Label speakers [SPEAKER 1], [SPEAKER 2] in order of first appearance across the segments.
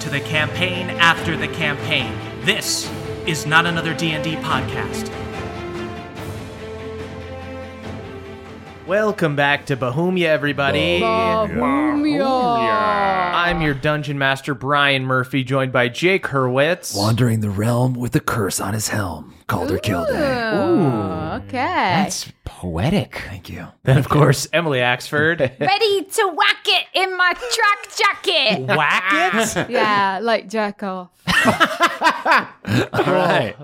[SPEAKER 1] to the campaign after the campaign. This is not another D&D podcast. Welcome back to Bahumia everybody. I'm your dungeon master Brian Murphy joined by Jake Hurwitz.
[SPEAKER 2] wandering the realm with a curse on his helm, Calder Kilday.
[SPEAKER 3] Ooh. Okay.
[SPEAKER 4] poetic.
[SPEAKER 2] Thank you.
[SPEAKER 1] And of course, Emily Axford.
[SPEAKER 3] Ready to whack it in my track jacket.
[SPEAKER 1] Whack it?
[SPEAKER 3] yeah, like jerk off.
[SPEAKER 1] I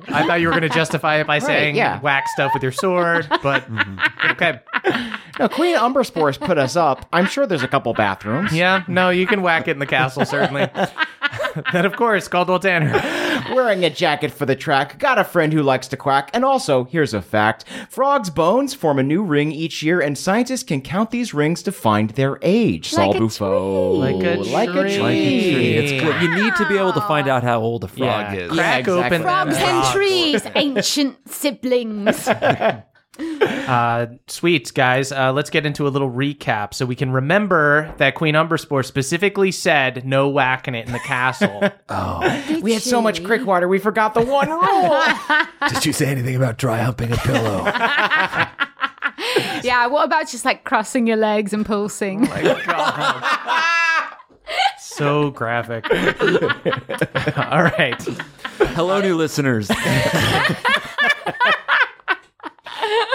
[SPEAKER 1] thought you were going to justify it by saying
[SPEAKER 5] yeah.
[SPEAKER 1] whack stuff with your sword, but okay.
[SPEAKER 5] No, Queen Umberspore's put us up. I'm sure there's a couple bathrooms.
[SPEAKER 1] Yeah, no, you can whack it in the castle, certainly. then, of course, Caldwell Tanner.
[SPEAKER 5] Wearing a jacket for the track, got a friend who likes to quack, and also, here's a fact frogs' bones form a new ring each year, and scientists can count these rings to find their age.
[SPEAKER 3] Like a
[SPEAKER 5] Solbufo.
[SPEAKER 3] tree.
[SPEAKER 1] Like a
[SPEAKER 5] like
[SPEAKER 1] tree.
[SPEAKER 5] a
[SPEAKER 2] Like a tree.
[SPEAKER 1] Hey.
[SPEAKER 2] It's cool. You need to be able to find out how old a
[SPEAKER 1] Yeah.
[SPEAKER 2] frog is.
[SPEAKER 1] Crack
[SPEAKER 5] exactly.
[SPEAKER 1] open
[SPEAKER 3] Frogs
[SPEAKER 1] them.
[SPEAKER 3] and trees, ancient siblings.
[SPEAKER 1] Uh, sweet, guys. Uh, let's get into a little recap so we can remember that Queen Umberspore specifically said no whacking it in the castle.
[SPEAKER 5] We had so much crick water, we forgot the one rule.
[SPEAKER 2] Did you say anything about dry humping a pillow?
[SPEAKER 3] yeah, what about just like crossing your legs and pulsing?
[SPEAKER 1] so graphic. All right.
[SPEAKER 2] Hello, new listeners.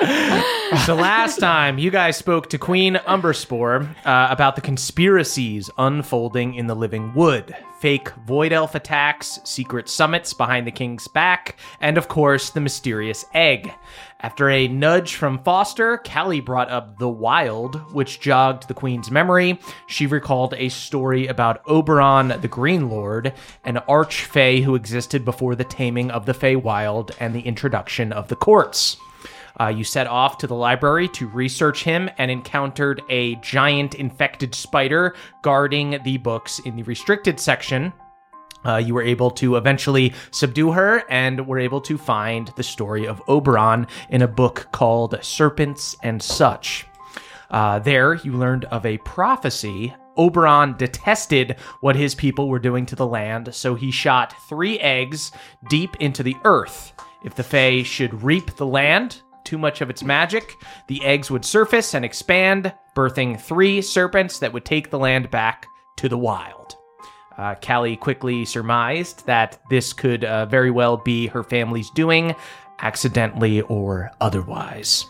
[SPEAKER 1] So last time you guys spoke to Queen Umberspore uh, about the conspiracies unfolding in the Living Wood, fake Void Elf attacks, secret summits behind the King's back, and of course the mysterious egg. After a nudge from Foster, Callie brought up the Wild, which jogged the Queen's memory. She recalled a story about Oberon the Green Lord, an archfey who existed before the taming of the Feywild and the introduction of the courts. Uh, you set off to the library to research him and encountered a giant infected spider guarding the books in the restricted section. Uh, you were able to eventually subdue her and were able to find the story of Oberon in a book called Serpents and Such. Uh, there, you learned of a prophecy. Oberon detested what his people were doing to the land, so he shot three eggs deep into the earth. If the Fae should reap the land, too much of its magic, the eggs would surface and expand, birthing three serpents that would take the land back to the wild. Uh, Callie quickly surmised that this could uh, very well be her family's doing, accidentally or otherwise.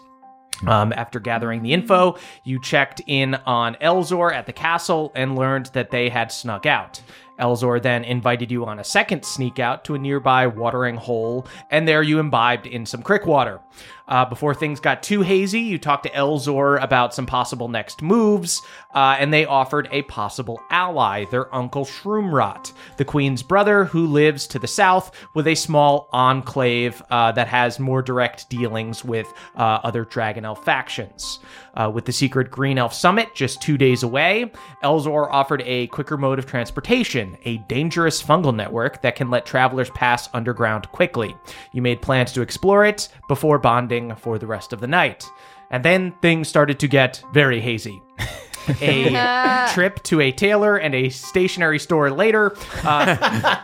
[SPEAKER 1] Um, after gathering the info, you checked in on Elzor at the castle and learned that they had snuck out. Elzor then invited you on a second sneak out to a nearby watering hole, and there you imbibed in some crick water. Uh, before things got too hazy, you talked to Elzor about some possible next moves, uh, and they offered a possible ally, their uncle Shroomrot, the queen's brother who lives to the south with a small enclave uh, that has more direct dealings with uh, other Dragon Elf factions. Uh, with the secret Green Elf Summit just two days away, Elzor offered a quicker mode of transportation, a dangerous fungal network that can let travelers pass underground quickly. You made plans to explore it before bonding for the rest of the night. And then things started to get very hazy. a trip to a tailor and a stationery store later, uh,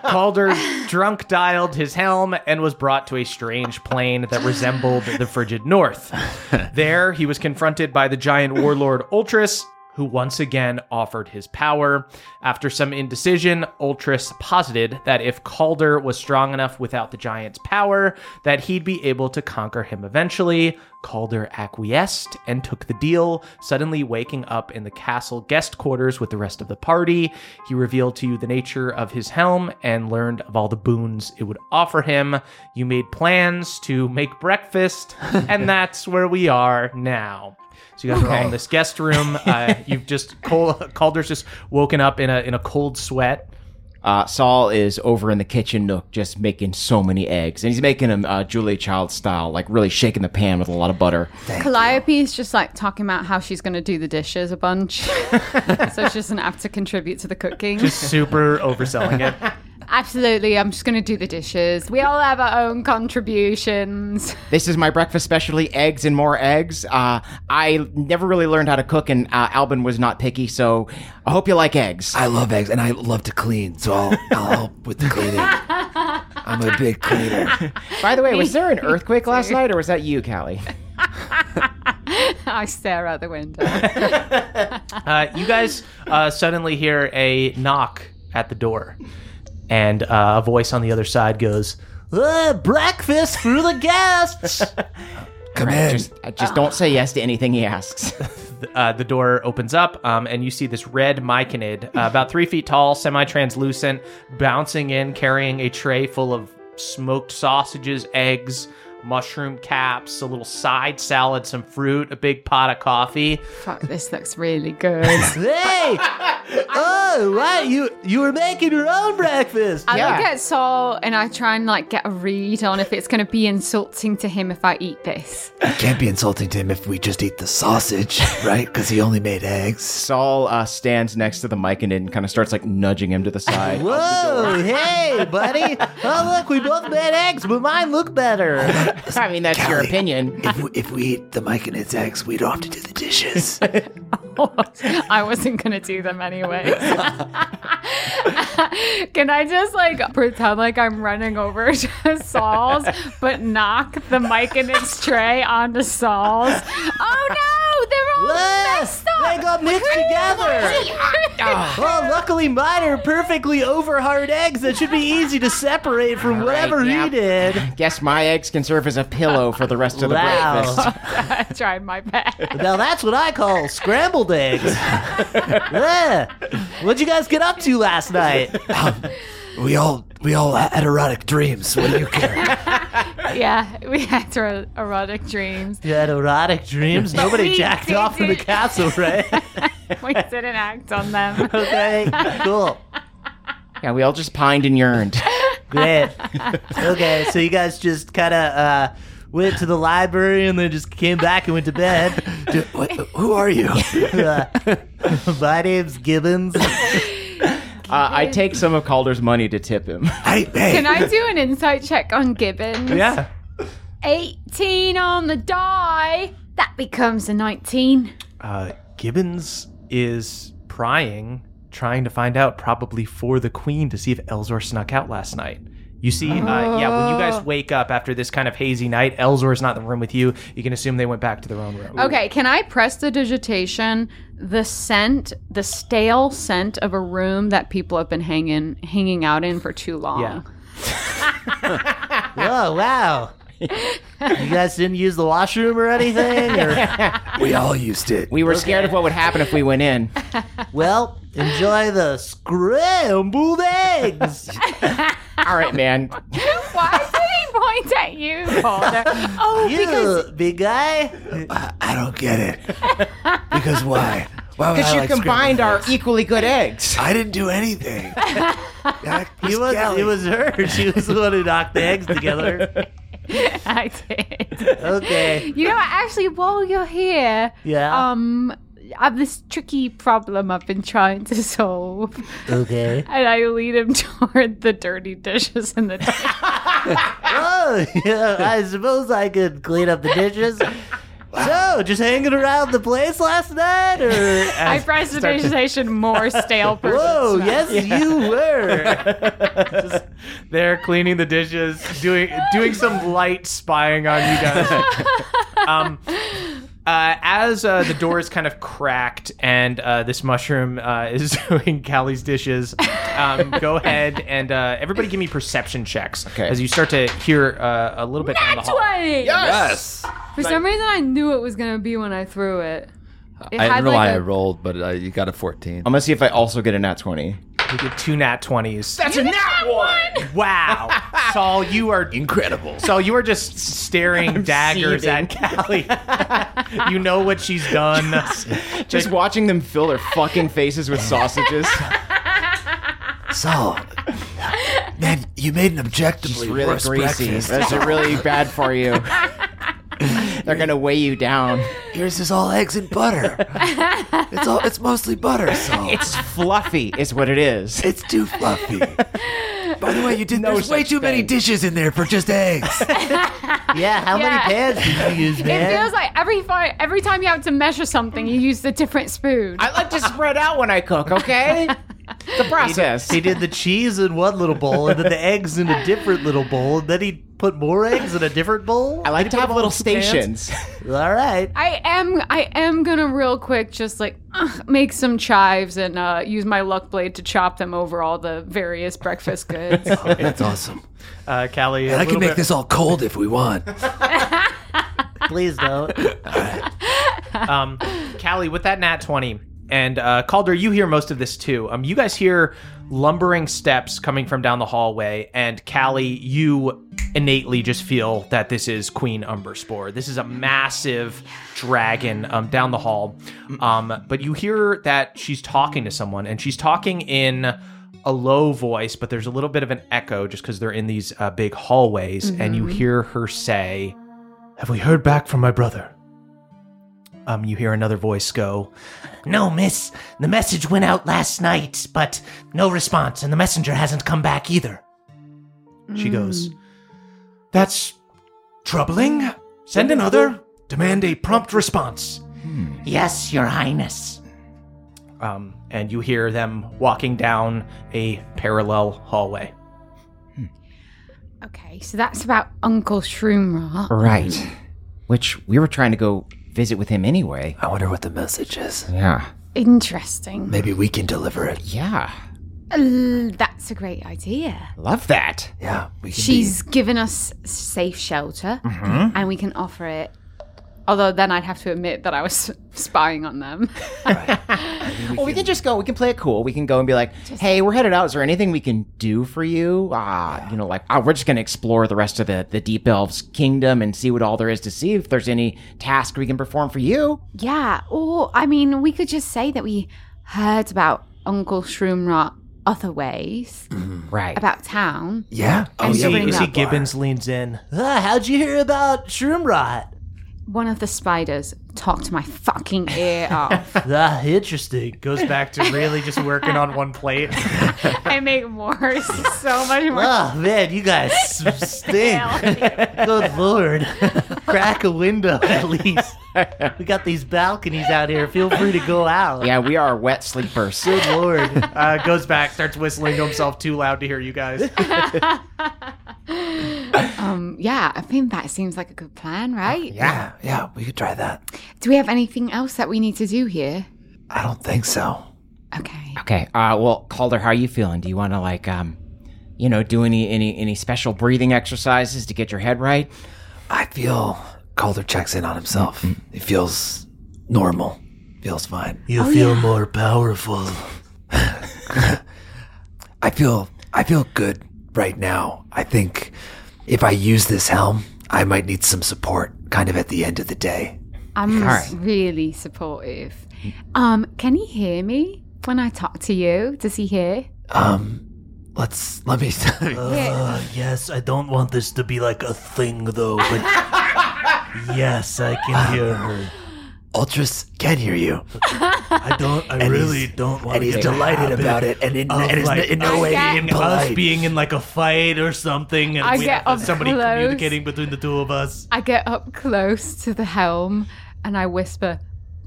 [SPEAKER 1] Calder drunk dialed his helm and was brought to a strange plane that resembled the frigid north. There, he was confronted by the giant warlord Ultras, who once again offered his power. After some indecision, Ultras posited that if Calder was strong enough without the giant's power, that he'd be able to conquer him eventually. Calder acquiesced and took the deal, suddenly waking up in the castle guest quarters with the rest of the party. He revealed to you the nature of his helm and learned of all the boons it would offer him. You made plans to make breakfast, and that's where we are now. So you guys are all in this guest room. Uh, you've just Col- Calder's just woken up in a in a cold sweat.
[SPEAKER 5] Uh, Saul is over in the kitchen nook just making so many eggs, and he's making them uh, Julia Child style, like really shaking the pan with a lot of butter.
[SPEAKER 3] Calliope is just like talking about how she's going to do the dishes a bunch. so she doesn't have to contribute to the cooking.
[SPEAKER 1] Super overselling it.
[SPEAKER 3] Absolutely, I'm just going to do the dishes. We all have our own contributions.
[SPEAKER 5] This is my breakfast specialty eggs and more eggs. Uh, I never really learned how to cook, and uh, Albin was not picky, so I hope you like eggs.
[SPEAKER 2] I love eggs and I love to clean, so I'll, I'll help with the cleaning. I'm a big cleaner.
[SPEAKER 5] By the way, was there an earthquake last night, or was that you, Callie?
[SPEAKER 3] I stare out the window.
[SPEAKER 1] Uh, you guys uh, suddenly hear a knock at the door, and uh, a voice on the other side goes, "Uh, "Breakfast for the guests."
[SPEAKER 2] Come in.
[SPEAKER 5] I just don't say yes to anything he asks.
[SPEAKER 1] uh, the door opens up, um, and you see this red myconid, uh, about three feet tall, semi translucent, bouncing in, carrying a tray full of smoked sausages, eggs, mushroom caps, a little side salad, some fruit, a big pot of coffee.
[SPEAKER 3] Fuck, this looks really good.
[SPEAKER 1] Hey! oh, wow! You you were making your own breakfast.
[SPEAKER 3] I look
[SPEAKER 5] Yeah.
[SPEAKER 3] at Saul and I try and like get a read on if it's going to be insulting to him if I eat this.
[SPEAKER 2] It can't be insulting to him if we just eat the sausage, right? Because he only made eggs.
[SPEAKER 5] Saul uh, stands next to the mic and kind of starts like nudging him to the side.
[SPEAKER 1] Whoa! Hey, buddy! Oh, look, we both made eggs, but mine look better.
[SPEAKER 5] I mean, that's your
[SPEAKER 2] Callie.
[SPEAKER 5] opinion.
[SPEAKER 2] If we, if we eat the mic and its eggs, we don't have to do the dishes.
[SPEAKER 3] I wasn't going to do them anyway. Can I just like pretend like I'm running over to Saul's but knock the mic and its tray onto Saul's? Oh no, they're all messed up.
[SPEAKER 1] got mixed together. Well, luckily mine are perfectly over hard eggs that should be easy to separate from whatever
[SPEAKER 5] yeah.
[SPEAKER 1] he did.
[SPEAKER 5] Guess my eggs can serve as a pillow for the rest of the
[SPEAKER 1] Wow.
[SPEAKER 5] breakfast.
[SPEAKER 3] I tried my best.
[SPEAKER 1] Now that's what I call scrambled eggs. Yeah. What'd you guys get up to last night?
[SPEAKER 2] Um, we all we all had erotic dreams. What do you care?
[SPEAKER 3] Yeah, we had our erotic dreams.
[SPEAKER 1] You had erotic dreams. Nobody
[SPEAKER 3] We
[SPEAKER 1] jacked off in the
[SPEAKER 3] didn't.
[SPEAKER 1] castle, right?
[SPEAKER 3] We didn't act on them.
[SPEAKER 1] Okay. Cool.
[SPEAKER 5] Yeah, we all just pined and yearned.
[SPEAKER 1] Great. Okay, so you guys just kind of uh, went to the library and then just came back and went to bed.
[SPEAKER 2] Do- what- who are you?
[SPEAKER 1] Uh, my name's Gibbons.
[SPEAKER 5] Uh, I take some of Calder's money to tip him.
[SPEAKER 2] Hey, hey.
[SPEAKER 3] Can I do an insight check on Gibbons?
[SPEAKER 1] Yeah.
[SPEAKER 3] 18 on the die. That becomes a 19.
[SPEAKER 1] Uh, Gibbons is prying, trying to find out, probably for the queen, to see if Elzor snuck out last night. You see, uh, yeah, when you guys wake up after this kind of hazy night, Elzor's not in the room with you. You can assume they went back to their own room.
[SPEAKER 3] Okay, can I press the digitation? The scent, the stale scent of a room that people have been hanging hanging out in for too long.
[SPEAKER 1] Yeah. Oh, wow. you guys didn't use the washroom or anything? Or...
[SPEAKER 2] we all used it.
[SPEAKER 5] We were scared of what would happen if we went in.
[SPEAKER 1] Well,
[SPEAKER 6] Enjoy the scrambled eggs.
[SPEAKER 5] All right, man.
[SPEAKER 3] Why did he point at you, Boulder? Oh,
[SPEAKER 6] you big guy.
[SPEAKER 2] I, I don't get it. Because why? Why would
[SPEAKER 5] Because
[SPEAKER 2] I
[SPEAKER 5] you
[SPEAKER 2] like
[SPEAKER 5] combined
[SPEAKER 2] scrambled
[SPEAKER 5] our
[SPEAKER 2] eggs?
[SPEAKER 5] equally good eggs.
[SPEAKER 2] I didn't do anything. That
[SPEAKER 6] He was,
[SPEAKER 2] Kelly.
[SPEAKER 6] it was her. She was the one who knocked the eggs together.
[SPEAKER 3] I did.
[SPEAKER 6] Okay.
[SPEAKER 3] You know, what? actually, while you're here,
[SPEAKER 6] Yeah.
[SPEAKER 3] um, I have this tricky problem I've been trying to solve,
[SPEAKER 6] Okay.
[SPEAKER 3] and I lead him toward the dirty dishes in the dish.
[SPEAKER 6] Oh, yeah. I suppose I could clean up the dishes. So, just hanging around the place last night, or
[SPEAKER 3] I pressed the digitization more stale. person
[SPEAKER 6] whoa,
[SPEAKER 3] smell.
[SPEAKER 6] yes, you were.
[SPEAKER 1] They're cleaning the dishes, doing doing some light spying on you guys. um, uh, as uh, the door is kind of cracked and uh, this mushroom uh, is doing Callie's dishes, um, go ahead and uh, everybody give me perception checks okay. as you start to hear uh, a little bit down the
[SPEAKER 3] That's
[SPEAKER 1] hall.
[SPEAKER 3] twenty.
[SPEAKER 2] yes.
[SPEAKER 3] For some reason, I knew it was gonna be when I threw it. It
[SPEAKER 2] I
[SPEAKER 3] had
[SPEAKER 2] don't know
[SPEAKER 3] like
[SPEAKER 2] why I
[SPEAKER 3] a-
[SPEAKER 2] rolled, but uh, you got a 14.
[SPEAKER 5] I'm gonna see if I also get a nat twenty.
[SPEAKER 1] You get two nat twenties. That's a nat one. Wow, Saul, you are
[SPEAKER 2] Incredible.
[SPEAKER 1] Saul, you are just staring daggers at Callie. you know what she's done.
[SPEAKER 5] Just watching them fill their fucking faces with sausages.
[SPEAKER 2] So, man, you made an objectively
[SPEAKER 5] really
[SPEAKER 2] worse
[SPEAKER 5] greasy.
[SPEAKER 2] breakfast.
[SPEAKER 5] That's really bad for you. They're gonna weigh you down.
[SPEAKER 2] Yours is all eggs and butter. it's all. It's mostly butter, so it's,
[SPEAKER 5] It's fluffy, is what it is.
[SPEAKER 2] too fluffy. By the way, you did.
[SPEAKER 5] No
[SPEAKER 2] there's way
[SPEAKER 5] such
[SPEAKER 2] too many
[SPEAKER 5] thing.
[SPEAKER 2] dishes in there for just eggs.
[SPEAKER 6] Yeah,
[SPEAKER 3] Yeah.
[SPEAKER 6] how many pans did you use,
[SPEAKER 3] It
[SPEAKER 6] man?
[SPEAKER 3] feels like every fi- every time you have to measure something, you use a different spoon.
[SPEAKER 5] I like to spread out when I cook, okay? It's a process.
[SPEAKER 6] he did the cheese in one little bowl, and then the eggs in a different little bowl, and then he put more eggs in a different bowl.
[SPEAKER 5] I like to have little
[SPEAKER 6] two pans?
[SPEAKER 5] stations.
[SPEAKER 6] All right.
[SPEAKER 3] I am I am gonna real quick just like ugh, make some chives and uh, use my luck blade to chop them over all the various breakfast goods.
[SPEAKER 2] That's awesome.
[SPEAKER 1] Uh, Callie, a
[SPEAKER 2] And I can
[SPEAKER 1] little
[SPEAKER 2] make
[SPEAKER 1] bit-
[SPEAKER 2] this all cold if we want.
[SPEAKER 6] Please don't.
[SPEAKER 1] um, Callie, with that nat 20, and uh, Calder, you hear most of this too. Um, you guys hear lumbering steps coming from down the hallway, and Callie, you innately just feel that this is Queen Umberspore. This is a massive dragon um, down the hall. Um, but you hear that she's talking to someone, and she's talking in a low voice, but there's a little bit of an echo just because they're in these uh, big hallways, and you hear her say, "Have we heard back from my brother?" Um, you hear another voice go,
[SPEAKER 6] No, miss. The message went out last night, but no response, and the messenger hasn't come back either.
[SPEAKER 1] "She goes,
[SPEAKER 6] That's troubling. Send another. Demand a prompt response. Yes, Your Highness.
[SPEAKER 1] um, and you hear them walking down a parallel hallway."
[SPEAKER 3] okay, so that's about Uncle Shroomra.
[SPEAKER 5] Right. Which we were trying to go visit with him anyway.
[SPEAKER 2] I wonder what the message is.
[SPEAKER 5] Yeah.
[SPEAKER 3] Interesting.
[SPEAKER 2] Maybe we can deliver it.
[SPEAKER 5] Yeah.
[SPEAKER 3] Uh, that's a great idea.
[SPEAKER 5] Love that.
[SPEAKER 2] Yeah, we can. Mm-hmm.
[SPEAKER 3] She's given us safe shelter, and we can offer it. Although then I'd have to admit that I was spying on them.
[SPEAKER 5] Well, we can just go. We can play it cool. We can go and be like, "Hey, we're headed out. Is there anything we can do for you?" Ah, you know, like, ah, we're just gonna explore the rest of the the Deep Elves' kingdom and see what all there is to see. If there's any task we can perform for you,
[SPEAKER 3] Yeah, or I mean, we could just say that we heard about Uncle Shroomra other ways
[SPEAKER 5] right?
[SPEAKER 3] about town.
[SPEAKER 2] Yeah. Oh,
[SPEAKER 3] And
[SPEAKER 2] yeah.
[SPEAKER 3] bring
[SPEAKER 2] we
[SPEAKER 1] You
[SPEAKER 3] that
[SPEAKER 2] can-
[SPEAKER 1] see
[SPEAKER 3] bar.
[SPEAKER 1] Gibbons leans in.
[SPEAKER 6] Ah, how'd you hear about Shroomrot?
[SPEAKER 3] One of the spiders talked my fucking ear off.
[SPEAKER 6] Ah, interesting.
[SPEAKER 1] Goes back to really just working on one plate.
[SPEAKER 3] I make more, so much more.
[SPEAKER 6] Ah, man, you guys s- stink. Good lord. Crack a window at least. We got these balconies out here. Feel free to go out.
[SPEAKER 5] Yeah, we are wet sleepers.
[SPEAKER 6] Good lord.
[SPEAKER 1] Uh, goes back, starts whistling to himself too loud to hear you guys.
[SPEAKER 3] Um, yeah, I think that seems like a good plan, right?
[SPEAKER 2] Yeah, yeah, we could try that.
[SPEAKER 3] Do we have anything else that we need to do here?
[SPEAKER 2] I don't think so.
[SPEAKER 3] Okay.
[SPEAKER 5] okay. Uh, well, Calder, how are you feeling? Do you want to like, um, you know, do any any any special breathing exercises to get your head right?
[SPEAKER 2] I feel Calder checks in on himself. It feels normal. Feels fine.
[SPEAKER 6] Oh, You feel more powerful.
[SPEAKER 7] I feel I feel good right now. I think if I use this helm, I might need some support kind of at the end of the day.
[SPEAKER 3] I'm really supportive. Um, can he hear me when I talk to you? Does he hear?
[SPEAKER 7] Um let's let me
[SPEAKER 3] Yeah.
[SPEAKER 1] yes, I don't want this to be like a thing though, but yes, I can hear her.
[SPEAKER 7] Ultras can hear you.
[SPEAKER 1] I don't I
[SPEAKER 7] And he's-
[SPEAKER 1] really don't want
[SPEAKER 7] And he's
[SPEAKER 1] to
[SPEAKER 7] delighted
[SPEAKER 1] happen
[SPEAKER 7] about it and in,
[SPEAKER 1] of,
[SPEAKER 7] and is
[SPEAKER 1] like,
[SPEAKER 7] in no way
[SPEAKER 3] us
[SPEAKER 1] us
[SPEAKER 7] impolite.
[SPEAKER 1] being in like a fight or something and
[SPEAKER 3] I
[SPEAKER 1] we
[SPEAKER 3] get
[SPEAKER 1] have
[SPEAKER 3] up
[SPEAKER 1] somebody
[SPEAKER 3] close.
[SPEAKER 1] communicating between the two of us.
[SPEAKER 3] I get up close to the helm and I whisper,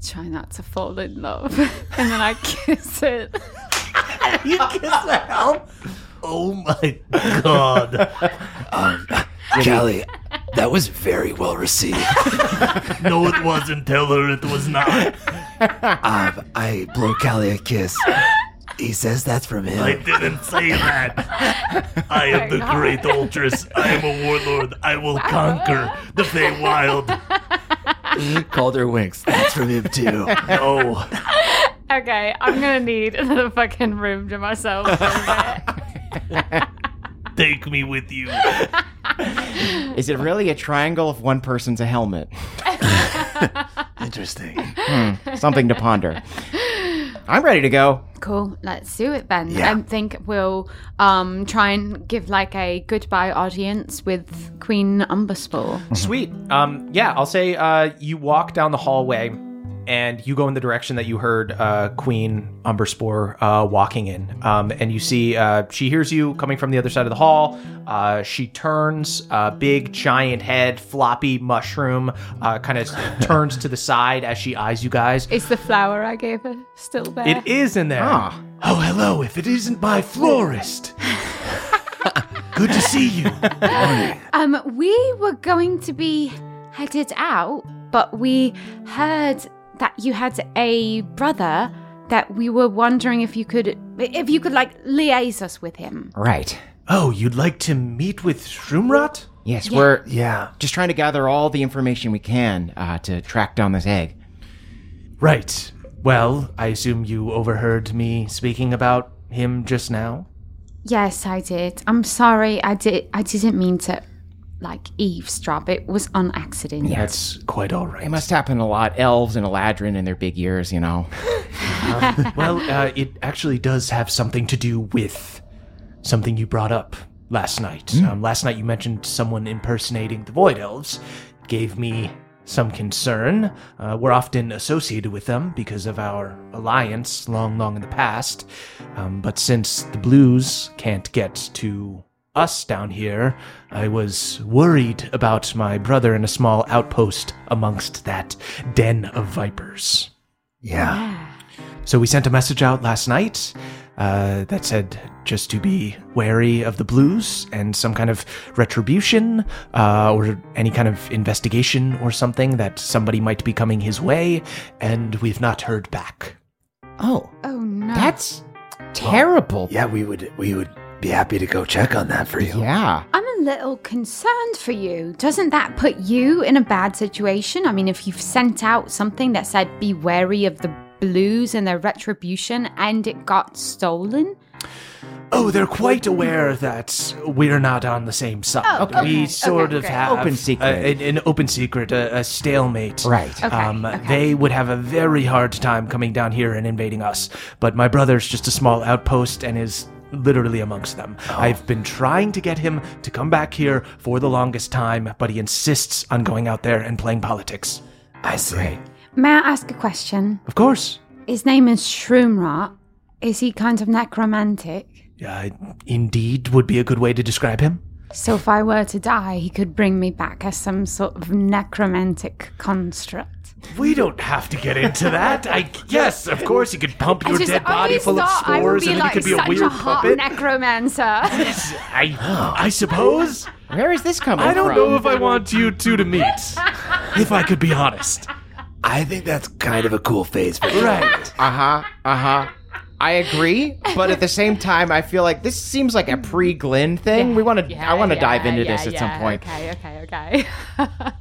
[SPEAKER 3] "Try not to fall in love," and then I kiss it.
[SPEAKER 1] You kiss the helm? Oh my god.
[SPEAKER 7] Callie, that was very well received.
[SPEAKER 1] No, it wasn't. Tell her it was not.
[SPEAKER 7] Um, I blow Callie a kiss. He says that's from him.
[SPEAKER 1] I didn't say that. I am the great Ultras. I am a warlord. I will conquer the Feywild.
[SPEAKER 7] Calder winks. That's from him too.
[SPEAKER 1] No.
[SPEAKER 3] Okay, I'm gonna need the fucking room to myself. for a bit.
[SPEAKER 1] Take me with you.
[SPEAKER 5] Is it really a triangle if one person's a helmet?
[SPEAKER 7] Interesting.
[SPEAKER 5] Something to ponder. I'm ready to go.
[SPEAKER 3] Cool. Let's do it then.
[SPEAKER 7] Yeah.
[SPEAKER 3] I think we'll um, try and give like a goodbye audience with Queen Umberspore.
[SPEAKER 8] Sweet. Um, yeah, I'll say uh, you walk down the hallway and you go in the direction that you heard uh, Queen Umberspore uh, walking in. Um, and you see uh, she hears you coming from the other side of the hall. Uh, she turns, uh, big, giant head, floppy mushroom, uh, kind of turns to the side as she eyes you guys.
[SPEAKER 3] Is the flower I gave her still there?
[SPEAKER 8] It is in there.
[SPEAKER 5] Ah.
[SPEAKER 1] Oh, hello. If it isn't my florist. Good to see you.
[SPEAKER 3] Um, we were going to be headed out, but we heard that you had a brother that we were wondering if you could, if you could like liaise us with him.
[SPEAKER 5] Right.
[SPEAKER 1] Oh, you'd like to meet with Shroomrot?
[SPEAKER 5] Yes, we're
[SPEAKER 1] Yeah.
[SPEAKER 5] just trying to gather all the information we can uh, to track down this egg.
[SPEAKER 1] Right. Well, I assume you overheard me speaking about him just now?
[SPEAKER 3] Yes, I did. I'm sorry. I did. I didn't mean to, like eavesdrop. It was on accident.
[SPEAKER 1] That's quite all right.
[SPEAKER 5] It must happen a lot. Elves and Eladrin and their big ears, you know.
[SPEAKER 1] Well, uh, it actually does have something to do with something you brought up last night. Um, last night you mentioned someone impersonating the Void Elves. Gave me some concern. Uh, we're often associated with them because of our alliance long, long in the past. Um, but since the Blues can't get to us down here, I was worried about my brother in a small outpost amongst that den of vipers.
[SPEAKER 7] Yeah.
[SPEAKER 1] So we sent a message out last night uh, that said just to be wary of the blues and some kind of retribution uh, or any kind of investigation or something that somebody might be coming his way, and we've not heard back.
[SPEAKER 5] Oh,
[SPEAKER 3] Oh no.
[SPEAKER 5] that's terrible.
[SPEAKER 7] Yeah, we would we would be happy to go check on that for you.
[SPEAKER 5] Yeah.
[SPEAKER 3] I'm a little concerned for you. Doesn't that put you in a bad situation? I mean, if you've sent out something that said be wary of the blues and their retribution and it got stolen?
[SPEAKER 1] Oh, they're quite aware that we're not on the same side.
[SPEAKER 3] Oh, okay,
[SPEAKER 1] We
[SPEAKER 3] okay,
[SPEAKER 1] sort of
[SPEAKER 3] great.
[SPEAKER 1] have
[SPEAKER 5] Open secret.
[SPEAKER 1] a- an, an open secret, a, a stalemate.
[SPEAKER 5] Right.
[SPEAKER 3] Okay,
[SPEAKER 1] um,
[SPEAKER 3] okay.
[SPEAKER 1] They would have a very hard time coming down here and invading us. But my brother's just a small outpost and is literally amongst them.
[SPEAKER 5] Oh.
[SPEAKER 1] I've been trying to get him to come back here for the longest time, but he insists on going out there and playing politics.
[SPEAKER 7] I see.
[SPEAKER 3] May I ask a question?
[SPEAKER 1] Of course.
[SPEAKER 3] His name is Shroomrot. Is he kind of necromantic?
[SPEAKER 1] Uh, indeed would be a good way to describe him.
[SPEAKER 3] So if I were to die, he could bring me back as some sort of necromantic construct.
[SPEAKER 1] We don't have to get into that. I yes, of course, you could pump your dead body
[SPEAKER 3] always
[SPEAKER 1] full of
[SPEAKER 3] thought I
[SPEAKER 1] spores,
[SPEAKER 3] would be
[SPEAKER 1] and then
[SPEAKER 3] like
[SPEAKER 1] you could be a
[SPEAKER 3] such
[SPEAKER 1] weird
[SPEAKER 3] a hot
[SPEAKER 1] puppet.
[SPEAKER 3] necromancer.
[SPEAKER 1] I, I suppose.
[SPEAKER 5] Where is this coming
[SPEAKER 1] I don't
[SPEAKER 5] from?
[SPEAKER 1] know if I want you two to meet. if I could be honest,
[SPEAKER 7] I think that's kind of a cool phase for you.
[SPEAKER 1] right?
[SPEAKER 5] Uh huh. Uh huh. Uh-huh, I agree, but at the same time, I feel like this seems like a pre Glenn thing. we want to. I want to
[SPEAKER 3] yeah,
[SPEAKER 5] dive into
[SPEAKER 3] yeah,
[SPEAKER 5] this at some
[SPEAKER 3] yeah.
[SPEAKER 5] point.
[SPEAKER 3] Okay, okay,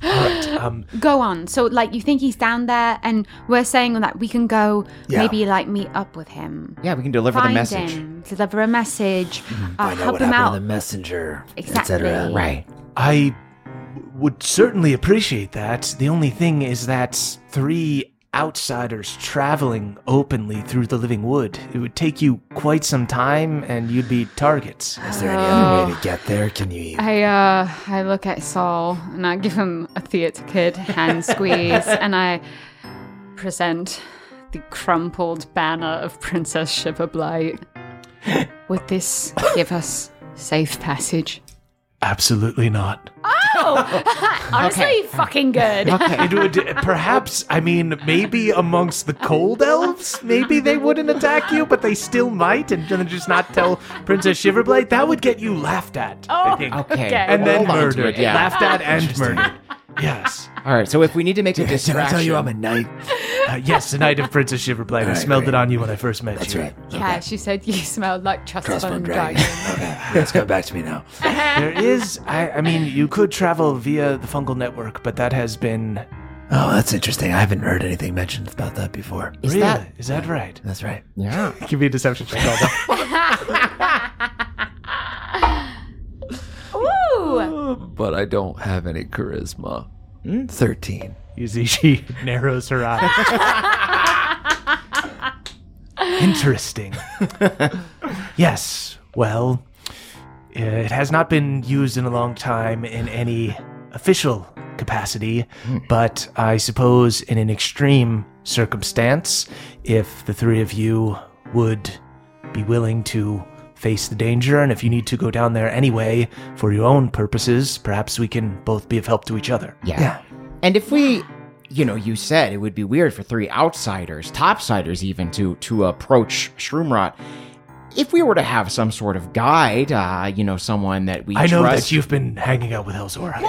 [SPEAKER 3] okay.
[SPEAKER 1] Um,
[SPEAKER 3] go on. So, like, you think he's down there, and we're saying that we can go
[SPEAKER 7] Yeah.
[SPEAKER 3] maybe, like, meet up with him.
[SPEAKER 5] Yeah, we can deliver
[SPEAKER 3] Find
[SPEAKER 5] the message. Mm-hmm.
[SPEAKER 3] him, deliver a message, uh,
[SPEAKER 7] Find out
[SPEAKER 3] help
[SPEAKER 7] what
[SPEAKER 3] him
[SPEAKER 7] happened
[SPEAKER 3] out.
[SPEAKER 7] to the messenger,
[SPEAKER 3] Exactly.
[SPEAKER 7] etc.
[SPEAKER 5] Right.
[SPEAKER 1] I would certainly appreciate that. The only thing is that three outsiders traveling openly through the living wood, it would take you quite some time and you'd be targets.
[SPEAKER 7] Is there any other way to get there? Can you?
[SPEAKER 3] I uh I look at Saul and I give him a theater kid hand squeeze and I present the crumpled banner of Princess Shiver Blight. Would this give us safe passage?
[SPEAKER 1] Absolutely not.
[SPEAKER 3] Honestly, fucking good.
[SPEAKER 1] It would perhaps, I mean, maybe amongst the cold elves, maybe they wouldn't attack you, but they still might and then just not tell Princess Shiverblade. That would get you laughed at, I think.
[SPEAKER 5] Okay.
[SPEAKER 3] Okay.
[SPEAKER 1] And then
[SPEAKER 5] Hold on to
[SPEAKER 1] murdered.
[SPEAKER 5] it, yeah.
[SPEAKER 1] Laughed at and murdered. Yes.
[SPEAKER 5] All right. So if we need to make a
[SPEAKER 7] Did I
[SPEAKER 5] distraction,
[SPEAKER 7] tell you I'm a knight?
[SPEAKER 1] Uh, yes, the night of Princess Shiverblade. I
[SPEAKER 7] right,
[SPEAKER 1] smelled
[SPEAKER 7] great.
[SPEAKER 1] it on you when I first met
[SPEAKER 7] That's
[SPEAKER 1] you.
[SPEAKER 7] right.
[SPEAKER 3] Yeah, she said you smelled like
[SPEAKER 7] Crossbone
[SPEAKER 3] trustbone
[SPEAKER 7] dragon.
[SPEAKER 3] dragon.
[SPEAKER 7] okay, it's coming back to me now.
[SPEAKER 1] There is, I, I mean, you could travel via the fungal network, but that has been.
[SPEAKER 7] Oh, that's interesting. I haven't heard anything mentioned about that before.
[SPEAKER 1] Is
[SPEAKER 5] that-
[SPEAKER 1] is that right?
[SPEAKER 7] That's right.
[SPEAKER 5] yeah.
[SPEAKER 1] Give me a deception check.
[SPEAKER 3] Ooh!
[SPEAKER 2] But I don't have any charisma.
[SPEAKER 7] Thirteen.
[SPEAKER 1] You see, she narrows her eyes. Interesting. yes. Well, uh, it has not been used in a long time in any official capacity, but I suppose in an extreme circumstance, if the three of you would be willing to face the danger, and if you need to go down there anyway for your own purposes, perhaps we can both be of help to each other.
[SPEAKER 5] yeah. And if we, you know, you said it would be weird for three outsiders, topsiders even, to to approach Shroomrot. If we were to have some sort of guide, uh, you know, someone that we
[SPEAKER 1] I know
[SPEAKER 5] trust,
[SPEAKER 1] that you've been hanging out with Elzora.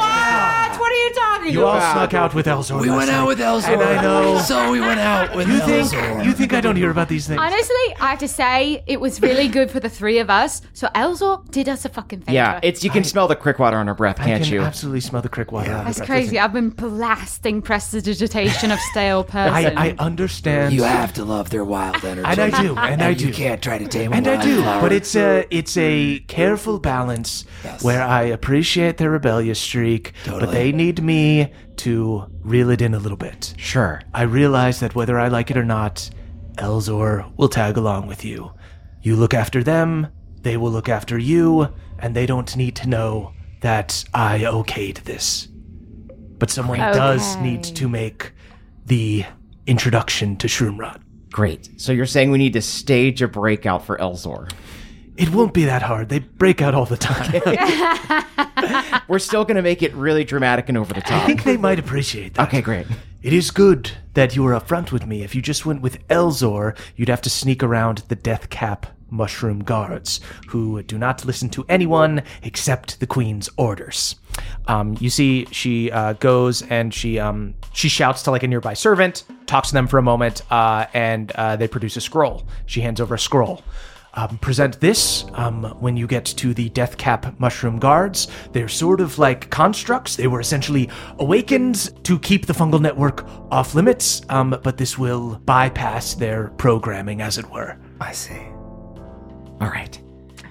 [SPEAKER 5] What are you talking
[SPEAKER 1] You all snuck out with Elzora.
[SPEAKER 7] We
[SPEAKER 1] last
[SPEAKER 7] went
[SPEAKER 1] night.
[SPEAKER 7] out with Elzor.
[SPEAKER 1] And I know.
[SPEAKER 7] So we went out with
[SPEAKER 1] You think
[SPEAKER 7] Elzor.
[SPEAKER 1] you think I don't hear about these things?
[SPEAKER 3] Honestly, I have to say it was really good for the three of us. So Elzor did us a fucking favor.
[SPEAKER 5] Yeah, it's you can smell the crick water on her breath,
[SPEAKER 1] I
[SPEAKER 5] can't
[SPEAKER 1] can
[SPEAKER 5] you?
[SPEAKER 1] absolutely smell the crick water.
[SPEAKER 3] That's crazy. I've been blasting prestidigitation of stale person.
[SPEAKER 1] I, I understand.
[SPEAKER 7] You have to love their wild energy.
[SPEAKER 1] And I do, and I
[SPEAKER 7] You
[SPEAKER 1] do.
[SPEAKER 7] can't try to tame a
[SPEAKER 1] and I do,
[SPEAKER 7] wildflower.
[SPEAKER 1] but it's a it's a
[SPEAKER 7] Mm.
[SPEAKER 1] careful balance where I appreciate their rebellious streak, but
[SPEAKER 7] Totally.
[SPEAKER 1] they need me to reel it in a little bit.
[SPEAKER 5] Sure.
[SPEAKER 1] I realize that whether I like it or not, Elzor will tag along with you. You look after them, they will look after you, and they don't need to know that I okayed this. But someone does
[SPEAKER 3] Okay.
[SPEAKER 1] need to make the introduction to Shroomrod.
[SPEAKER 5] Great. So you're saying we need to stage a breakout for Elzor.
[SPEAKER 1] It won't be that hard. They break out all the time.
[SPEAKER 5] We're still going to make it really dramatic and over the
[SPEAKER 1] I
[SPEAKER 5] top.
[SPEAKER 1] think they might appreciate that.
[SPEAKER 5] Okay, great.
[SPEAKER 1] It is good that you were upfront with me. If you just went with Elzor, you'd have to sneak around the death cap mushroom guards, who do not listen to anyone except the queen's orders. Um, you see, she uh, goes and she um, she shouts to like a nearby servant, talks to them for a moment, uh, and uh, they produce a scroll. She hands over a scroll. Um, present this um, when you get to the death cap mushroom guards. They're sort of like constructs. They were essentially awakened to keep the fungal network off limits, um, but this will bypass their programming, as it were.
[SPEAKER 7] I see.
[SPEAKER 5] All right.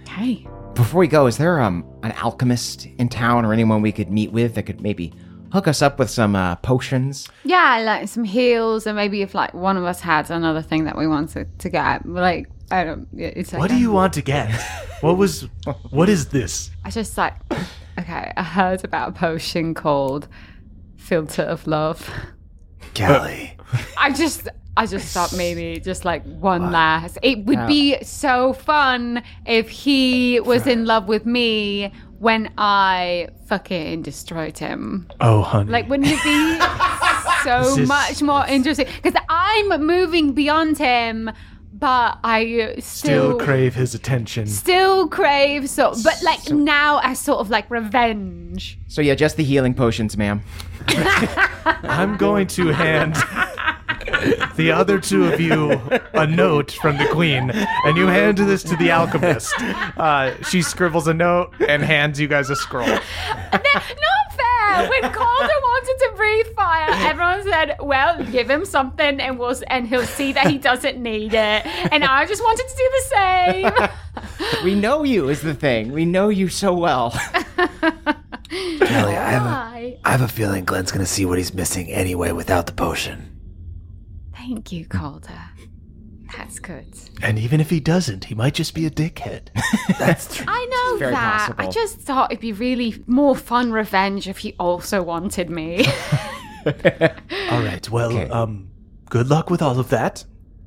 [SPEAKER 3] okay.
[SPEAKER 5] Before we go, is there um an alchemist in town or anyone we could meet with that could maybe hook us up with some uh, potions?
[SPEAKER 3] Yeah, like some heels, and maybe if like one of us had another thing that we wanted to get, like I don't. yeah, It's okay.
[SPEAKER 1] What do you want to get? what was? What is this?
[SPEAKER 3] I just like. Okay, I heard about a potion called Filter of Love.
[SPEAKER 7] Kelly.
[SPEAKER 1] Uh,
[SPEAKER 3] I just. I just thought maybe just like one last. It would be so fun if he was in love with me when I fucking destroyed him.
[SPEAKER 1] Oh, honey.
[SPEAKER 3] Like, wouldn't it be so
[SPEAKER 1] is-
[SPEAKER 3] much more interesting? Because I'm moving beyond him, but I uh,
[SPEAKER 1] still
[SPEAKER 3] still
[SPEAKER 1] crave his attention.
[SPEAKER 3] still crave so. But like now, I sort of like revenge.
[SPEAKER 5] So yeah, just the healing potions, ma'am.
[SPEAKER 1] I'm going to hand. the other two of you a note from the queen, and you hand this to the alchemist. Uh, she scribbles a note and hands you guys a scroll.
[SPEAKER 3] Not fair. When Calder wanted to breathe fire, everyone said, "Well, give him something, and we'll, and he'll see that he doesn't need it." And I just wanted to do the same.
[SPEAKER 5] We know you is the thing. We know you so well.
[SPEAKER 7] Kelly, I have,
[SPEAKER 3] Why?
[SPEAKER 7] a, I have a feeling Glenn's gonna see what he's missing anyway without the potion.
[SPEAKER 3] Thank you, Calder. That's good.
[SPEAKER 1] And even if he doesn't, he might just be a dickhead.
[SPEAKER 3] I know
[SPEAKER 5] very
[SPEAKER 3] that.
[SPEAKER 5] possible.
[SPEAKER 3] I just thought it'd be really more fun revenge if you also wanted me.
[SPEAKER 1] All right. Well, um, good luck with all of that.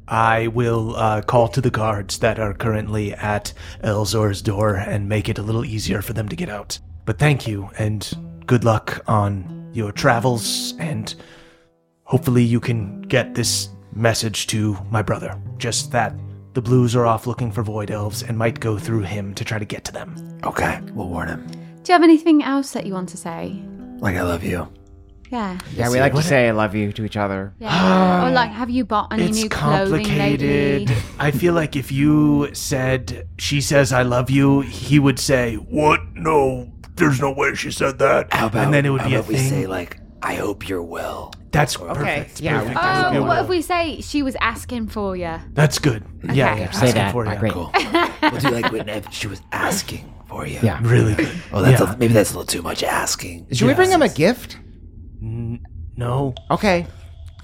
[SPEAKER 1] I will uh, call to the guards that are currently at Elzor's door and make it a little easier for them to get out. But thank you, and good luck on your travels, and hopefully you can get this message to my brother. Just that the blues are off looking for void elves and might go through him to try to get to them.
[SPEAKER 7] Okay, we'll warn him.
[SPEAKER 3] Do you have anything else that you want to say?
[SPEAKER 7] Like, I love you.
[SPEAKER 3] Yeah.
[SPEAKER 5] yeah, we like to say I love you to each other.
[SPEAKER 3] yeah. or like, have you bought any
[SPEAKER 1] it's
[SPEAKER 3] new clothing lately?
[SPEAKER 1] complicated. I feel like if you said she says I love you, he would say what? No, there's no way she said that.
[SPEAKER 7] How about,
[SPEAKER 1] and then it would
[SPEAKER 7] how
[SPEAKER 1] be a
[SPEAKER 7] about we
[SPEAKER 1] thing.
[SPEAKER 7] say, like, I hope you're well.
[SPEAKER 1] That's perfect.
[SPEAKER 5] yeah,
[SPEAKER 1] perfect.
[SPEAKER 5] we can
[SPEAKER 3] Oh,
[SPEAKER 1] That's,
[SPEAKER 3] what if we say she was asking for you?
[SPEAKER 1] good. Yeah,
[SPEAKER 3] Okay.
[SPEAKER 1] yeah.
[SPEAKER 5] Say
[SPEAKER 1] asking
[SPEAKER 5] that.
[SPEAKER 1] for
[SPEAKER 5] Ah,
[SPEAKER 1] you.
[SPEAKER 5] great.
[SPEAKER 7] Cool. we'll do like when she was asking for you.
[SPEAKER 5] Yeah.
[SPEAKER 1] Really good.
[SPEAKER 7] Oh, that's
[SPEAKER 1] Yeah.
[SPEAKER 7] a, maybe that's a little too much asking.
[SPEAKER 5] Should we bring him a gift?
[SPEAKER 1] N- no,
[SPEAKER 5] Okay.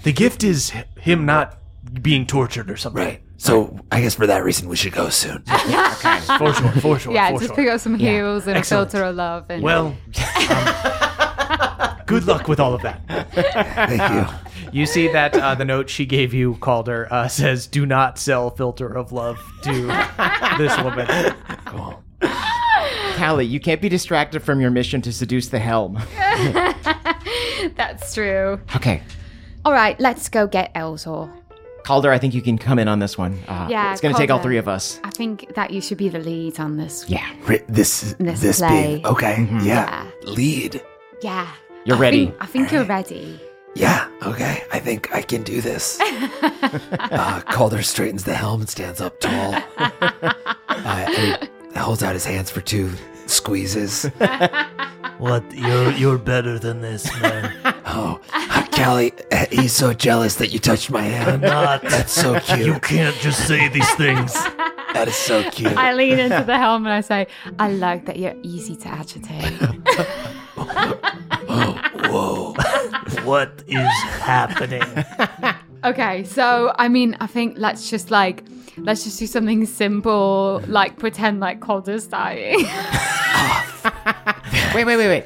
[SPEAKER 1] the gift is h- him not being tortured or something.
[SPEAKER 7] Right. So I guess for that reason, we should go soon.
[SPEAKER 1] For sure. For sure.
[SPEAKER 3] yeah,
[SPEAKER 1] for
[SPEAKER 3] just
[SPEAKER 1] sure.
[SPEAKER 3] pick up some heels and
[SPEAKER 1] Excellent.
[SPEAKER 3] a filter of love. And
[SPEAKER 1] Well. um, Good luck with all of that.
[SPEAKER 7] Thank you.
[SPEAKER 6] You see that uh, the note she gave you, Calder, uh, says, "Do not sell Filter of Love to this woman."
[SPEAKER 5] Callie, you can't be distracted from your mission to seduce the helm.
[SPEAKER 3] that's true.
[SPEAKER 5] Okay.
[SPEAKER 3] All right, let's go get Elzor.
[SPEAKER 5] Calder, I think you can come in on this one. Uh,
[SPEAKER 3] Yeah,
[SPEAKER 5] It's going to take all
[SPEAKER 3] Calder.
[SPEAKER 5] three of us.
[SPEAKER 3] I think that you should be the lead on this.
[SPEAKER 5] Yeah.
[SPEAKER 7] Ri- This
[SPEAKER 3] This
[SPEAKER 7] this,
[SPEAKER 3] play.
[SPEAKER 7] being okay. Yeah. Lead.
[SPEAKER 3] Yeah.
[SPEAKER 5] You're
[SPEAKER 3] I
[SPEAKER 5] ready.
[SPEAKER 3] think- I think you're ready.
[SPEAKER 7] Yeah. Okay. I think I can do this. uh, Calder straightens the helm and stands up tall. Uh, and he holds out his hands for two squeezes.
[SPEAKER 1] What? You're you're better than this, man.
[SPEAKER 7] Oh, Callie, uh, he's so jealous that you touched my hand.
[SPEAKER 1] Not.
[SPEAKER 7] That's so cute.
[SPEAKER 1] can't just say these things.
[SPEAKER 7] That is so cute.
[SPEAKER 3] I lean into the helm and I say, I like that you're easy to agitate.
[SPEAKER 7] Whoa.
[SPEAKER 1] What is happening?
[SPEAKER 3] Okay, so I mean, I think let's just like let's just do something simple, like pretend like Calder's dying.
[SPEAKER 5] Wait, wait, wait, wait.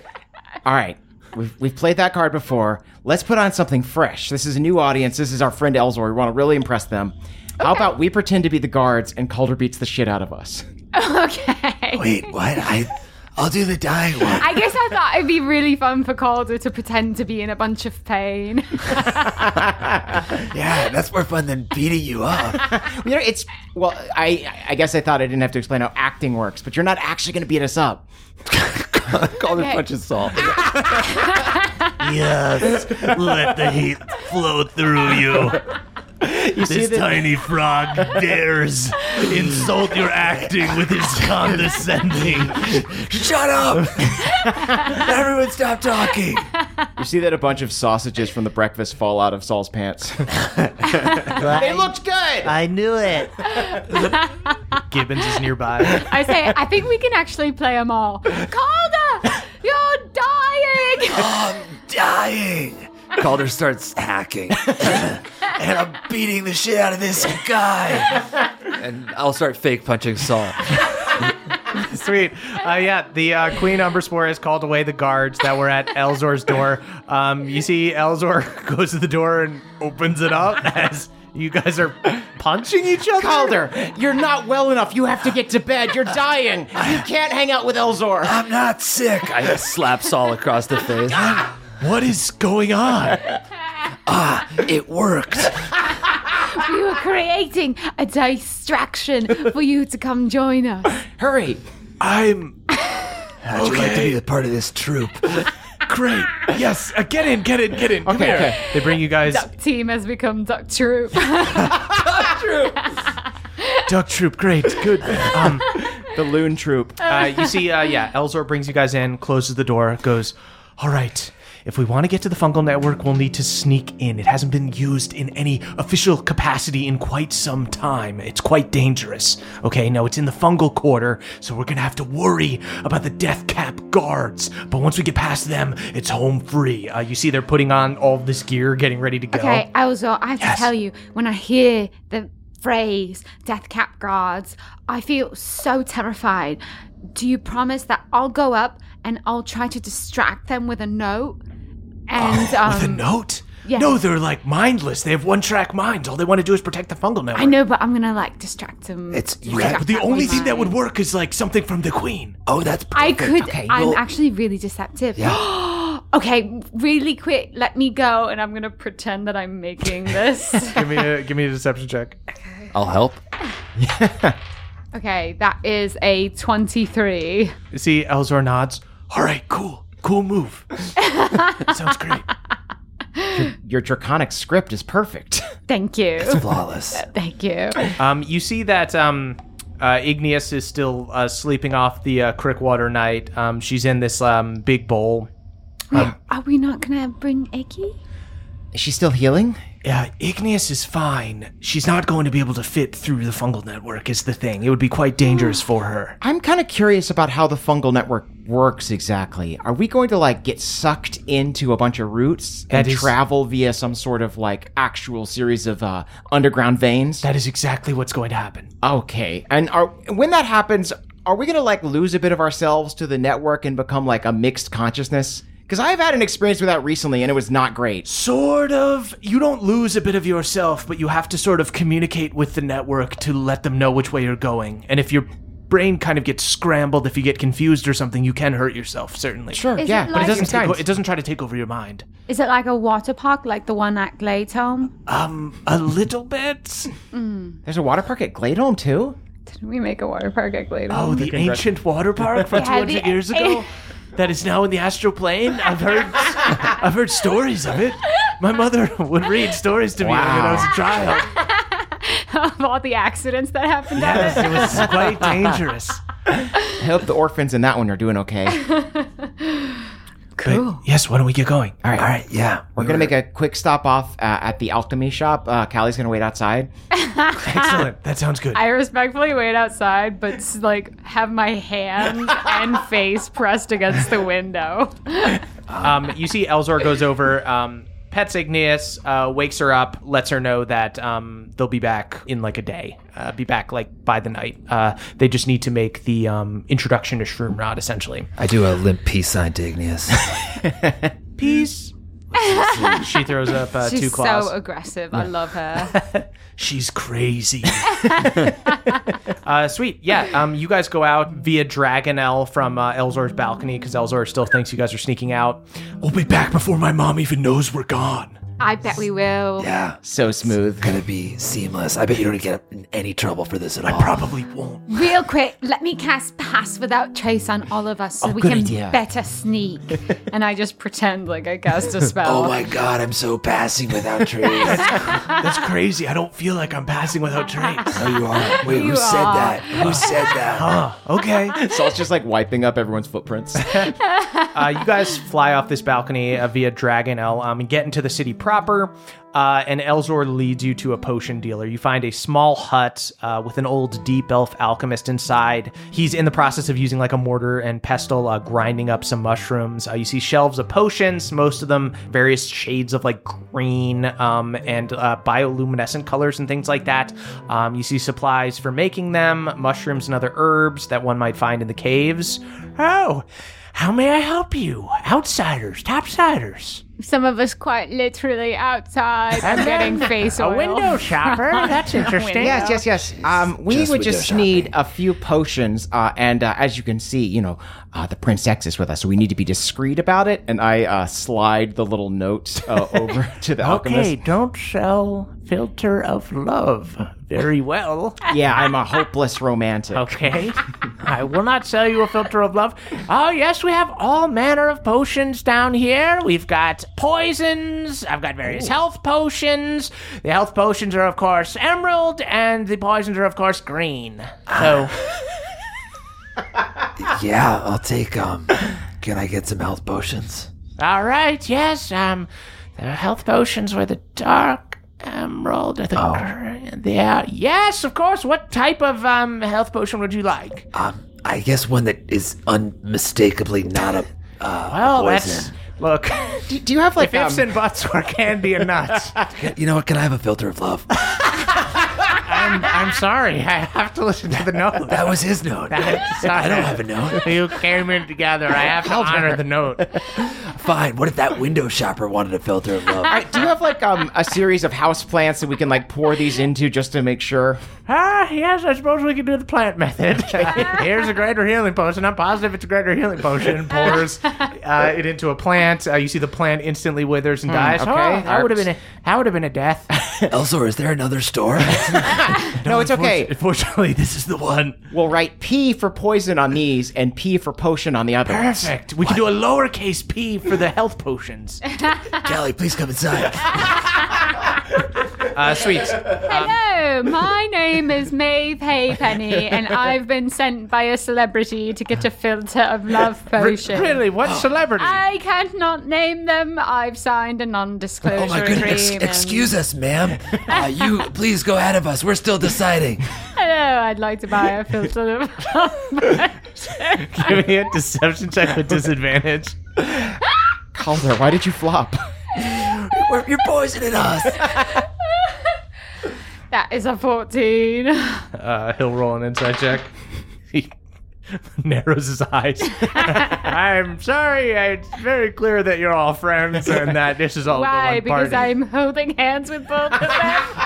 [SPEAKER 5] All right. We've, we've played that card before. Let's put on something fresh. This is a new audience. This is our friend Elzor. We want to really impress them. How about we pretend to be the guards and Calder beats the shit out of us?
[SPEAKER 3] okay.
[SPEAKER 7] Wait, what? I, I'll do the dying one.
[SPEAKER 3] I guess I thought it'd be really fun for Calder to pretend to be in a bunch of pain.
[SPEAKER 7] Yeah, that's more fun than beating you up.
[SPEAKER 5] You know, it's well. I I guess I thought I didn't have to explain how acting works, but you're not actually going to beat us up.
[SPEAKER 7] Calder punches Saul.
[SPEAKER 1] yes, let the heat flow through you. this tiny frog dares insult your acting with his condescending.
[SPEAKER 7] Shut up! Everyone stop talking!
[SPEAKER 5] You see that a bunch of sausages from the breakfast fall out of Saul's pants. they looked good.
[SPEAKER 1] I knew it. Gibbons is nearby.
[SPEAKER 3] I say, I think we can actually play them all. Calder, you're dying.
[SPEAKER 7] I'm dying! Calder starts hacking. and I'm beating the shit out of this guy.
[SPEAKER 2] And I'll start fake punching Saul.
[SPEAKER 6] Sweet. Uh, yeah, the uh, Queen Umberspore has called away the guards that were at Elzor's door. Um, you see, Elzor goes to the door and opens it up as you guys are punching each other.
[SPEAKER 5] Calder, you're not well enough. You have to get to bed. You're dying. You can't hang out with Elzor.
[SPEAKER 7] I'm not sick.
[SPEAKER 2] I just slap Saul across the face.
[SPEAKER 1] What is going on?
[SPEAKER 7] It worked.
[SPEAKER 3] we were creating a distraction for you to come join us.
[SPEAKER 5] Hurry.
[SPEAKER 1] I'm
[SPEAKER 7] How'd you like to be a part of this troop?
[SPEAKER 6] Great. Yes. Uh, get in. Get in. Get in. Come
[SPEAKER 5] Okay,
[SPEAKER 6] here.
[SPEAKER 5] okay.
[SPEAKER 6] They bring you guys
[SPEAKER 3] Team has become Duck Troop.
[SPEAKER 6] duck troop. Great. Good. Um,
[SPEAKER 5] The loon troop.
[SPEAKER 1] Uh, you see, uh, yeah, Elzor brings you guys in, closes the door, goes, All right, if we want to get to the fungal network, we'll need to sneak in. It hasn't been used in any official capacity in quite some time. It's quite dangerous. Okay, now it's in the fungal quarter, so we're going to have to worry about the death cap guards. But once we get past them, it's home free. Uh, you see, they're putting on all this gear, getting ready to go.
[SPEAKER 3] Okay, Elzor, I have
[SPEAKER 1] Yes.
[SPEAKER 3] to tell you, when I hear the phrase death cap guards, I feel so terrified. Do you promise that I'll go up and I'll try to distract them with a note? And um,
[SPEAKER 6] Oh, with a note.
[SPEAKER 3] yes.
[SPEAKER 6] No, they're like mindless. They have one track minds. All they want to do is protect the fungal network.
[SPEAKER 3] I know, but I'm gonna like distract them.
[SPEAKER 2] It's-
[SPEAKER 3] distract
[SPEAKER 6] But the
[SPEAKER 3] them
[SPEAKER 6] only
[SPEAKER 3] with
[SPEAKER 6] thing that
[SPEAKER 3] my-
[SPEAKER 6] would work is like something from the queen.
[SPEAKER 2] Oh, that's
[SPEAKER 3] I
[SPEAKER 2] perfect.
[SPEAKER 3] could.
[SPEAKER 2] Okay,
[SPEAKER 3] I'm
[SPEAKER 2] you'll-
[SPEAKER 3] actually really deceptive. okay, really quick, let me go, and I'm gonna pretend that I'm making this.
[SPEAKER 1] Give me a give me a deception check.
[SPEAKER 9] I'll help.
[SPEAKER 3] okay, that is a 23.
[SPEAKER 1] You see, Elzor nods.
[SPEAKER 6] All right, cool. Cool move. Sounds great.
[SPEAKER 5] Your draconic script is perfect.
[SPEAKER 3] Thank you.
[SPEAKER 2] flawless.
[SPEAKER 3] Thank you.
[SPEAKER 1] Um, you see that um, uh, Igneous is still uh, sleeping off the uh, Crickwater night. Um, she's in this um, big bowl.
[SPEAKER 3] Are we not gonna bring Iggy?
[SPEAKER 5] Is she still healing?
[SPEAKER 6] Yeah, Uh, Igneous is fine. She's not going to be able to fit through the fungal network, is the thing. It would be quite dangerous for her.
[SPEAKER 5] I'm kind of curious about how the fungal network works exactly. Are we going to like get sucked into a bunch of roots and
[SPEAKER 6] That is-
[SPEAKER 5] travel via some sort of like actual series of uh, underground veins?
[SPEAKER 6] That is exactly what's going to happen.
[SPEAKER 5] okay. And are when that happens, are we going to like lose a bit of ourselves to the network and become like a mixed consciousness? Because I've had an experience with that recently and it was not great.
[SPEAKER 6] Sort of. You don't lose a bit of yourself, but you have to sort of communicate with the network to let them know which way you're going. And if your brain kind of gets scrambled, if you get confused or something, you can hurt yourself, certainly.
[SPEAKER 5] Sure,
[SPEAKER 3] Is it
[SPEAKER 5] yeah, but
[SPEAKER 3] like-
[SPEAKER 5] it
[SPEAKER 6] It
[SPEAKER 5] doesn't.
[SPEAKER 6] doesn't,
[SPEAKER 5] Take,
[SPEAKER 6] take, o- it doesn't try to take over your mind.
[SPEAKER 3] Is it like a water park, like the one at Glaytome?
[SPEAKER 6] Um, a little bit.
[SPEAKER 5] There's a water park at Gladeholm too.
[SPEAKER 3] Didn't we make a water park at Glaytome?
[SPEAKER 6] Oh, the ancient water park from
[SPEAKER 3] Yeah,
[SPEAKER 6] 200
[SPEAKER 3] the-
[SPEAKER 6] years ago that is now in the astral plane. I've heard I've heard stories of it. My mother would read stories to me when I was a child.
[SPEAKER 3] of all the accidents that happened at
[SPEAKER 6] Yes, it was quite dangerous.
[SPEAKER 5] I hope the orphans in that one are doing okay.
[SPEAKER 6] Cool. yes, why don't we get going? All right. All right.
[SPEAKER 2] Yeah.
[SPEAKER 5] We're gonna make a quick stop off uh, at the alchemy shop. Uh, Callie's gonna wait outside.
[SPEAKER 6] Excellent. That sounds good.
[SPEAKER 3] I respectfully wait outside, but s- like have my hand and face pressed against the window.
[SPEAKER 1] Um, you see, Elzor goes over, um, pets Igneous, uh, wakes her up, lets her know that um, they'll be back in like a day, uh, be back like by the night. Uh, they just need to make the um, introduction to Shroom Rod, essentially.
[SPEAKER 2] I do a limp peace sign to Igneous.
[SPEAKER 1] Peace. she throws up uh, two
[SPEAKER 3] She's
[SPEAKER 1] claws.
[SPEAKER 3] so aggressive. I love her.
[SPEAKER 6] She's crazy.
[SPEAKER 1] Uh, sweet. Yeah. Um, you guys go out via Dragonel from uh, Elzor's balcony because Elzor still thinks you guys are sneaking out.
[SPEAKER 6] we'll be back before my mom even knows we're gone.
[SPEAKER 3] I bet we will.
[SPEAKER 2] yeah.
[SPEAKER 5] So smooth.
[SPEAKER 2] Gonna be seamless. I bet you don't get in any trouble for this at all.
[SPEAKER 6] Probably won't.
[SPEAKER 3] Real quick, let me cast pass without trace on all of us so we can better sneak. and I just pretend like I cast a spell.
[SPEAKER 2] Oh my god, I'm so passing without trees.
[SPEAKER 6] That's crazy. I don't feel like I'm passing without traits.
[SPEAKER 2] oh, you are. Wait, who said
[SPEAKER 3] are.
[SPEAKER 2] that? Who said that?
[SPEAKER 6] Huh. Okay.
[SPEAKER 5] Salt's just like wiping up everyone's footprints.
[SPEAKER 1] Uh, you guys fly off this balcony uh, via Dragonel um, and get into the city proper. Uh, and Elzor leads you to a potion dealer. You find a small hut uh, with an old deep elf alchemist inside. He's in the process of using like a mortar and pestle, uh, grinding up some mushrooms. Uh, you see shelves of potions, most of them various shades of like green um, and uh, bioluminescent colors and things like that. Um, you see supplies for making them, mushrooms and other herbs that one might find in the caves. Oh, how may I help you? Outsiders, topsiders.
[SPEAKER 3] Some of us quite literally outside and getting face oil.
[SPEAKER 1] shopper? That's interesting.
[SPEAKER 3] Window.
[SPEAKER 5] yes, yes, yes. Um, we
[SPEAKER 2] Just
[SPEAKER 5] would
[SPEAKER 2] we go
[SPEAKER 5] just
[SPEAKER 2] shopping.
[SPEAKER 5] need a few potions, uh, and uh, as you can see, you know, uh, the princess is with us, so we need to be discreet about it. And I uh, slide the little note uh, over to the alchemist.
[SPEAKER 6] don't sell filter of love. Very well. Oh.
[SPEAKER 5] Yeah, I'm a hopeless romantic.
[SPEAKER 1] Okay.
[SPEAKER 6] I will not sell you a filter of love. Oh, yes, we have all manner of potions down here. We've got poisons. I've got various health potions. The health potions are, of course, emerald, and the poisons are, of course, green. So,
[SPEAKER 7] Yeah, I'll take um. Can I get some health potions?
[SPEAKER 6] all right, yes, um, the health potions were the dark emerald, or the
[SPEAKER 7] Oh.
[SPEAKER 6] green. They are, yes, of course. What type of um, health potion would you like?
[SPEAKER 7] Um, I guess one that is unmistakably not a. Uh,
[SPEAKER 6] Well,
[SPEAKER 7] poison.
[SPEAKER 6] Oh, that's look.
[SPEAKER 5] Do, do you have like
[SPEAKER 6] If ifs
[SPEAKER 5] um,
[SPEAKER 6] and buts were candy and nuts.
[SPEAKER 7] You know what? Can I have a filter of love?
[SPEAKER 6] I'm, I'm sorry. I have to listen to the note.
[SPEAKER 7] That was his note. I don't have a note.
[SPEAKER 6] You came in together. I have to honor the note.
[SPEAKER 7] Fine. What if that window shopper wanted a filter of love?
[SPEAKER 5] I- do you have like um a series of house plants that we can like pour these into just to make sure?
[SPEAKER 6] Ah, yes, I suppose we could do the plant method. Here's a greater healing potion. I'm positive it's a greater healing potion. Pours uh, it into a plant. Uh, you see the plant instantly withers and dies.
[SPEAKER 5] okay,
[SPEAKER 6] Oh, that
[SPEAKER 5] that
[SPEAKER 6] would have
[SPEAKER 5] works.
[SPEAKER 6] been a that would have been a death.
[SPEAKER 7] Elsor, is there another store?
[SPEAKER 5] no, it's okay.
[SPEAKER 10] Unfortunately, this is the one.
[SPEAKER 5] We'll write P for poison on these and P for potion on the other. ones.
[SPEAKER 6] Perfect. We can do a lowercase p for the health potions.
[SPEAKER 7] Callie, please come inside.
[SPEAKER 6] Uh, sweets.
[SPEAKER 3] Hello, my name is Maeve Haypenny, and I've been sent by a celebrity to get a filter of love potion.
[SPEAKER 6] Really, what celebrity?
[SPEAKER 3] I cannot name them. I've signed a non-disclosure
[SPEAKER 7] Oh my goodness!
[SPEAKER 3] agreement.
[SPEAKER 7] Excuse us, ma'am. Uh, you please go ahead of us. We're still deciding.
[SPEAKER 3] Hello, I'd like to buy a filter of love.
[SPEAKER 6] Give me a deception check with disadvantage.
[SPEAKER 5] Calder, why did you flop?
[SPEAKER 7] We're, you're poisoning us.
[SPEAKER 3] that is a fourteen.
[SPEAKER 6] Uh, he'll roll an inside check. he narrows his eyes. I'm sorry. I, it's very clear that you're all friends and that this is all
[SPEAKER 3] Why?
[SPEAKER 6] the one
[SPEAKER 3] Because
[SPEAKER 6] party.
[SPEAKER 3] I'm holding hands with both of them.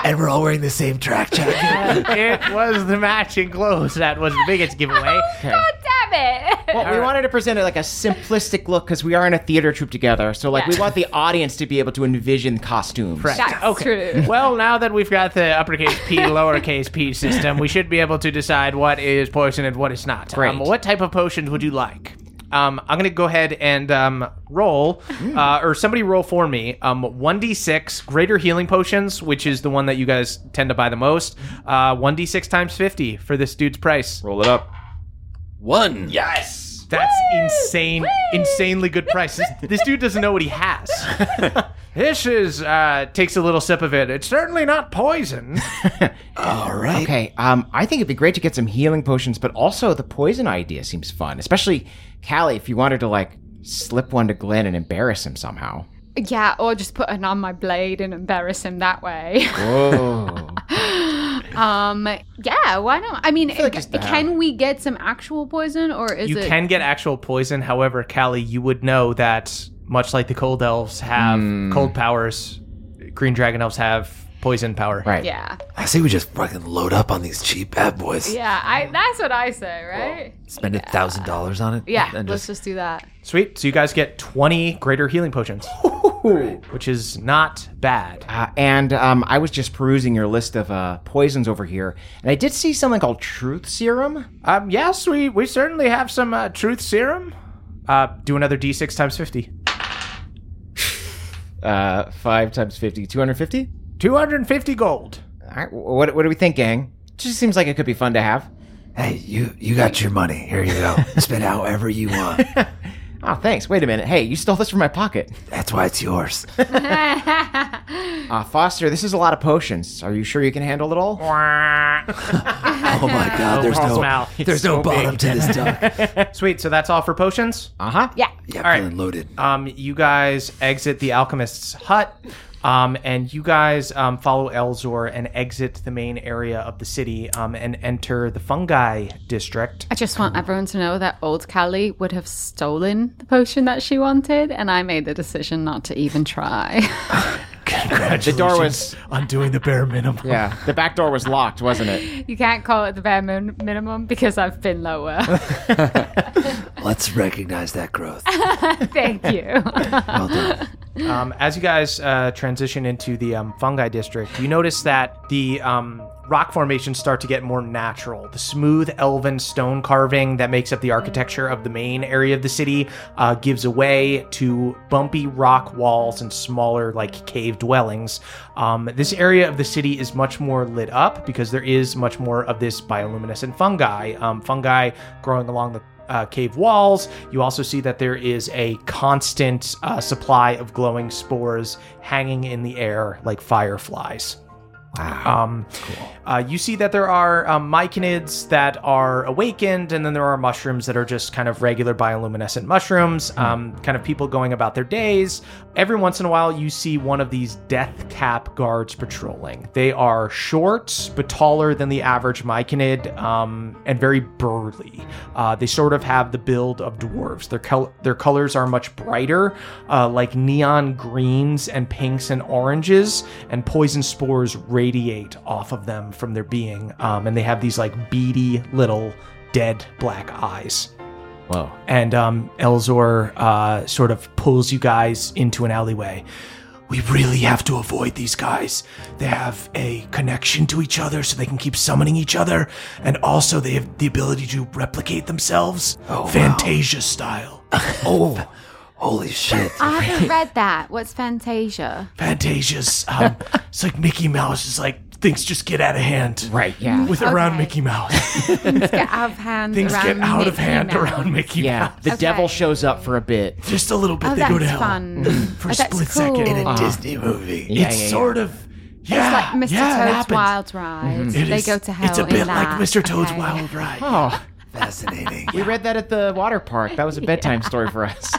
[SPEAKER 7] And we're all wearing the same track jacket.
[SPEAKER 3] uh,
[SPEAKER 6] it was the matching clothes that was the biggest giveaway.
[SPEAKER 3] God damn it!
[SPEAKER 5] Well, we wanted to present it like a simplistic look because we are in a theater troupe together. So, like, we want the audience to be able to envision costumes.
[SPEAKER 6] Right.
[SPEAKER 3] That's
[SPEAKER 6] okay.
[SPEAKER 3] true.
[SPEAKER 6] Well, now that we've got the uppercase P, lowercase P system, we should be able to decide what is poison and what is not.
[SPEAKER 5] Great.
[SPEAKER 6] Um, what type of potions would you like? Um, I'm going to go ahead and um, roll, uh, or somebody roll for me, um, 1d6 greater healing potions, which is the one that you guys tend to buy the most. Uh, 1d6 times 50 for this dude's price.
[SPEAKER 1] Roll it up.
[SPEAKER 2] One. Yeah.
[SPEAKER 1] Yes.
[SPEAKER 6] That's insane, insanely good price. This, this dude doesn't know what he has. this is uh, takes a little sip of it. It's certainly not poison.
[SPEAKER 7] All right.
[SPEAKER 5] Okay. Um, I think it'd be great to get some healing potions, but also the poison idea seems fun, especially Callie, if you wanted to, like, slip one to Glenn and embarrass him somehow.
[SPEAKER 3] Yeah, or just put it on my blade and embarrass him that way.
[SPEAKER 5] Whoa.
[SPEAKER 3] Um, yeah, why not? I mean,
[SPEAKER 5] like
[SPEAKER 3] c-
[SPEAKER 5] just the-
[SPEAKER 3] can we get some actual poison, or is
[SPEAKER 6] you
[SPEAKER 3] it?
[SPEAKER 6] can get actual poison. However, Callie, you would know that much like the cold elves have cold powers, green dragon elves have poison power.
[SPEAKER 5] right.
[SPEAKER 3] Yeah,
[SPEAKER 7] I say we just fucking load up on these cheap bad boys.
[SPEAKER 3] yeah. I that's what I say, right?
[SPEAKER 7] Spend a thousand dollars on it.
[SPEAKER 3] yeah,
[SPEAKER 7] And
[SPEAKER 3] let's
[SPEAKER 7] just,
[SPEAKER 3] just do that.
[SPEAKER 6] Sweet. So you guys get 20 greater healing potions, which is not bad.
[SPEAKER 5] Uh, and um, I was just perusing your list of uh, poisons over here, and I did see something called Truth Serum.
[SPEAKER 6] Um, yes, we, we certainly have some uh, truth serum. Uh, do another d6 times 50.
[SPEAKER 5] Uh, 5 times 50, 250?
[SPEAKER 6] 250 gold.
[SPEAKER 5] All right. wh- What, what do we think, gang? Just seems like it could be fun to have.
[SPEAKER 7] hey, you you got your money. Here you go. Spend however you want.
[SPEAKER 5] Oh, thanks. Wait a minute. Hey, you stole this from my pocket.
[SPEAKER 7] That's why it's yours.
[SPEAKER 5] Uh, Foster, this is a lot of potions. Are you sure you can handle it all?
[SPEAKER 7] Oh my God. There's
[SPEAKER 6] Carl's
[SPEAKER 7] no
[SPEAKER 6] mouth.
[SPEAKER 7] there's no bottom to this duck.
[SPEAKER 6] Sweet. So that's all for potions.
[SPEAKER 5] Uh huh.
[SPEAKER 3] Yeah,
[SPEAKER 7] Yeah,
[SPEAKER 6] right.
[SPEAKER 7] feeling loaded.
[SPEAKER 6] Um, you guys exit the alchemist's hut, um, and you guys um, follow Elzor and exit the main area of the city um, and enter the fungi district.
[SPEAKER 3] I just want everyone to know that old Callie would have stolen the potion that she wanted, and I made the decision not to even try.
[SPEAKER 5] The door was.
[SPEAKER 10] I'm doing the bare minimum.
[SPEAKER 5] Yeah. The back door was locked, wasn't it?
[SPEAKER 3] you can't call it the bare min- minimum because I've been lower.
[SPEAKER 7] Let's recognize that growth.
[SPEAKER 3] Thank you.
[SPEAKER 7] Well done.
[SPEAKER 1] Um, as you guys uh, transition into the um, fungi district, you notice that the um, rock formations start to get more natural. The smooth elven stone carving that makes up the architecture of the main area of the city uh, gives away to bumpy rock walls and smaller, like cave dwellings. Um, this area of the city is much more lit up because there is much more of this bioluminescent fungi, um, fungi growing along the uh, cave walls. You also see that there is a constant uh, supply of glowing spores hanging in the air like fireflies. Um, uh, you see that there are um, myconids that are awakened, and then there are mushrooms that are just kind of regular bioluminescent mushrooms, um, kind of people going about their days. Every once in a while, you see one of these death cap guards patrolling. They are short, but taller than the average myconid, um, and very burly. Uh, they sort of have the build of dwarves. Their, col- their colors are much brighter, uh, like neon greens and pinks and oranges, and poison spores radiate off of them from their being. Um, and they have these like beady little dead black eyes.
[SPEAKER 4] Whoa.
[SPEAKER 1] And um, Elzor uh, sort of pulls you guys into an alleyway. We really have to avoid these guys. They have a connection to each other so they can keep summoning each other, and also they have the ability to replicate themselves,
[SPEAKER 6] Oh,
[SPEAKER 1] Fantasia style.
[SPEAKER 2] Oh, holy shit.
[SPEAKER 3] I haven't read that. What's Fantasia?
[SPEAKER 6] Fantasia's, um, it's like Mickey Mouse is like, things just get out of hand.
[SPEAKER 5] Right, yeah.
[SPEAKER 6] With around
[SPEAKER 3] Okay.
[SPEAKER 6] Mickey Mouse.
[SPEAKER 3] Let's get out of hand.
[SPEAKER 6] Things
[SPEAKER 3] around
[SPEAKER 6] get out of
[SPEAKER 3] Mickey
[SPEAKER 6] hand
[SPEAKER 3] Mouse.
[SPEAKER 6] around Mickey
[SPEAKER 5] Yeah.
[SPEAKER 6] Mouse.
[SPEAKER 5] The
[SPEAKER 3] Okay.
[SPEAKER 5] devil shows up for a bit.
[SPEAKER 6] Just a little bit,
[SPEAKER 3] Oh,
[SPEAKER 6] they go to
[SPEAKER 3] that's
[SPEAKER 6] hell. Mm-hmm.
[SPEAKER 3] fun.
[SPEAKER 6] For
[SPEAKER 3] Oh,
[SPEAKER 6] a
[SPEAKER 3] that's
[SPEAKER 6] split second.
[SPEAKER 3] cool.
[SPEAKER 6] In a
[SPEAKER 3] Uh,
[SPEAKER 6] Disney movie.
[SPEAKER 5] Yeah,
[SPEAKER 6] it's
[SPEAKER 5] yeah, yeah.
[SPEAKER 6] sort of, yeah.
[SPEAKER 3] It's like Mr.
[SPEAKER 6] yeah, it
[SPEAKER 3] Toad's
[SPEAKER 6] happens. Mm-hmm.
[SPEAKER 3] Wild Ride.
[SPEAKER 6] It
[SPEAKER 3] They
[SPEAKER 6] is-
[SPEAKER 3] go to hell.
[SPEAKER 6] It's a
[SPEAKER 3] in
[SPEAKER 6] bit like
[SPEAKER 3] that.
[SPEAKER 6] Mr. Toad's
[SPEAKER 3] Okay.
[SPEAKER 6] Wild Ride.
[SPEAKER 5] Oh,
[SPEAKER 2] Fascinating.
[SPEAKER 5] we read that at the water park. That was a bedtime story for us.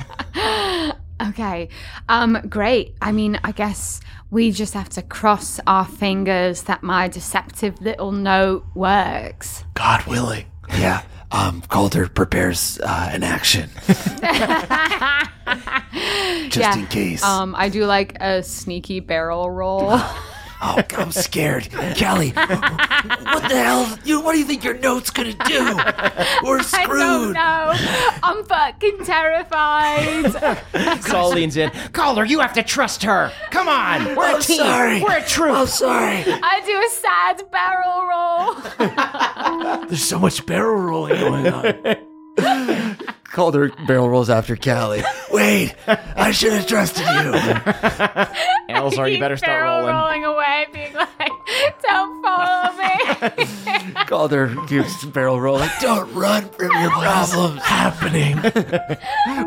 [SPEAKER 3] Okay. Um, great. I mean, I guess we just have to cross our fingers that my deceptive little note works.
[SPEAKER 6] God willing.
[SPEAKER 2] Yeah. Um, Calder prepares uh, an action just
[SPEAKER 3] Yeah.
[SPEAKER 2] in case.
[SPEAKER 3] Um, I do like a sneaky barrel roll.
[SPEAKER 2] oh, I'm scared. Callie, what the hell? You, what do you think your note's gonna do? We're
[SPEAKER 3] I don't
[SPEAKER 2] screwed.
[SPEAKER 3] know. I'm fucking terrified.
[SPEAKER 5] Saul leans in. Calder, you have to trust her. Come on. We're
[SPEAKER 2] I'm
[SPEAKER 5] a team.
[SPEAKER 2] sorry.
[SPEAKER 5] We're a troop.
[SPEAKER 2] I'm sorry.
[SPEAKER 3] I do a sad barrel roll.
[SPEAKER 6] There's so much barrel rolling going on.
[SPEAKER 2] Calder barrel rolls after Callie. Wait, I should have trusted you.
[SPEAKER 5] Elzar, you
[SPEAKER 3] Keep
[SPEAKER 5] better start
[SPEAKER 3] barrel
[SPEAKER 5] rolling.
[SPEAKER 3] rolling away, being like, "Don't follow me."
[SPEAKER 2] Calder gives the barrel roll like, don't run from your problems.
[SPEAKER 6] Happening.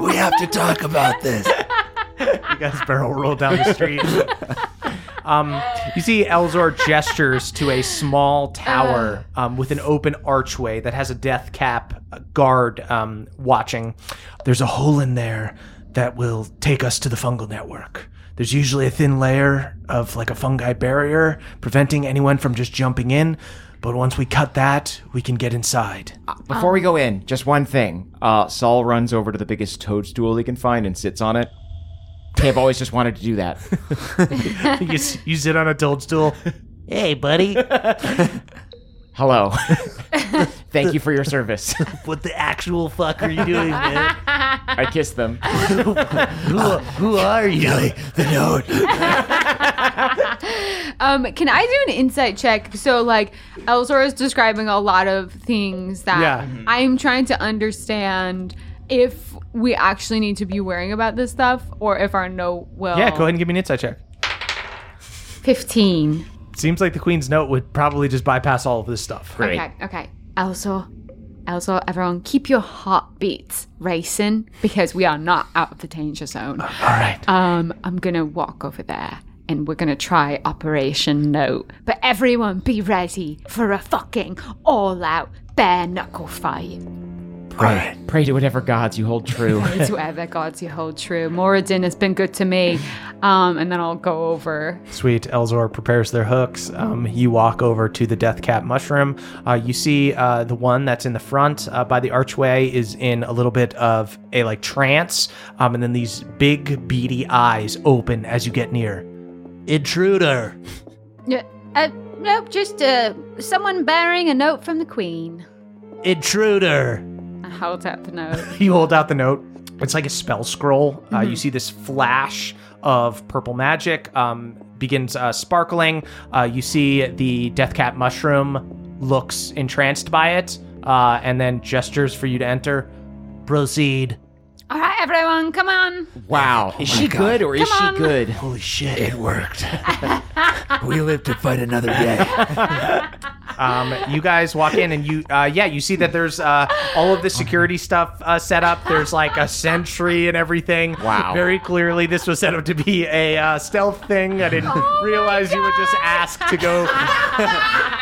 [SPEAKER 2] We have to talk about this.
[SPEAKER 1] guys barrel roll down the street. um, you see Elzor gestures to a small tower um, with an open archway that has a death cap uh, guard um, watching.
[SPEAKER 6] There's a hole in there that will take us to the fungal network. There's usually a thin layer of like a fungi barrier preventing anyone from just jumping in, but once we cut that, we can get inside.
[SPEAKER 5] Before we go in, just one thing. Uh, Saul runs over to the biggest toadstool he can find and sits on it. Hey, I've always just wanted to do that.
[SPEAKER 1] you, s- you sit on a toadstool. Hey, buddy.
[SPEAKER 5] Hello. Thank you for your service.
[SPEAKER 1] What the actual fuck are you doing, man?
[SPEAKER 5] I kiss them.
[SPEAKER 1] Who, who are you?
[SPEAKER 2] Callie, the note.
[SPEAKER 3] Um, can I do an insight check? So, like, Elzor is describing a lot of things that
[SPEAKER 1] Yeah. Mhm.
[SPEAKER 3] I'm trying to understand if we actually need to be worrying about this stuff or if our note will.
[SPEAKER 1] Yeah, go
[SPEAKER 6] Oh.
[SPEAKER 1] ahead and give me an insight check.
[SPEAKER 3] 15.
[SPEAKER 1] Seems like the Queen's note would probably just bypass all of this stuff.
[SPEAKER 5] Great.
[SPEAKER 3] Okay, okay. Elzor, Elzor, everyone, keep your heartbeats racing because we are not out of the danger zone.
[SPEAKER 6] All right.
[SPEAKER 3] Um, I'm gonna walk over there and we're gonna try Operation Note. But everyone be ready for a fucking all out bare knuckle fight.
[SPEAKER 2] Right.
[SPEAKER 5] Pray to whatever gods you hold true.
[SPEAKER 3] It's whatever gods you hold true. Moradin has been good to me. Um, and then I'll go over.
[SPEAKER 1] Sweet. Elzor prepares their hooks. Um, you walk over to the death cap mushroom. Uh, you see uh, the one that's in the front uh, by the archway is in a little bit of a like trance, um, and then these big beady eyes open as you get near. Intruder.
[SPEAKER 3] Uh, nope, just uh, someone bearing a note from the Queen.
[SPEAKER 1] Intruder.
[SPEAKER 3] I held out the note.
[SPEAKER 1] You hold out the note. It's like a spell scroll. Uh, you see this flash of purple magic um, begins uh, sparkling. Uh, you see the death cat mushroom looks entranced by it uh, and then gestures for you to enter. Proceed.
[SPEAKER 11] All right, everyone, come on.
[SPEAKER 5] Wow. Is she good or is she good?
[SPEAKER 2] Holy shit. It worked. we live to fight another day.
[SPEAKER 1] Um, you guys walk in and you, uh, yeah, you see that there's uh, all of the security stuff uh, set up. There's like a sentry and everything.
[SPEAKER 5] Wow.
[SPEAKER 1] Very clearly, this was set up to be a uh, stealth thing. I
[SPEAKER 11] Oh
[SPEAKER 1] didn't realize you would just ask to go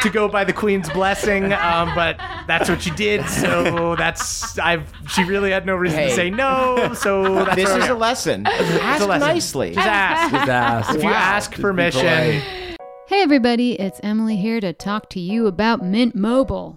[SPEAKER 1] to go by the queen's blessing, um, but that's what you did. So that's I've. She really had no reason
[SPEAKER 5] Hey.
[SPEAKER 1] to say no. So that's
[SPEAKER 5] This
[SPEAKER 1] where we
[SPEAKER 5] is a
[SPEAKER 1] are.
[SPEAKER 5] lesson. Ask
[SPEAKER 1] lesson.
[SPEAKER 5] nicely.
[SPEAKER 1] Just ask.
[SPEAKER 2] His ass.
[SPEAKER 1] If you ask permission,
[SPEAKER 12] Hey everybody, it's Emily here to talk to you about Mint Mobile.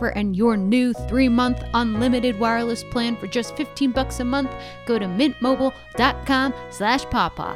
[SPEAKER 12] and your new three month unlimited wireless plan for just 15 bucks a month, go to mintmobile.com slash pawpaw.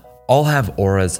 [SPEAKER 7] all have auras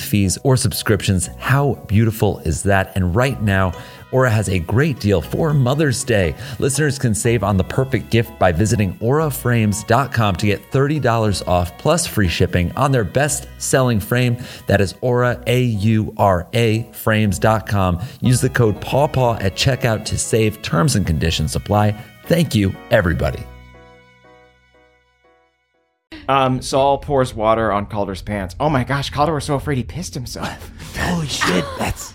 [SPEAKER 7] fees or subscriptions. How beautiful is that? And right now, Aura has a great deal for Mother's Day. Listeners can save on the perfect gift by visiting auraframes.com to get $30 off plus free shipping on their best selling frame. That is aura, A U R A, frames.com. Use the code PAWPAW at checkout to save. Terms and conditions apply. Thank you, everybody.
[SPEAKER 5] Um, Saul pours water on Calder's pants. Oh my gosh, Calder was so afraid he pissed himself.
[SPEAKER 2] Holy shit. That's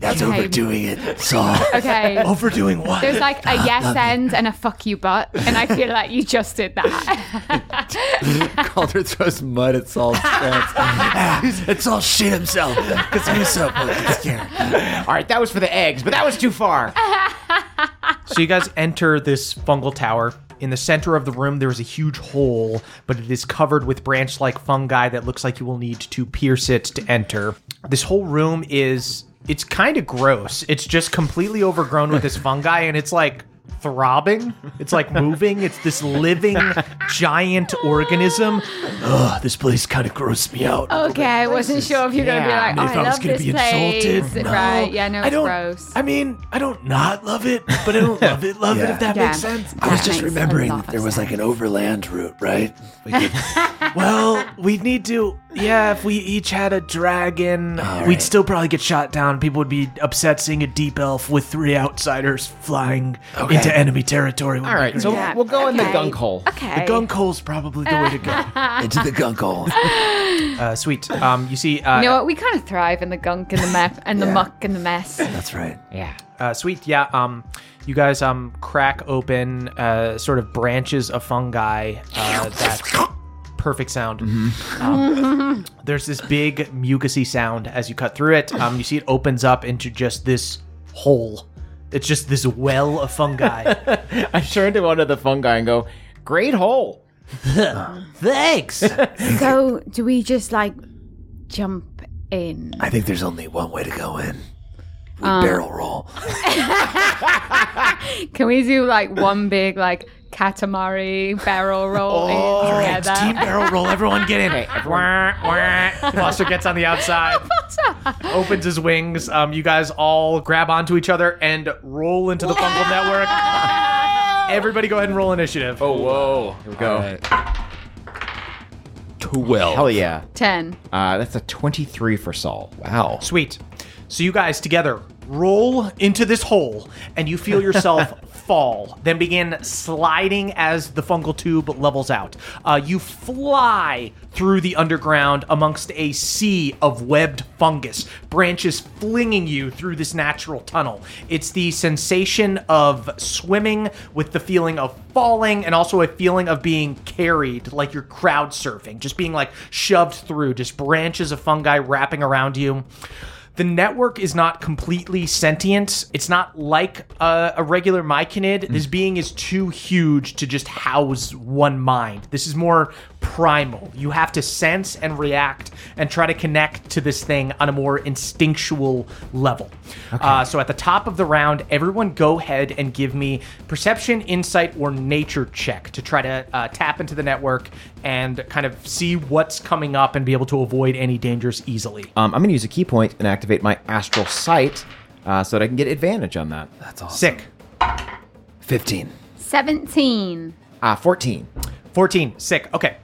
[SPEAKER 2] that's
[SPEAKER 11] Okay.
[SPEAKER 2] overdoing it, Oh, Saul.
[SPEAKER 11] Okay.
[SPEAKER 2] Overdoing what?
[SPEAKER 11] There's like a yes end and a fuck you butt, and I feel like you just did that.
[SPEAKER 2] Calder throws mud at Saul's pants. Ah, it's all shit himself because he was so fucking scared.
[SPEAKER 5] All right, that was for the eggs, but that was too far.
[SPEAKER 1] So you guys enter this fungal tower. In the center of the room, there is a huge hole, but it is covered with branch like fungi that looks like you will need to pierce it to enter. This whole room is. It's kind of gross. It's just completely overgrown with this fungi, and it's like throbbing. It's like moving. It's this living giant organism.
[SPEAKER 2] Ugh, this place kind of grossed me out.
[SPEAKER 11] okay, I wasn't sure if you're gonna
[SPEAKER 5] Yeah.
[SPEAKER 11] be like, oh, I,
[SPEAKER 2] if I, was
[SPEAKER 11] love
[SPEAKER 2] going
[SPEAKER 11] this
[SPEAKER 2] to be
[SPEAKER 11] place.
[SPEAKER 2] insulted. No.
[SPEAKER 11] Right? Yeah, no,
[SPEAKER 2] I
[SPEAKER 11] it's
[SPEAKER 2] don't,
[SPEAKER 11] gross.
[SPEAKER 6] I mean, I don't not love it, but I don't love it. Love it if that
[SPEAKER 11] Yeah.
[SPEAKER 6] makes sense.
[SPEAKER 2] I was
[SPEAKER 11] That
[SPEAKER 2] just
[SPEAKER 11] makes a
[SPEAKER 2] remembering
[SPEAKER 11] lot
[SPEAKER 2] that there
[SPEAKER 11] of
[SPEAKER 2] was like an overland route, right? We could,
[SPEAKER 6] Well, we'd Oh, need to. Yeah, if we each had a dragon,
[SPEAKER 2] All
[SPEAKER 6] we'd
[SPEAKER 2] right.
[SPEAKER 6] still probably get shot down. People would be upset seeing a deep elf with three outsiders flying
[SPEAKER 2] Okay.
[SPEAKER 6] into enemy territory.
[SPEAKER 5] All right, so
[SPEAKER 11] Yeah,
[SPEAKER 5] we'll go in the
[SPEAKER 11] okay.
[SPEAKER 5] gunk hole.
[SPEAKER 11] Okay.
[SPEAKER 6] Gung Cole's probably the way to go.
[SPEAKER 2] into the gunk hole.
[SPEAKER 1] Uh, sweet. Um, you see, uh,
[SPEAKER 11] you know what? We kind of thrive in the gunk and the mess and the
[SPEAKER 2] Yeah.
[SPEAKER 11] muck and the mess.
[SPEAKER 2] That's right.
[SPEAKER 1] uh, sweet. Yeah. Um, you guys um crack open uh, sort of branches of fungi uh, that perfect sound. Um, there's this big mucusy sound as you cut through it. Um, you see it opens up into just this hole. It's just this well of fungi.
[SPEAKER 5] I turn to one of the fungi and go, "Great hole."
[SPEAKER 1] Thanks.
[SPEAKER 3] So, do we just like jump in?
[SPEAKER 2] I think there's only one way to go in. We
[SPEAKER 11] Um,
[SPEAKER 2] barrel roll.
[SPEAKER 11] Can we do like one big like Katamari barrel
[SPEAKER 2] Oh,
[SPEAKER 11] roll in together?
[SPEAKER 1] Team barrel roll. Everyone get in. Wah, wah. Foster gets on the outside. Opens his wings. Um, you guys all grab onto each other and roll into the fungal network. Everybody go ahead and roll initiative.
[SPEAKER 9] Oh, whoa. Here we
[SPEAKER 5] go.
[SPEAKER 9] Twelve.
[SPEAKER 5] Hell yeah.
[SPEAKER 11] Ten.
[SPEAKER 5] Uh, that's a 23 for Saul.
[SPEAKER 9] Wow.
[SPEAKER 1] Sweet. So you guys together roll into this hole and you feel yourself fall, then begin sliding as the fungal tube levels out. Uh, you fly through the underground amongst a sea of webbed fungus, branches flinging you through this natural tunnel. It's the sensation of swimming with the feeling of falling and also a feeling of being carried like you're crowd surfing, just being like shoved through, just branches of fungi wrapping around you. The network is not completely sentient. It's not like a, a regular myconid. This being is too huge to just house one mind. This is more primal. You have to sense and react and try to connect to this thing on a more instinctual level. Uh, so at the top of the round, everyone go ahead and give me perception, insight, or nature check to try to uh, tap into the network and kind of see what's coming up and be able to avoid any dangers easily.
[SPEAKER 5] Um, I'm going to use a key point and activate my astral sight uh, so that I can get advantage on that.
[SPEAKER 2] That's awesome.
[SPEAKER 1] Sick.
[SPEAKER 2] 15.
[SPEAKER 11] Seventeen.
[SPEAKER 5] Ah, 14.
[SPEAKER 1] 14. Sick. Okay.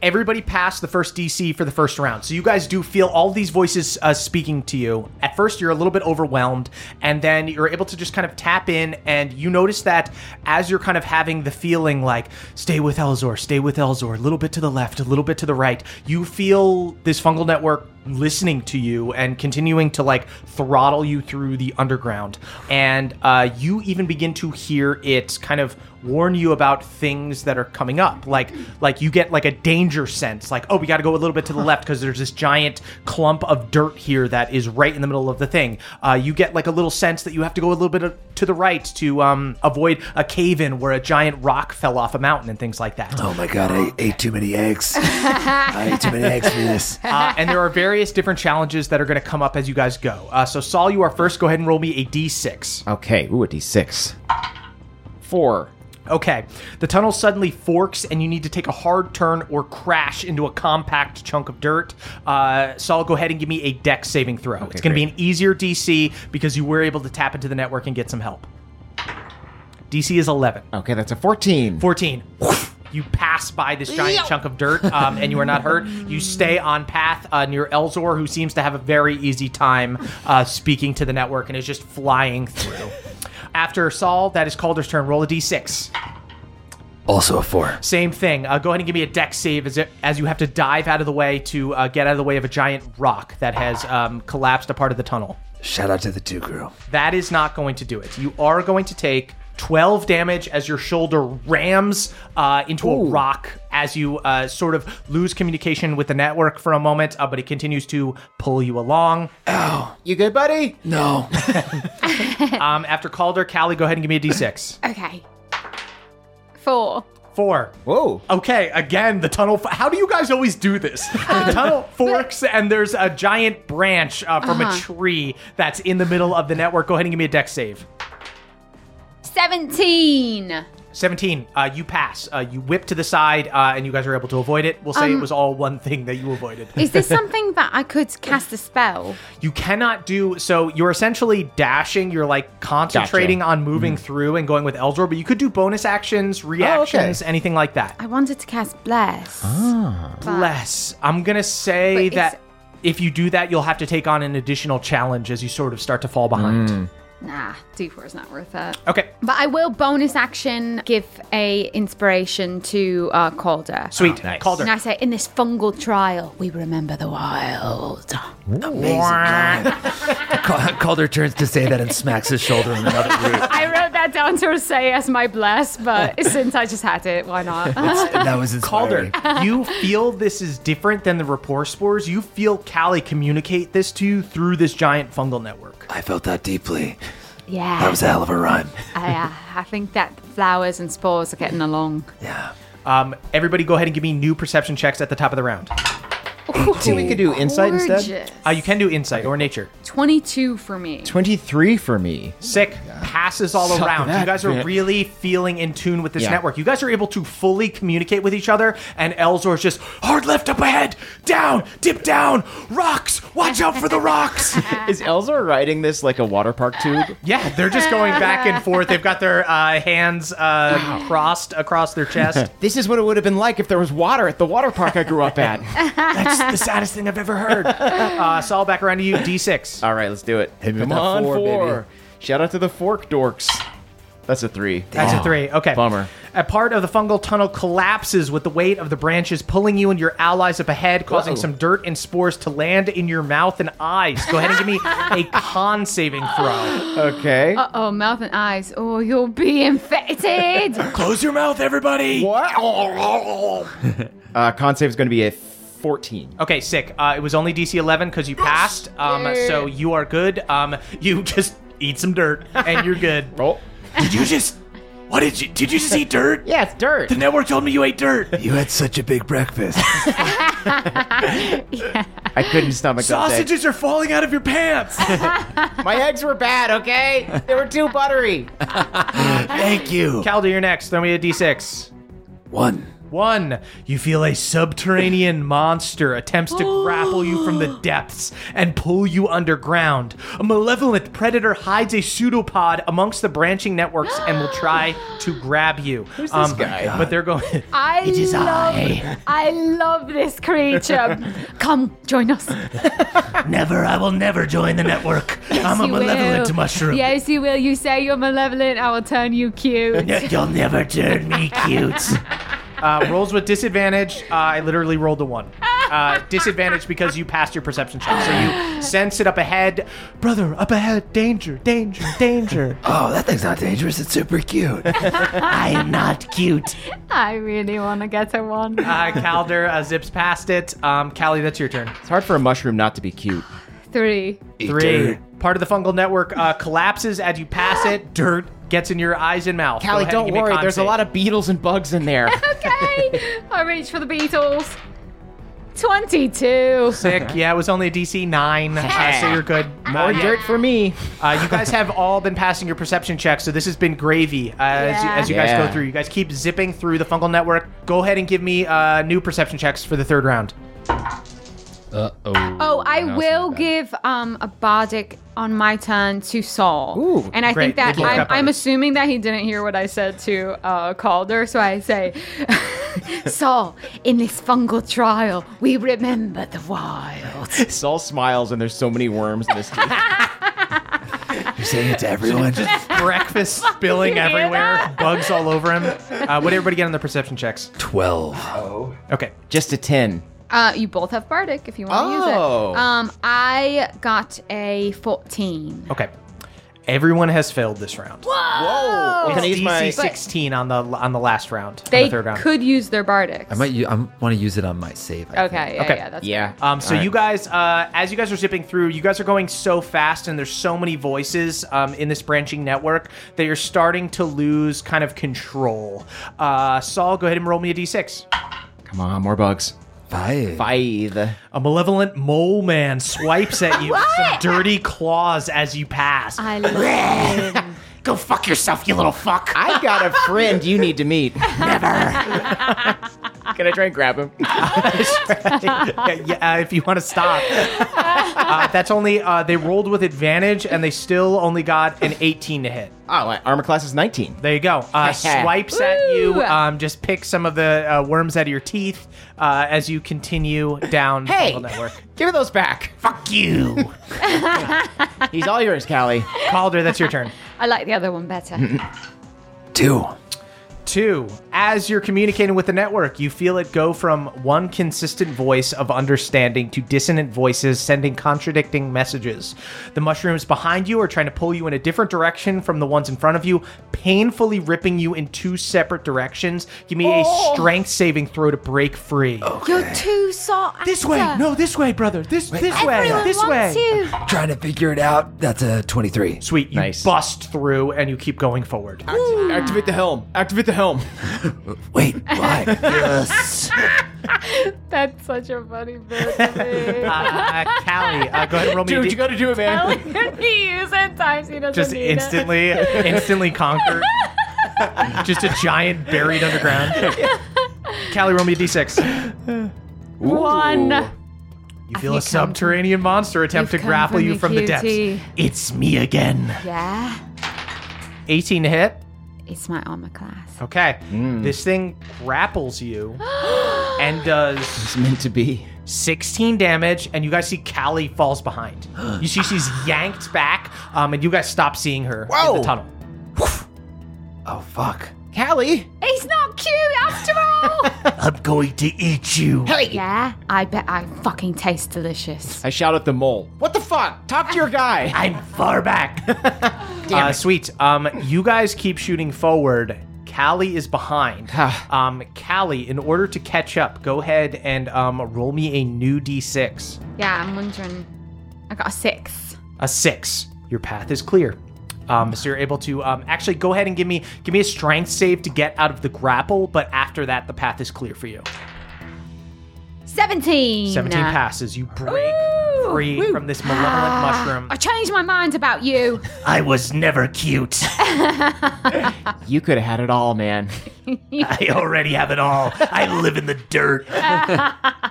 [SPEAKER 1] Everybody passed the first DC for the first round. So you guys do feel all these voices uh, speaking to you. At first, you're a little bit overwhelmed, and then you're able to just kind of tap in, and you notice that as you're kind of having the feeling like, stay with Elzor, stay with Elzor, a little bit to the left, a little bit to the right, you feel this fungal network listening to you and continuing to like throttle you through the underground. And uh, you even begin to hear it kind of warn you about things that are coming up. Like like you get like a danger sense. Like oh, we got to go a little bit to the left because there's this giant clump of dirt here that is right in the middle of the thing. Uh, you get like a little sense that you have to go a little bit of- to the right to um, avoid a cave in where a giant rock fell off a mountain and things like that.
[SPEAKER 2] Oh my god, I ate too many eggs. I ate too many eggs for this.
[SPEAKER 1] Uh, and there are various different challenges that are going to come up as you guys go. Uh, so, Saul, you are first. Go ahead and roll me a d6.
[SPEAKER 5] Okay. Ooh, a d6. Four.
[SPEAKER 1] Okay. The tunnel suddenly forks, and you need to take a hard turn or crash into a compact chunk of dirt. Uh, Saul, go ahead and give me a deck saving throw. it's going to be an easier DC because you were able to tap into the network and get some help. DC is 11.
[SPEAKER 5] Okay, that's a 14.
[SPEAKER 1] 14. You pass by this giant chunk of dirt um, and you are not hurt. You stay on path uh, near Elzor, who seems to have a very easy time uh, speaking to the network and is just flying through. After Saul, that is Calder's turn. Roll a d6.
[SPEAKER 2] Also a 4.
[SPEAKER 1] Same thing. Uh, go ahead and give me a deck save as, it, as you have to dive out of the way to uh, get out of the way of a giant rock that has um, collapsed a part of the tunnel.
[SPEAKER 2] Shout out to the two crew.
[SPEAKER 1] That is not going to do it. You are going to take 12 damage as your shoulder rams uh, into a rock as you uh, sort of lose communication with the network for a moment, uh, but it continues to pull you along.
[SPEAKER 5] You good, buddy?
[SPEAKER 2] No.
[SPEAKER 1] Um, after Calder, Callie, go ahead and give me a d6.
[SPEAKER 11] Okay. Four.
[SPEAKER 1] Four.
[SPEAKER 5] Whoa.
[SPEAKER 1] Okay, again, the tunnel. F- How do you guys always do this? The tunnel forks, and there's a giant branch uh, from a tree that's in the middle of the network. Go ahead and give me a deck save.
[SPEAKER 11] Seventeen.
[SPEAKER 1] 17. Uh, you pass. Uh, you whip to the side, uh, and you guys are able to avoid it. We'll say it was all one thing that you avoided.
[SPEAKER 3] Is this something that I could cast a spell?
[SPEAKER 1] You cannot do so. You're essentially dashing. You're like concentrating on moving through and going with Eldor, but you could do bonus actions, reactions, anything like that.
[SPEAKER 3] I wanted to cast bless.
[SPEAKER 2] Ah.
[SPEAKER 1] Bless. I'm gonna say
[SPEAKER 3] But
[SPEAKER 1] that
[SPEAKER 3] it's-
[SPEAKER 1] if you do that, you'll have to take on an additional challenge as you sort of start to fall behind.
[SPEAKER 3] Nah, D4 is not worth that.
[SPEAKER 1] Okay.
[SPEAKER 3] But I will bonus action give a inspiration to uh, Calder.
[SPEAKER 1] Sweet. Calder.
[SPEAKER 3] And I say, in this fungal trial, we remember the wild.
[SPEAKER 2] Amazing line. Cal- Calder turns to say that and smacks his shoulder in another room.
[SPEAKER 3] I wrote that down to say as my bless, but since I just had it, why not?
[SPEAKER 2] That was
[SPEAKER 1] Calder,
[SPEAKER 2] inspiring.
[SPEAKER 1] you feel this is different than the rapport spores. You feel Callie communicate this to you through this giant fungal network.
[SPEAKER 2] I felt that deeply.
[SPEAKER 3] yeah.
[SPEAKER 2] That was a hell of a rhyme.
[SPEAKER 3] I, uh, I think that the flowers and spores are getting along.
[SPEAKER 2] Yeah.
[SPEAKER 1] Um, everybody, go ahead and give me new perception checks at the top of the round.
[SPEAKER 5] See, we could do insight instead.
[SPEAKER 3] Gorgeous.
[SPEAKER 1] Uh, you can do insight or nature.
[SPEAKER 3] 22 for me.
[SPEAKER 5] 23 for me.
[SPEAKER 1] Sick passes all
[SPEAKER 5] Suck
[SPEAKER 1] around. You
[SPEAKER 5] that
[SPEAKER 1] guys are
[SPEAKER 5] dick.
[SPEAKER 1] really feeling in tune with this
[SPEAKER 5] Yeah.
[SPEAKER 1] network. You guys are able to fully communicate with each other, and Elzor's just hard left up ahead, down, dip down, rocks, watch out for the rocks.
[SPEAKER 5] Is Elzor riding this like a water park tube?
[SPEAKER 1] yeah, they're just going back and forth. They've got their uh, hands uh, crossed across their chest.
[SPEAKER 5] This is what it would have been like if there was water at the water park I grew up at.
[SPEAKER 1] That's the saddest thing I've ever heard. Uh, Saul, back around to you. D6.
[SPEAKER 5] All right, let's do it. Come
[SPEAKER 2] that
[SPEAKER 5] on,
[SPEAKER 2] four,
[SPEAKER 5] four.
[SPEAKER 2] baby.
[SPEAKER 5] Shout out to the fork dorks. That's a three.
[SPEAKER 1] That's a three. Okay.
[SPEAKER 5] Bummer.
[SPEAKER 1] A part of the fungal tunnel collapses with the weight of the branches pulling you and your allies up ahead, causing some dirt and spores to land in your mouth and eyes. Go ahead and give me a con saving throw.
[SPEAKER 5] Okay.
[SPEAKER 3] Oh, mouth and eyes. Oh, you'll be infected.
[SPEAKER 2] Close your mouth, everybody.
[SPEAKER 5] What? Uh, con save is going to be a 14.
[SPEAKER 1] Okay, sick. Uh, it was only DC 11 because you passed. Um, so you are good. Um, you just eat some dirt and you're good.
[SPEAKER 5] Roll.
[SPEAKER 6] Did you just? What did you? Did you just eat dirt?
[SPEAKER 5] Yeah, it's dirt.
[SPEAKER 6] The network told me you ate dirt.
[SPEAKER 2] You had such a big breakfast.
[SPEAKER 5] I couldn't stomach that. day.
[SPEAKER 6] Sausages are falling out of your pants.
[SPEAKER 5] My eggs were bad, okay? They were too buttery.
[SPEAKER 2] Thank you.
[SPEAKER 1] Calder, you're next. Throw me a D6.
[SPEAKER 2] One.
[SPEAKER 1] One, you feel a subterranean monster attempts to grapple you from the depths and pull you underground. A malevolent predator hides a pseudopod amongst the branching networks and will try to grab you. Who's
[SPEAKER 5] this guy?
[SPEAKER 1] But they're going.
[SPEAKER 3] I love, I. love this creature. Come, join us.
[SPEAKER 6] never. I will never join the network. I'm a
[SPEAKER 3] You will.
[SPEAKER 6] malevolent mushroom.
[SPEAKER 3] Yes, you will. You say you're malevolent. I will turn you cute.
[SPEAKER 6] Ne- You'll never turn me cute.
[SPEAKER 1] Uh, rolls with disadvantage. Uh, I literally rolled a one. Uh, disadvantage because you passed your perception check. So you sense it up ahead. Brother, up ahead. Danger, danger, danger.
[SPEAKER 2] Oh, that thing's not dangerous. It's super cute.
[SPEAKER 6] I am not cute.
[SPEAKER 3] I really want to get a one.
[SPEAKER 1] Uh, Calder uh, zips past it. Um, Callie, that's your turn.
[SPEAKER 5] It's hard for a mushroom not to be cute.
[SPEAKER 3] Three.
[SPEAKER 1] Three. Part of the fungal network uh, collapses as you pass it. Dirt gets in your eyes and mouth.
[SPEAKER 5] Callie, don't worry. There's a lot of beetles and bugs in there.
[SPEAKER 3] Okay. I reach for the Beatles. 22.
[SPEAKER 1] Sick. Yeah, it was only a DC 9, uh, so you're good.
[SPEAKER 5] More
[SPEAKER 1] Uh, yeah.
[SPEAKER 5] dirt for me.
[SPEAKER 1] Uh, you guys have all been passing your perception checks, so this has been gravy uh, as, you, as you guys
[SPEAKER 5] Yeah.
[SPEAKER 1] go through. You guys keep zipping through the fungal network. Go ahead and give me uh, new perception checks for the third round.
[SPEAKER 6] Uh oh.
[SPEAKER 3] Oh, I will give um a bardic on my turn to Saul.
[SPEAKER 5] Ooh,
[SPEAKER 3] and I
[SPEAKER 1] great.
[SPEAKER 3] think that
[SPEAKER 1] Good luck.
[SPEAKER 3] I'm,
[SPEAKER 1] Good luck.
[SPEAKER 3] I'm assuming that he didn't hear what I said to uh, Calder, so I say, Saul, in this fungal trial, we remember the wild.
[SPEAKER 5] Saul smiles, and there's so many worms in this.
[SPEAKER 2] You're saying it to everyone.
[SPEAKER 1] Breakfast spilling
[SPEAKER 3] hear
[SPEAKER 1] everywhere,
[SPEAKER 3] that?
[SPEAKER 1] bugs all over him. Uh, what did everybody get on the perception checks?
[SPEAKER 2] Twelve.
[SPEAKER 1] Okay.
[SPEAKER 5] Just a 10.
[SPEAKER 3] Uh, you both have bardic if you want to
[SPEAKER 5] Oh.
[SPEAKER 3] use it. Um, I got a 14.
[SPEAKER 1] Okay. Everyone has failed this round.
[SPEAKER 5] Whoa. Can I
[SPEAKER 1] It's
[SPEAKER 5] use
[SPEAKER 1] DC
[SPEAKER 5] my.
[SPEAKER 1] 16 on the on the last round. on
[SPEAKER 3] They
[SPEAKER 1] the third round.
[SPEAKER 3] could use their bardics.
[SPEAKER 13] I might. u- I want to use it on my save. I think.
[SPEAKER 3] Okay, yeah,
[SPEAKER 1] Okay.
[SPEAKER 3] yeah, that's
[SPEAKER 5] Yeah.
[SPEAKER 1] Um, so
[SPEAKER 5] All right.
[SPEAKER 1] you guys, uh, as you guys are zipping through, you guys are going so fast, and there's so many voices um, in this branching network that you're starting to lose kind of control. Uh, Saul, go ahead and roll me a d6.
[SPEAKER 5] Come on, more bugs.
[SPEAKER 2] Five.
[SPEAKER 5] Five.
[SPEAKER 1] A malevolent mole man swipes at you with some dirty claws as you pass.
[SPEAKER 3] I love him.
[SPEAKER 6] Go fuck yourself, you little fuck.
[SPEAKER 5] I got a friend you need to meet. Never. Can I try and grab him?
[SPEAKER 1] uh, yeah, yeah, if you want to stop. Uh, that's only uh, they rolled with advantage, and they still only got an 18 to hit.
[SPEAKER 5] Oh, my armor class is 19.
[SPEAKER 1] There you go. Uh, swipes at you. Um, just pick some of the uh, worms out of your teeth uh, as you continue down
[SPEAKER 5] Hey!
[SPEAKER 1] Fungal Network.
[SPEAKER 5] Give those back.
[SPEAKER 1] Fuck you,
[SPEAKER 5] He's all yours, Callie.
[SPEAKER 1] Calder. That's your turn.
[SPEAKER 11] I like the other one better.
[SPEAKER 2] Two.
[SPEAKER 1] Two, as you're communicating with the network, you feel it go from one consistent voice of understanding to dissonant voices sending contradicting messages. The mushrooms behind you are trying to pull you in a different direction from the ones in front of you, painfully ripping you in two separate directions. Give me
[SPEAKER 3] Oh.
[SPEAKER 1] a strength saving throw to break free.
[SPEAKER 3] You're too soft.
[SPEAKER 1] Oh, This way! No, this way, brother! This this way!
[SPEAKER 3] Everyone
[SPEAKER 1] This way!
[SPEAKER 3] wants you.
[SPEAKER 2] Trying to figure it out. That's a 23.
[SPEAKER 1] Sweet, you
[SPEAKER 5] Nice.
[SPEAKER 1] bust through and you keep going forward.
[SPEAKER 5] Activate the helm. Activate the helm.
[SPEAKER 2] Wait, why? yes.
[SPEAKER 11] That's such a funny bit of
[SPEAKER 1] Uh,
[SPEAKER 11] me.
[SPEAKER 1] uh, Callie, uh, go ahead and roll me a
[SPEAKER 5] Dude,
[SPEAKER 1] d-
[SPEAKER 5] you gotta do it, man.
[SPEAKER 11] he uses it times he doesn't
[SPEAKER 1] just
[SPEAKER 11] need it.
[SPEAKER 1] instantly instantly conquered just a giant buried underground Callie roll me a d6
[SPEAKER 11] One.
[SPEAKER 1] you feel a
[SPEAKER 11] You've come
[SPEAKER 1] subterranean monster attempt to
[SPEAKER 11] You've come
[SPEAKER 1] grapple
[SPEAKER 11] for
[SPEAKER 1] you
[SPEAKER 11] me,
[SPEAKER 1] from the depths
[SPEAKER 11] cutie.
[SPEAKER 1] it's me again
[SPEAKER 11] Yeah.
[SPEAKER 1] 18 to hit
[SPEAKER 11] It's my armor class.
[SPEAKER 1] okay this thing grapples you and does
[SPEAKER 5] It's meant to be.
[SPEAKER 1] 16 damage and you guys see Callie falls behind you see she's yanked back um, and you guys stop seeing her in
[SPEAKER 5] Whoa.
[SPEAKER 1] the tunnel
[SPEAKER 2] Oh, fuck.
[SPEAKER 5] Callie!
[SPEAKER 11] He's not cute after all.
[SPEAKER 9] I'm going to eat you.
[SPEAKER 11] yeah. I bet I fucking taste delicious.
[SPEAKER 5] I shout at the mole. What the fuck? Talk to your guy.
[SPEAKER 9] I'm far back.
[SPEAKER 1] uh, sweet. Um, you guys keep shooting forward. Callie is behind. um, Callie, in order to catch up, go ahead and um, roll me a new d6.
[SPEAKER 11] Yeah, I'm wondering. I got a six.
[SPEAKER 1] A six. Your path is clear. Um, so you're able to um, actually go ahead and give me give me a strength save to get out of the grapple, but after that, the path is clear for you.
[SPEAKER 11] 17.
[SPEAKER 1] Seventeen passes. You break free from this malevolent mushroom.
[SPEAKER 11] I changed my mind about you.
[SPEAKER 9] I was never cute.
[SPEAKER 5] You could have had it all, man.
[SPEAKER 9] I already have it all. I live in the dirt.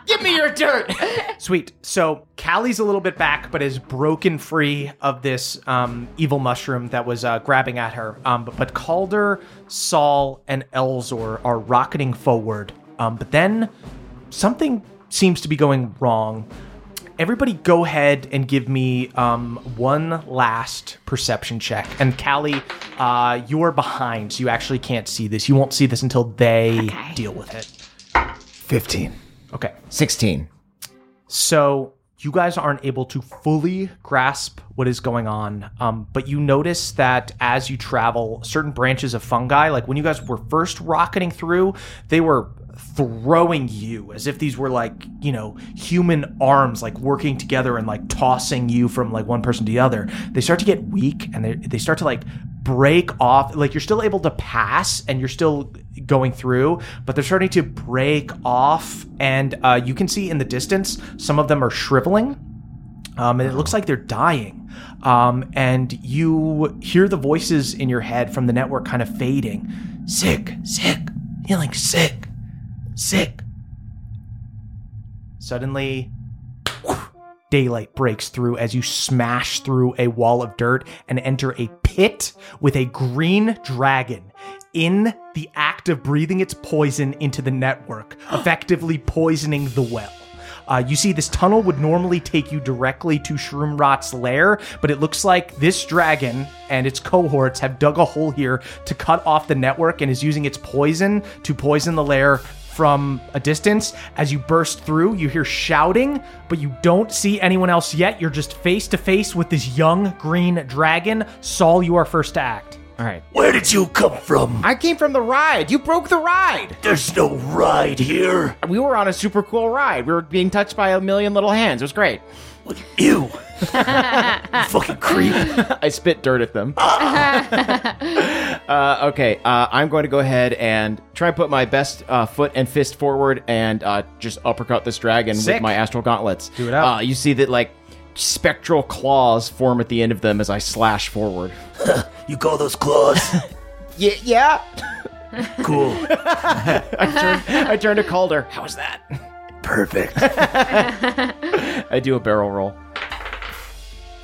[SPEAKER 5] Give me your dirt.
[SPEAKER 1] Sweet. So Callie's a little bit back, but is broken free of this um, evil mushroom that was uh, grabbing at her. Um, but, but Calder, Saul, and Elzor are rocketing forward. Um, but then something seems to be going wrong. Everybody, go ahead and give me um, one last perception check. And Callie, uh, you're behind, so you actually can't see this. You won't see this until they deal with it.
[SPEAKER 2] 15.
[SPEAKER 1] Okay.
[SPEAKER 5] 16.
[SPEAKER 1] So you guys aren't able to fully grasp what is going on, um, but you notice that as you travel, certain branches of fungi, like when you guys were first rocketing through, they were throwing you as if these were like you know human arms like working together and like tossing you from like one person to the other they start to get weak and they, they start to like break off like you're still able to pass and you're still going through but they're starting to break off and uh, you can see in the distance some of them are shriveling um, and it looks like they're dying um, and you hear the voices in your head from the network kind of fading sick sick healing sick sick suddenly Daylight breaks through as you smash through a wall of dirt and enter a pit with a green dragon in the act of breathing its poison into the network, effectively poisoning the well. Uh, you see, this tunnel would normally take you directly to Shroomrot's lair, but it looks like this dragon and its cohorts have dug a hole here to cut off the network and is using its poison to poison the lair from a distance. As you burst through, you hear shouting, but you don't see anyone else yet. You're just face to face with this young green dragon. Saul, you are first to act.
[SPEAKER 5] All right.
[SPEAKER 9] Where did you come from?
[SPEAKER 5] I came from the ride. You broke the ride.
[SPEAKER 9] There's no ride here.
[SPEAKER 5] We were on a super cool ride. We were being touched by a million little hands. It was great.
[SPEAKER 9] Ew. you fucking creep.
[SPEAKER 5] I spit dirt at them. uh, okay, uh, I'm going to go ahead and try and put my best uh, foot and fist forward and uh, just uppercut this dragon
[SPEAKER 1] Sick.
[SPEAKER 5] with my astral gauntlets.
[SPEAKER 1] Do it up.
[SPEAKER 5] Uh, you see that like spectral claws form at the end of them as I slash forward.
[SPEAKER 9] You call those claws?
[SPEAKER 5] Yeah, yeah.
[SPEAKER 9] Cool.
[SPEAKER 5] I turn to Calder. How was that?
[SPEAKER 9] Perfect.
[SPEAKER 5] I do a barrel roll.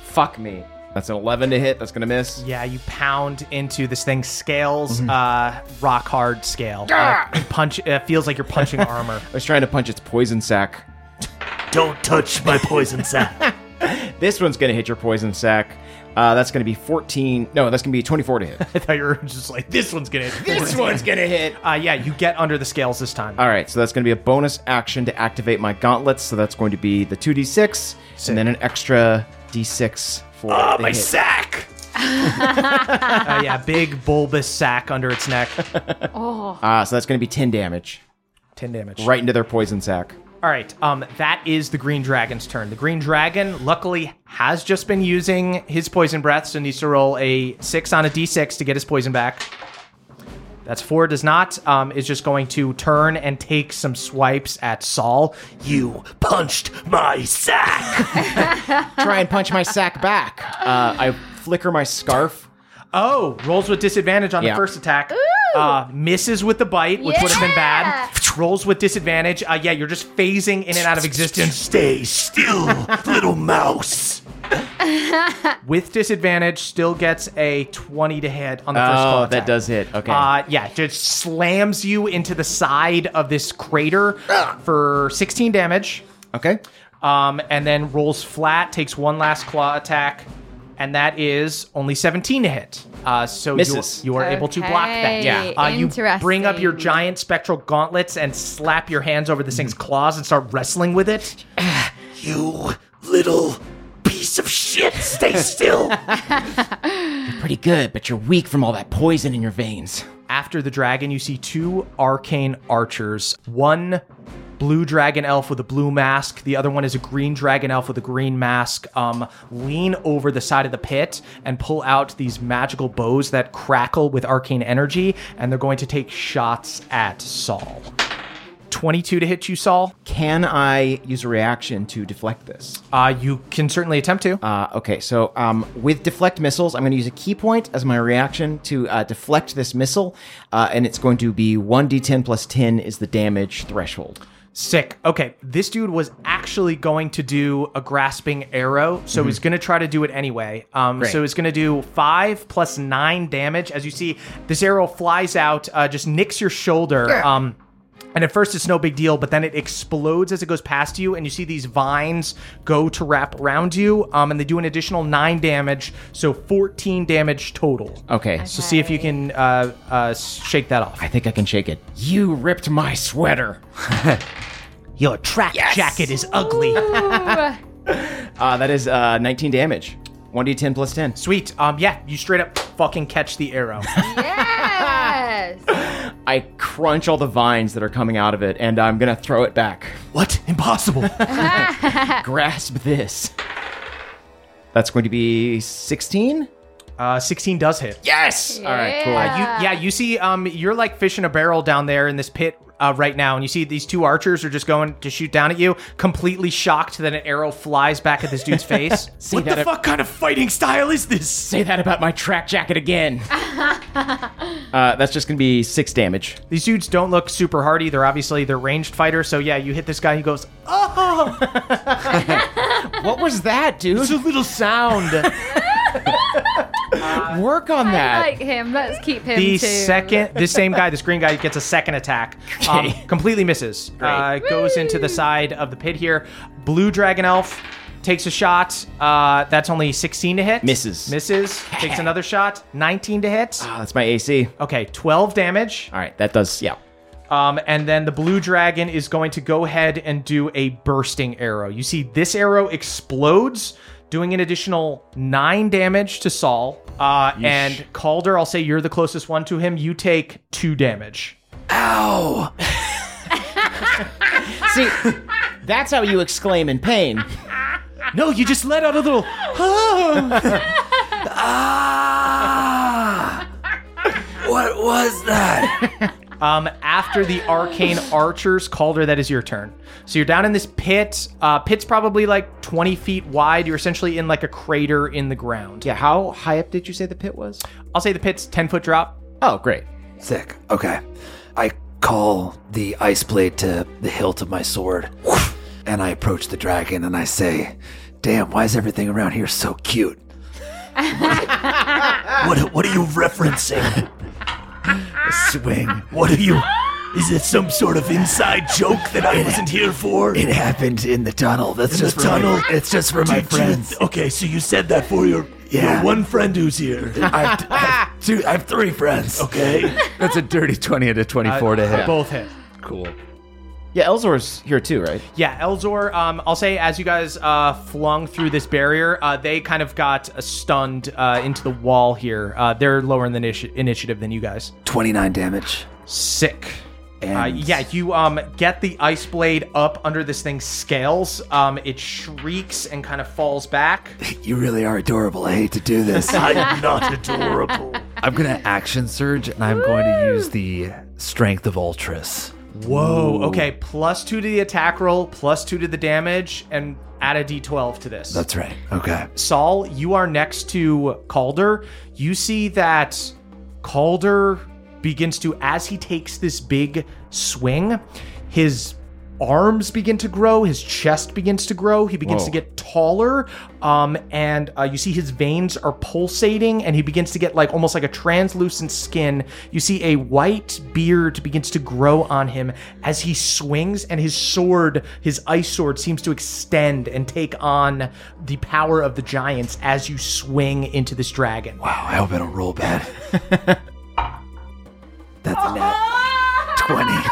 [SPEAKER 5] Fuck me. That's an 11 to hit. That's going to miss.
[SPEAKER 1] Yeah, you pound into this thing. Scales,
[SPEAKER 9] Mhm.
[SPEAKER 1] uh, rock hard scale. Uh, punch. It feels like you're punching armor.
[SPEAKER 5] I was trying to punch its poison sac.
[SPEAKER 9] Don't touch my poison sack.
[SPEAKER 5] This one's going to hit your poison sac. Uh, that's going to be 14. No, that's going to be 24 to hit.
[SPEAKER 1] I thought you were just like this one's gonna. hit.
[SPEAKER 5] this one's going to hit.
[SPEAKER 1] Uh, yeah, you get under the scales this time.
[SPEAKER 5] All right, so that's going to be a bonus action to activate my gauntlets. So that's going to be the 2d6 and then an extra d6 for
[SPEAKER 9] Ah,
[SPEAKER 5] the
[SPEAKER 9] my
[SPEAKER 5] hit.
[SPEAKER 9] sack.
[SPEAKER 1] Uh, yeah, big bulbous sack under its neck.
[SPEAKER 5] Ah, so that's going to be 10 damage
[SPEAKER 1] Ten damage.
[SPEAKER 5] right into their poison sac.
[SPEAKER 1] All right, um, that is the green dragon's turn. The green dragon, luckily, has just been using his poison breath, so needs to roll a six on a d6 to get his poison back. That's four. Does not. Um, is just going to turn and take some swipes at Saul.
[SPEAKER 9] You punched my sack.
[SPEAKER 5] Try and punch my sack back. Uh, I flicker my scarf.
[SPEAKER 1] Oh, rolls with disadvantage on
[SPEAKER 5] Yeah.
[SPEAKER 1] the first attack. Uh, misses with the bite, which would have been bad. Rolls with disadvantage. Uh, yeah, you're just phasing in and out of existence.
[SPEAKER 9] Stay still, little mouse.
[SPEAKER 1] with disadvantage, still gets a 20 to hit on the first
[SPEAKER 5] Oh,
[SPEAKER 1] claw
[SPEAKER 5] that
[SPEAKER 1] attack.
[SPEAKER 5] does hit. Okay.
[SPEAKER 1] Uh, yeah, just slams you into the side of this crater
[SPEAKER 5] Ah.
[SPEAKER 1] for 16 damage,
[SPEAKER 5] Okay.
[SPEAKER 1] um, and then rolls flat, takes one last claw attack, and that is only 17 to hit. Uh, so you,
[SPEAKER 5] Misses.
[SPEAKER 1] you are able to block that.
[SPEAKER 11] Okay,
[SPEAKER 1] Uh, you bring up your
[SPEAKER 11] interesting.
[SPEAKER 1] giant spectral gauntlets and slap your hands over this thing's claws and start wrestling with it.
[SPEAKER 9] You little piece of shit. Stay still.
[SPEAKER 5] Pretty good, but you're weak from all that poison in your veins.
[SPEAKER 1] after the dragon, you see two arcane archers. One blue dragon elf with a blue mask, the other one is a green dragon elf with a green mask. Um, lean over the side of the pit and pull out these magical bows that crackle with arcane energy, and they're going to take shots at Saul. 22 to hit you, Saul.
[SPEAKER 5] Can I use a reaction to deflect this?
[SPEAKER 1] Uh, you can certainly attempt to.
[SPEAKER 5] Uh, okay, so um, with deflect missiles, I'm going to use a key point as my reaction to uh, deflect this missile, uh, and it's going to be 1d10 plus 10 is the damage threshold.
[SPEAKER 1] Sick. Okay, this dude was actually going to do a grasping arrow, so he's going to try to do it anyway. Um, so he's going to do five plus nine damage. As you see, this arrow flies out, uh, just nicks your shoulder. Um, and at first, it's no big deal, but then it explodes as it goes past you, and you see these vines go to wrap around you, um, and they do an additional nine damage, so 14 damage total.
[SPEAKER 5] Okay,
[SPEAKER 1] So
[SPEAKER 5] so
[SPEAKER 1] see if you can uh, uh, shake that off.
[SPEAKER 5] I think I can shake it. You ripped my sweater.
[SPEAKER 1] Your track jacket is ugly.
[SPEAKER 5] Uh, that is uh, 19 damage. 1d10 plus 10.
[SPEAKER 1] Sweet. Um, yeah, you straight up fucking catch the arrow.
[SPEAKER 11] Yes.
[SPEAKER 5] I crunch all the vines that are coming out of it, and I'm going to throw it back.
[SPEAKER 9] What? Impossible.
[SPEAKER 5] Grasp this. That's going to be 16?
[SPEAKER 1] Uh, 16 does hit. Yeah.
[SPEAKER 5] Yes! All right, cool.
[SPEAKER 1] You, yeah, you see, um, you're like fish in a barrel down there in this pit uh, right now, and you see these two archers are just going to shoot down at you, completely shocked that an arrow flies back at this dude's face.
[SPEAKER 5] Say
[SPEAKER 9] what
[SPEAKER 5] that
[SPEAKER 9] the
[SPEAKER 5] ab-
[SPEAKER 9] fuck kind of fighting style is this?
[SPEAKER 5] Say that about my track jacket again. uh, that's just going to be six damage.
[SPEAKER 1] These dudes don't look super hardy. They're obviously they're ranged fighters. So yeah, you hit this guy, he goes, oh,
[SPEAKER 5] What was that, dude?
[SPEAKER 1] it's a little sound.
[SPEAKER 5] Work on
[SPEAKER 11] I
[SPEAKER 5] that.
[SPEAKER 11] like him. Let's keep him
[SPEAKER 1] the
[SPEAKER 11] too.
[SPEAKER 1] second this same guy this green guy gets a second attack um, completely misses uh, goes into the side of the pit here blue dragon elf takes a shot uh, that's only 16 to hit
[SPEAKER 5] Misses.
[SPEAKER 1] misses takes another shot 19 to hit
[SPEAKER 5] Ah, that's my AC.
[SPEAKER 1] okay 12 damage
[SPEAKER 5] All right, that does, yeah.
[SPEAKER 1] um, and then the blue dragon is going to go ahead and do a bursting arrow you see this arrow explodes doing an additional 9 damage to saul uh, and calder i'll say you're the closest one to him you take 2 damage
[SPEAKER 9] Ow.
[SPEAKER 5] See, that's how you exclaim in pain.
[SPEAKER 9] No, you just let out a little. ah! What was that?
[SPEAKER 1] Um, after the arcane archers, Calder, that is your turn. So you're down in this pit. Uh, pit's probably like 20 feet wide. You're essentially in like a crater in the ground.
[SPEAKER 5] Yeah, how high up did you say the pit was?
[SPEAKER 1] I'll say the pit's 10 foot drop.
[SPEAKER 5] Oh, great.
[SPEAKER 9] Sick. Okay. I call the ice blade to the hilt of my sword, and I approach the dragon and I say,
[SPEAKER 2] damn, why is everything around here so cute?
[SPEAKER 6] What what are you referencing?
[SPEAKER 2] A swing.
[SPEAKER 6] What are you? Is it some sort of inside joke that I wasn't here for?
[SPEAKER 2] It happened in the tunnel. That's just
[SPEAKER 6] the
[SPEAKER 2] for my-
[SPEAKER 6] tunnel?
[SPEAKER 2] it's just for my
[SPEAKER 6] Did you-
[SPEAKER 2] friends.
[SPEAKER 6] okay, so you said that for your,
[SPEAKER 2] Yeah.
[SPEAKER 6] your one friend who's here.
[SPEAKER 2] I, have, I have two. I have three friends.
[SPEAKER 6] Okay.
[SPEAKER 14] That's a dirty 20 out of 24 to hit.
[SPEAKER 1] Both hit.
[SPEAKER 14] Cool.
[SPEAKER 4] Yeah, Elzor's here too, right?
[SPEAKER 1] Yeah, Elzor. Um, I'll say as you guys uh, flung through this barrier, uh, they kind of got uh, stunned uh, into the wall here. Uh, they're lower in the initi- initiative than you guys.
[SPEAKER 2] 29 damage.
[SPEAKER 1] Sick.
[SPEAKER 2] And
[SPEAKER 1] Uh, yeah, you um get the ice blade up under this thing's scales. Um, it shrieks and kind of falls back.
[SPEAKER 2] you really are adorable. I hate to do this.
[SPEAKER 6] I'm not adorable.
[SPEAKER 14] I'm going to action surge and I'm going to use the strength of Ultras.
[SPEAKER 1] Whoa. Oh, Okay, plus two to the attack roll, plus two to the damage, and add a d12 to this.
[SPEAKER 2] That's right. Okay.
[SPEAKER 1] Saul, you are next to Calder. You see that Calder begins to, as he takes this big swing, his arms begin to grow, his chest begins to grow, he begins to get taller, um, and uh, you see his veins are pulsating, and he begins to get like almost like a translucent skin. You see a white beard begins to grow on him as he swings, and his sword, his ice sword, seems to extend and take on the power of the giants as you swing into this dragon.
[SPEAKER 2] Wow, I hope I don't roll bad. That's a nat 20.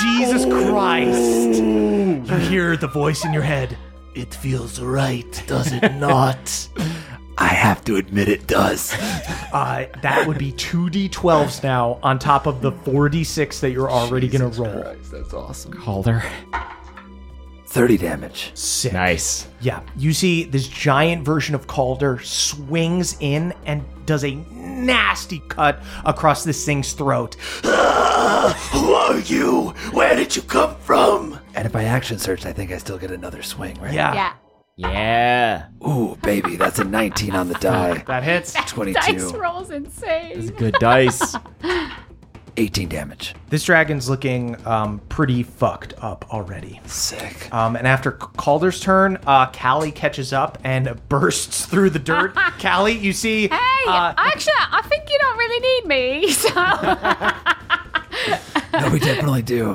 [SPEAKER 1] Jesus Christ! You hear the voice in your head.
[SPEAKER 6] It feels right, does it not?
[SPEAKER 2] I have to admit it does.
[SPEAKER 1] Uh, that would be two d12s now on top of the 4d6 that you're already going to roll.
[SPEAKER 14] That's awesome.
[SPEAKER 4] Calder.
[SPEAKER 2] 30 damage.
[SPEAKER 1] Sick.
[SPEAKER 4] Nice.
[SPEAKER 1] Yeah. You see this giant version of Calder swings in and does a nasty cut across this thing's throat.
[SPEAKER 6] Who are you? Where did you come from?
[SPEAKER 2] And if I action search, I think I still get another swing, right?
[SPEAKER 1] Yeah.
[SPEAKER 3] Yeah.
[SPEAKER 4] Yeah.
[SPEAKER 2] Ooh, baby, that's a 19 on the die.
[SPEAKER 1] That hits.
[SPEAKER 2] 22.
[SPEAKER 3] Dice rolls insane.
[SPEAKER 4] Good dice.
[SPEAKER 2] 18 damage.
[SPEAKER 1] This dragon's looking um, pretty fucked up already.
[SPEAKER 2] Sick.
[SPEAKER 4] Uh,
[SPEAKER 1] Um, and after C- Calder's turn, uh, Callie catches up and bursts through the dirt. Callie, you see.
[SPEAKER 3] Hey,
[SPEAKER 1] uh,
[SPEAKER 3] actually, I think you don't really need me. So uh,
[SPEAKER 2] No, we definitely do.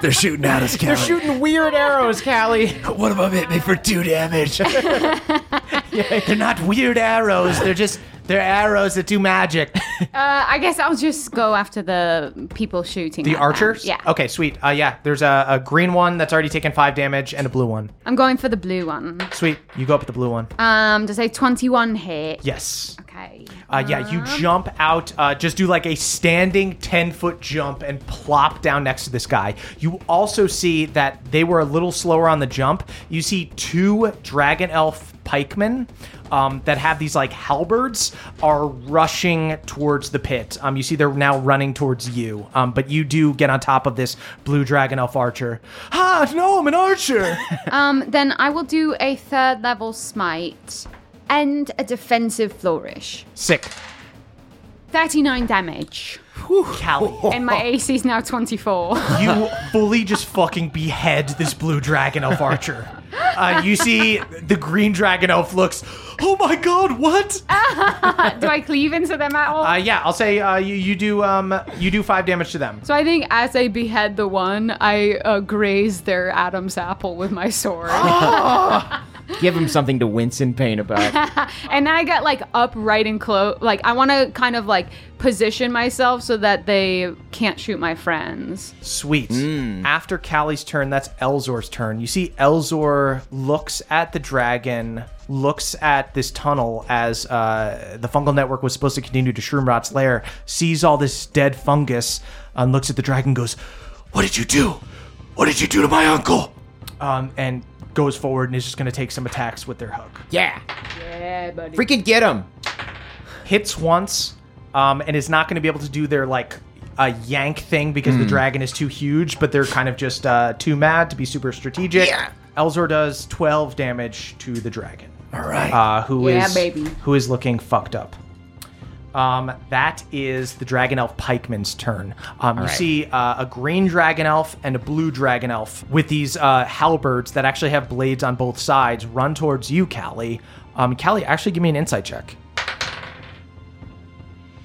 [SPEAKER 2] They're shooting at us, Callie.
[SPEAKER 4] They're shooting weird arrows, Callie.
[SPEAKER 2] One of them hit me for two damage.
[SPEAKER 1] they're not weird arrows. They're just. They're arrows that do magic.
[SPEAKER 3] uh, I guess I'll just go after the people shooting.
[SPEAKER 1] The
[SPEAKER 3] at them.
[SPEAKER 1] archers?
[SPEAKER 3] Yeah.
[SPEAKER 1] Okay, sweet. Uh, yeah, there's a, a green one that's already taken five damage and a blue one.
[SPEAKER 3] I'm going for the blue one.
[SPEAKER 1] Sweet. You go up with the blue one.
[SPEAKER 3] Um, does a 21 hit?
[SPEAKER 1] Yes.
[SPEAKER 3] Okay.
[SPEAKER 1] Uh, yeah, you jump out, uh, just do like a standing 10 foot jump and plop down next to this guy. You also see that they were a little slower on the jump. You see two dragon elf pikemen um, that have these like halberds are rushing towards the pit. Um, you see they're now running towards you, um, but you do get on top of this blue dragon elf archer. Ah, no, I'm an archer.
[SPEAKER 3] Um, then I will do a third level smite and a defensive flourish.
[SPEAKER 1] Sick.
[SPEAKER 3] 39 damage.
[SPEAKER 1] Callie.
[SPEAKER 3] And my AC is now 24.
[SPEAKER 1] you fully just fucking behead this blue dragon elf archer. Uh, you see, the green dragon elf looks, oh my god, what?
[SPEAKER 3] Do I cleave into them at all?
[SPEAKER 1] Uh, yeah, I'll say uh, you you do um you do five damage to them.
[SPEAKER 3] so I think as I behead the one, I uh, graze their Adam's apple with my sword.
[SPEAKER 4] Give him something to wince in pain about.
[SPEAKER 3] and then I get like upright and close. Like I want to kind of like position myself so that they can't shoot my friends.
[SPEAKER 1] Sweet. After Callie's turn, that's Elzor's turn. You see, Elzor looks at the dragon, looks at this tunnel as uh, the fungal network was supposed to continue to Shroomrot's lair, sees all this dead fungus, and looks at the dragon, goes,
[SPEAKER 6] What did you do? What did you do to my uncle?
[SPEAKER 1] um, and goes forward and is just going to take some attacks with their hook.
[SPEAKER 4] yeah. Freaking get him.
[SPEAKER 1] Hits once, um, and is not going to be able to do their like a yank thing because the dragon is too huge. But they're kind of just uh, too mad to be super strategic. Yeah. Elzor does twelve damage to the dragon,
[SPEAKER 2] All right.
[SPEAKER 1] uh, who
[SPEAKER 3] Yeah,
[SPEAKER 1] is-
[SPEAKER 3] baby.
[SPEAKER 1] who is looking fucked up. Um, that is the dragon elf pikeman's turn. Um, you
[SPEAKER 7] right.
[SPEAKER 1] see uh, a green dragon elf and a blue dragon elf with these uh, halberds that actually have blades on both sides run towards you, Callie. Um, Callie, actually give me an insight check.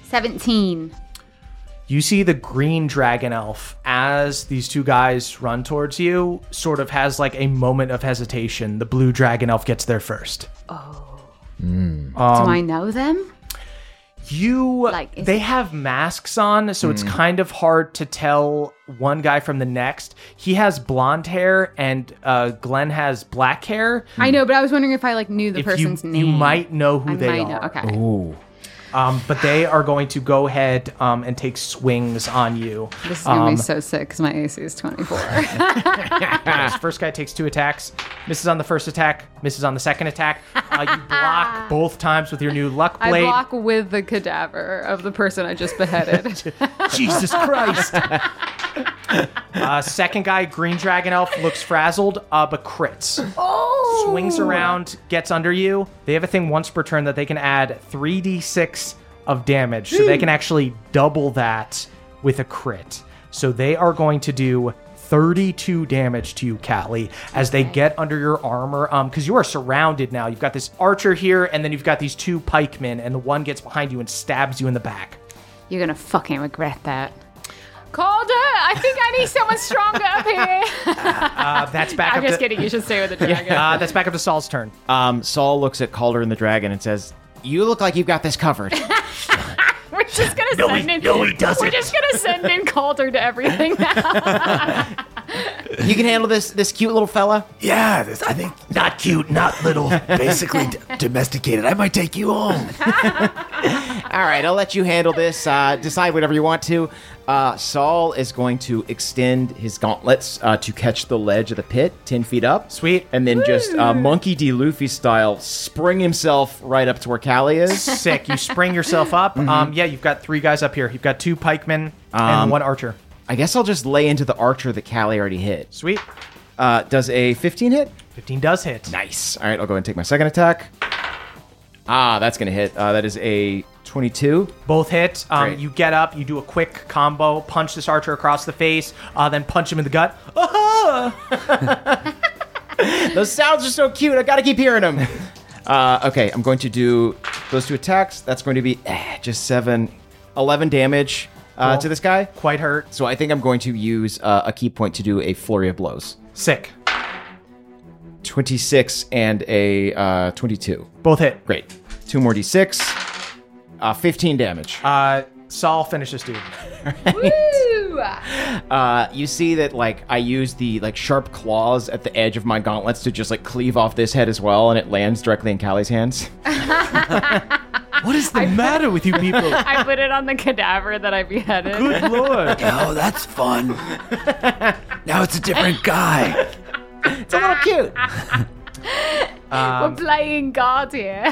[SPEAKER 3] 17.
[SPEAKER 1] You see the green dragon elf as these two guys run towards you, sort of has like a moment of hesitation. The blue dragon elf gets there first. Um,
[SPEAKER 3] Do I know them?
[SPEAKER 1] You
[SPEAKER 3] Like, is
[SPEAKER 1] they
[SPEAKER 3] it-
[SPEAKER 1] have masks on, so it's kind of hard to tell one guy from the next. He has blonde hair and uh Glenn has black hair.
[SPEAKER 3] I know, but I was wondering if I like knew the
[SPEAKER 1] If you-
[SPEAKER 3] person's
[SPEAKER 1] you
[SPEAKER 3] name.
[SPEAKER 1] might know who
[SPEAKER 3] I
[SPEAKER 1] they
[SPEAKER 3] might know-
[SPEAKER 1] are.
[SPEAKER 3] Okay.
[SPEAKER 1] Ooh. Um, but they are going to go ahead um, and take swings on you.
[SPEAKER 3] This is gonna
[SPEAKER 1] Um,
[SPEAKER 3] be so sick because my AC is 24.
[SPEAKER 1] Yes, first guy takes two attacks, misses on the first attack, misses on the second attack. Uh, you block both times with your new luck
[SPEAKER 3] I
[SPEAKER 1] blade.
[SPEAKER 3] block with the cadaver of the person I just beheaded.
[SPEAKER 1] Jesus Christ! Uh, second guy, green dragon elf, looks frazzled, uh, but crits.
[SPEAKER 3] Oh!
[SPEAKER 1] Swings around, gets under you. They have a thing once per turn that they can add 3d6 of damage, so they can actually double that with a crit. So they are going to do 32 damage to you, Callie, as they get under your armor. Um, because you are surrounded now. You've got this archer here, and then you've got these two pikemen, and the one gets behind you and stabs you in the back.
[SPEAKER 3] You're gonna fucking regret that. Calder, I think I need someone stronger up here.
[SPEAKER 1] Uh, that's back
[SPEAKER 3] I'm
[SPEAKER 1] up
[SPEAKER 3] just
[SPEAKER 1] to-
[SPEAKER 3] kidding. You should stay with the dragon.
[SPEAKER 1] Uh, that's back up to Saul's turn.
[SPEAKER 4] Um, Saul looks at Calder and the dragon and says, "You look like you've got this covered."
[SPEAKER 3] We're just gonna
[SPEAKER 4] No, he-
[SPEAKER 3] send in.
[SPEAKER 4] no, he doesn't.
[SPEAKER 3] We're just gonna send in Calder to everything now.
[SPEAKER 4] you can handle this this cute little fella.
[SPEAKER 2] Yeah, this, I think not cute, not little. Basically d- domesticated. I might take you home.
[SPEAKER 4] All right, I'll let you handle this. Uh, decide whatever you want to. Uh, Saul is going to extend his gauntlets uh, to catch the ledge of the pit, ten feet up.
[SPEAKER 1] Sweet.
[SPEAKER 4] And then just uh, Monkey D. Luffy style, spring himself right up to where Callie is.
[SPEAKER 1] Sick. You spring yourself up. Um, yeah, you've got three guys up here. You've got two pikemen
[SPEAKER 4] Mm-hmm. Um,
[SPEAKER 1] and one archer.
[SPEAKER 4] I guess I'll just lay into the archer that Callie already hit.
[SPEAKER 1] Sweet.
[SPEAKER 4] Uh, does a 15 hit?
[SPEAKER 1] 15 does hit.
[SPEAKER 4] Nice. All right, I'll go ahead and take my second attack. Ah, that's going to hit. Uh, that is a 22.
[SPEAKER 1] Both hit. Um,
[SPEAKER 4] Great.
[SPEAKER 1] you get up. You do a quick combo. Punch this archer across the face. Uh, then punch him in the gut. Ah!
[SPEAKER 4] Those sounds are so cute. I got to keep hearing them. Uh, okay, I'm going to do those two attacks. That's going to be eh, just 7, 11 damage uh,
[SPEAKER 1] Cool.
[SPEAKER 4] to this guy.
[SPEAKER 1] Quite hurt.
[SPEAKER 4] So I think I'm going to use uh, a key point to do a flurry of blows.
[SPEAKER 1] Sick.
[SPEAKER 4] 26 and a uh, 22.
[SPEAKER 1] Both hit.
[SPEAKER 4] Great. Two more d6. Uh, 15 damage.
[SPEAKER 1] Uh, Saul finishes, dude.
[SPEAKER 4] Uh, you see that like I use the like sharp claws at the edge of my gauntlets to just like cleave off this head as well, and it lands directly in Callie's hands.
[SPEAKER 1] What is the matter with you people?
[SPEAKER 3] I put it on the cadaver that I beheaded.
[SPEAKER 1] Good lord.
[SPEAKER 2] Oh, that's fun. now it's a different guy.
[SPEAKER 4] It's a little cute.
[SPEAKER 3] We're
[SPEAKER 4] Um,
[SPEAKER 3] playing God here.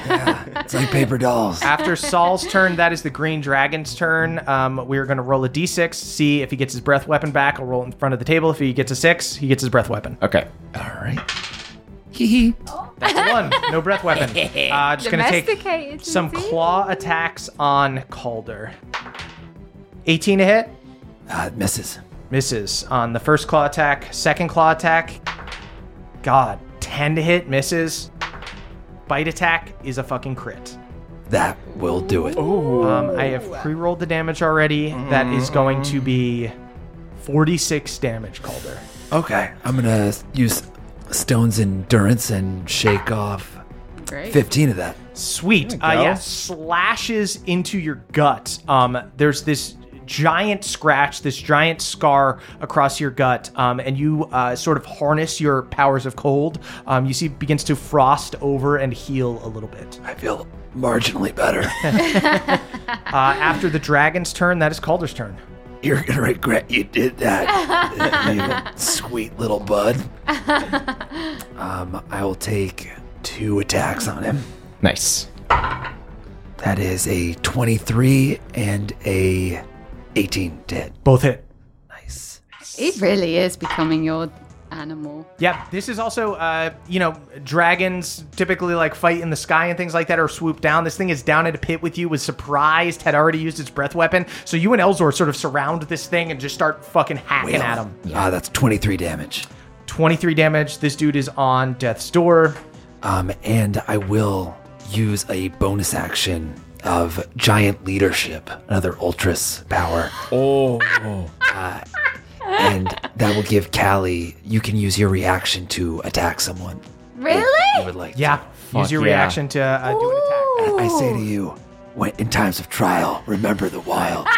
[SPEAKER 2] It's like paper dolls.
[SPEAKER 1] After Saul's turn, that is the green dragon's turn. Um, we are going to roll a d6, see if he gets his breath weapon back. I'll roll it in front of the table. If he gets a six, he gets his breath weapon.
[SPEAKER 4] Okay.
[SPEAKER 2] All right. Hee hee.
[SPEAKER 1] That's a one. No breath weapon. Uh, just going to take
[SPEAKER 3] Domesticated.
[SPEAKER 1] some claw attacks on Calder. 18 to hit.
[SPEAKER 2] Uh, it misses.
[SPEAKER 1] Misses on the first claw attack. Second claw attack. God, 10 to hit. Misses. Bite attack is a fucking crit.
[SPEAKER 2] That will do it.
[SPEAKER 1] Um, I have pre rolled the damage already. That is going to be 46 damage, Calder.
[SPEAKER 2] Okay, I'm gonna use Stone's endurance and shake off
[SPEAKER 3] Great.
[SPEAKER 2] 15 of that.
[SPEAKER 1] Sweet. Uh, yeah, slashes into your gut. Um, there's this giant scratch, this giant scar across your gut, um, and you uh, sort of harness your powers of cold. Um, you see, it begins to frost over and heal a little bit.
[SPEAKER 2] I feel marginally better.
[SPEAKER 1] Uh, after the dragon's turn, that is Calder's turn.
[SPEAKER 2] You're gonna regret you did that, you sweet little bud. Um, I will take two attacks on him.
[SPEAKER 4] Nice.
[SPEAKER 2] That is a 23 and a 18 dead.
[SPEAKER 1] Both hit.
[SPEAKER 3] It really is becoming your animal.
[SPEAKER 1] Yeah, this is also, uh, you know, dragons typically like fight in the sky and things like that, or swoop down. This thing is down in a pit with you. Was surprised, had already used its breath weapon. So you and Elzor sort of surround this thing and just start fucking hacking at him.
[SPEAKER 2] Ah, that's 23 damage.
[SPEAKER 1] 23 damage. This dude is on death's door.
[SPEAKER 2] Um, and I will use a bonus action of giant leadership, another ultras power.
[SPEAKER 15] Oh.
[SPEAKER 2] Uh, and that will give Callie, you can use your reaction to attack someone.
[SPEAKER 3] Really?
[SPEAKER 2] I would like
[SPEAKER 1] Yeah. Use
[SPEAKER 2] Fuck
[SPEAKER 1] your
[SPEAKER 2] yeah.
[SPEAKER 1] reaction to uh, do an attack.
[SPEAKER 2] And I say to you, when, in times of trial, remember the wild.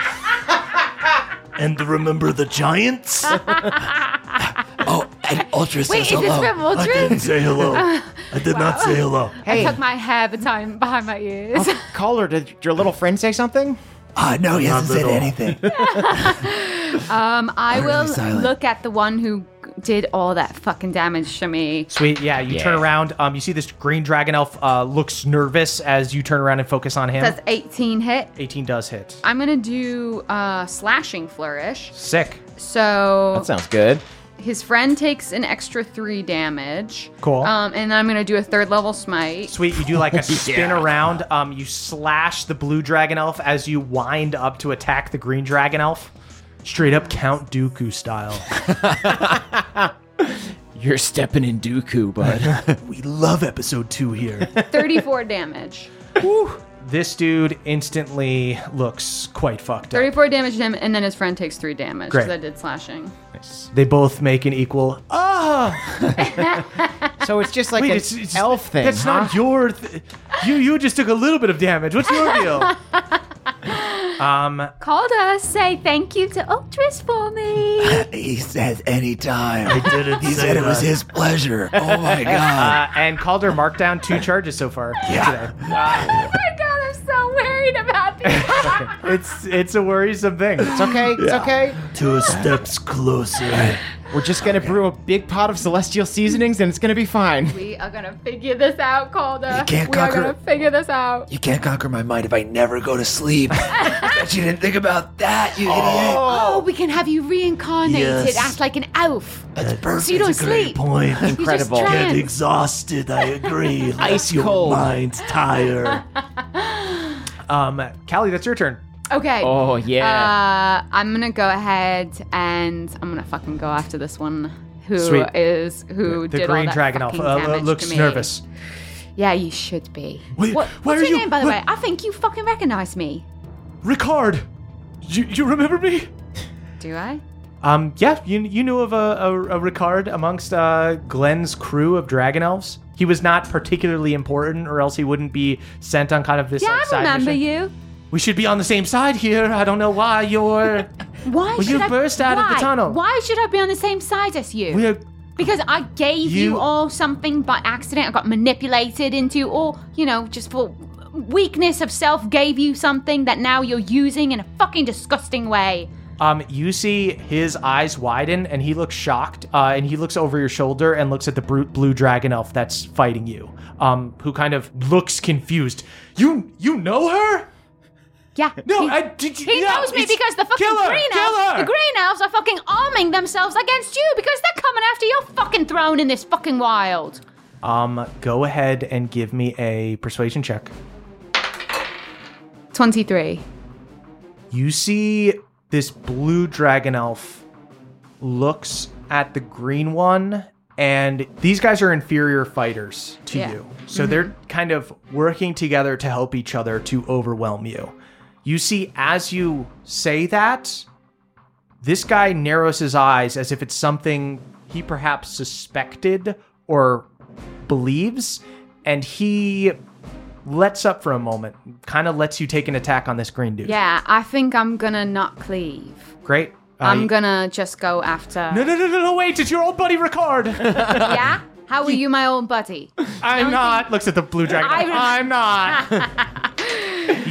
[SPEAKER 6] And remember the giants?
[SPEAKER 2] oh, and Ultra
[SPEAKER 3] Wait,
[SPEAKER 2] says
[SPEAKER 3] is this
[SPEAKER 2] hello.
[SPEAKER 3] from Ultras?
[SPEAKER 6] I didn't say hello.
[SPEAKER 3] Uh,
[SPEAKER 6] I did not say hello.
[SPEAKER 3] I tuck my hair behind, behind my ears.
[SPEAKER 5] Caller, did your little friend say something?
[SPEAKER 2] Uh, no, he hasn't
[SPEAKER 6] Not at
[SPEAKER 2] said
[SPEAKER 6] all.
[SPEAKER 2] anything.
[SPEAKER 3] um, I will
[SPEAKER 2] silent.
[SPEAKER 3] look at the one who did all that fucking damage to me.
[SPEAKER 1] Sweet, yeah. You turn around. Um, you see this green dragon elf uh, looks nervous as you turn around and focus on him.
[SPEAKER 3] Does 18 hit?
[SPEAKER 1] 18 does hit.
[SPEAKER 3] I'm gonna do uh, slashing flourish.
[SPEAKER 1] Sick.
[SPEAKER 3] So
[SPEAKER 5] That sounds good.
[SPEAKER 3] his friend takes an extra three damage.
[SPEAKER 1] Cool.
[SPEAKER 3] Um, and then I'm gonna do a third level smite.
[SPEAKER 1] Sweet, you do like a spin around. Um, you slash the blue dragon elf as you wind up to attack the green dragon elf. Straight up Count Dooku style.
[SPEAKER 5] You're stepping in Dooku, bud.
[SPEAKER 6] We love episode two here.
[SPEAKER 3] 34 damage.
[SPEAKER 1] this dude instantly looks quite fucked up.
[SPEAKER 3] 34 damage to him, and then his friend takes three damage
[SPEAKER 1] Great.
[SPEAKER 3] because I did slashing.
[SPEAKER 1] They both make an equal. Ah,
[SPEAKER 5] so it's just like
[SPEAKER 1] wait,
[SPEAKER 5] an
[SPEAKER 1] it's, it's
[SPEAKER 5] elf thing.
[SPEAKER 1] That's
[SPEAKER 5] huh?
[SPEAKER 1] not your. Th- you you just took a little bit of damage. What's your deal? um,
[SPEAKER 3] Called us, say thank you to Ultras for me. Oh
[SPEAKER 2] he says anytime.
[SPEAKER 6] I
[SPEAKER 3] uh,
[SPEAKER 6] didn't
[SPEAKER 2] He
[SPEAKER 6] say
[SPEAKER 2] said it was
[SPEAKER 6] that.
[SPEAKER 2] his pleasure. Oh my god.
[SPEAKER 1] uh, and Calder marked down two charges so far
[SPEAKER 2] Yeah.
[SPEAKER 1] today.
[SPEAKER 3] oh my god, I'm so worried about this.
[SPEAKER 1] It's it's a worrisome thing.
[SPEAKER 5] It's okay. It's okay.
[SPEAKER 6] Two steps closer.
[SPEAKER 5] We're just gonna brew a big pot of celestial seasonings, and it's gonna be fine.
[SPEAKER 3] we are gonna figure this out, Calder.
[SPEAKER 2] You can't
[SPEAKER 3] we are
[SPEAKER 2] conquer-
[SPEAKER 3] gonna figure this out.
[SPEAKER 2] You can't conquer my mind if I never go to sleep. I bet you didn't think about that, you
[SPEAKER 3] Oh, we can have you reincarnated,
[SPEAKER 6] Yes.
[SPEAKER 3] act like an elf.
[SPEAKER 6] That's perfect.
[SPEAKER 3] So you don't
[SPEAKER 6] That's a great
[SPEAKER 3] sleep.
[SPEAKER 6] Point.
[SPEAKER 5] Incredible.
[SPEAKER 3] You just
[SPEAKER 6] Get
[SPEAKER 3] trans.
[SPEAKER 6] exhausted. I agree. Let
[SPEAKER 5] Ice
[SPEAKER 6] your
[SPEAKER 5] cold.
[SPEAKER 6] Mind's tired.
[SPEAKER 1] Um, Callie, that's your turn.
[SPEAKER 3] Okay.
[SPEAKER 5] Oh yeah.
[SPEAKER 3] Uh, I'm gonna go ahead and I'm gonna fucking go after this one. who is
[SPEAKER 1] Sweet.
[SPEAKER 3] who
[SPEAKER 1] The
[SPEAKER 3] did all
[SPEAKER 1] green
[SPEAKER 3] that
[SPEAKER 1] dragon elf
[SPEAKER 3] fucking
[SPEAKER 1] uh,
[SPEAKER 3] damage
[SPEAKER 1] looks
[SPEAKER 3] to me.
[SPEAKER 1] nervous.
[SPEAKER 3] Yeah, you should be.
[SPEAKER 6] Wait,
[SPEAKER 3] what,
[SPEAKER 6] where
[SPEAKER 3] what's
[SPEAKER 6] are
[SPEAKER 3] your
[SPEAKER 6] you?
[SPEAKER 3] name, by the
[SPEAKER 6] Where-
[SPEAKER 3] way? I think you fucking recognize me.
[SPEAKER 6] Ricard, you, you remember me?
[SPEAKER 3] Do I?
[SPEAKER 1] Um, yeah, you, you knew of a, a, a Ricard amongst uh, Glenn's crew of dragon elves. He was not particularly important, or else he wouldn't be sent on kind of this
[SPEAKER 3] Yeah,
[SPEAKER 1] like,
[SPEAKER 3] I
[SPEAKER 1] side
[SPEAKER 3] remember
[SPEAKER 1] mission.
[SPEAKER 3] you.
[SPEAKER 1] We should be on the same side here. I don't know why you're.
[SPEAKER 3] Why
[SPEAKER 1] Well,
[SPEAKER 3] should
[SPEAKER 1] you
[SPEAKER 3] I,
[SPEAKER 1] burst out of the
[SPEAKER 3] why?
[SPEAKER 1] tunnel.
[SPEAKER 3] Why should I be on the same side as you?
[SPEAKER 1] we're
[SPEAKER 3] because I gave you,
[SPEAKER 1] You-
[SPEAKER 3] all something by accident. I got manipulated into, or you know, just for weakness of self, gave you something that now you're using in a fucking disgusting way.
[SPEAKER 1] Um, you see his eyes widen, and he looks shocked. Uh, and he looks over your shoulder and looks at the brute blue dragon elf that's fighting you. Um, who kind of looks confused. You you know her?
[SPEAKER 3] Yeah.
[SPEAKER 1] No,
[SPEAKER 3] he,
[SPEAKER 1] I did. You,
[SPEAKER 3] he
[SPEAKER 1] no,
[SPEAKER 3] knows me
[SPEAKER 1] it's-
[SPEAKER 3] because the fucking
[SPEAKER 1] kill her,
[SPEAKER 3] green
[SPEAKER 1] kill
[SPEAKER 3] elves,
[SPEAKER 1] her.
[SPEAKER 3] the green elves are fucking arming themselves against you because they're coming after your fucking throne in this fucking wild.
[SPEAKER 1] Um, go ahead and give me a persuasion check.
[SPEAKER 3] Twenty-three.
[SPEAKER 1] You see this blue dragon elf looks at the green one, and these guys are inferior fighters to
[SPEAKER 3] Yeah.
[SPEAKER 1] you. So they're kind of working together to help each other to overwhelm you. You see, as you say that, this guy narrows his eyes as if it's something he perhaps suspected or believes, and he lets up for a moment, kind of lets you take an attack on this green dude.
[SPEAKER 3] Yeah, I think I'm gonna not cleave.
[SPEAKER 1] Great. Uh,
[SPEAKER 3] I'm gonna just go after.
[SPEAKER 1] No, no, no, no, no, wait, it's your old buddy Ricard.
[SPEAKER 3] Yeah? How are you, my old buddy?
[SPEAKER 1] I'm not. Looks at the blue dragon.
[SPEAKER 3] I-
[SPEAKER 1] I'm not.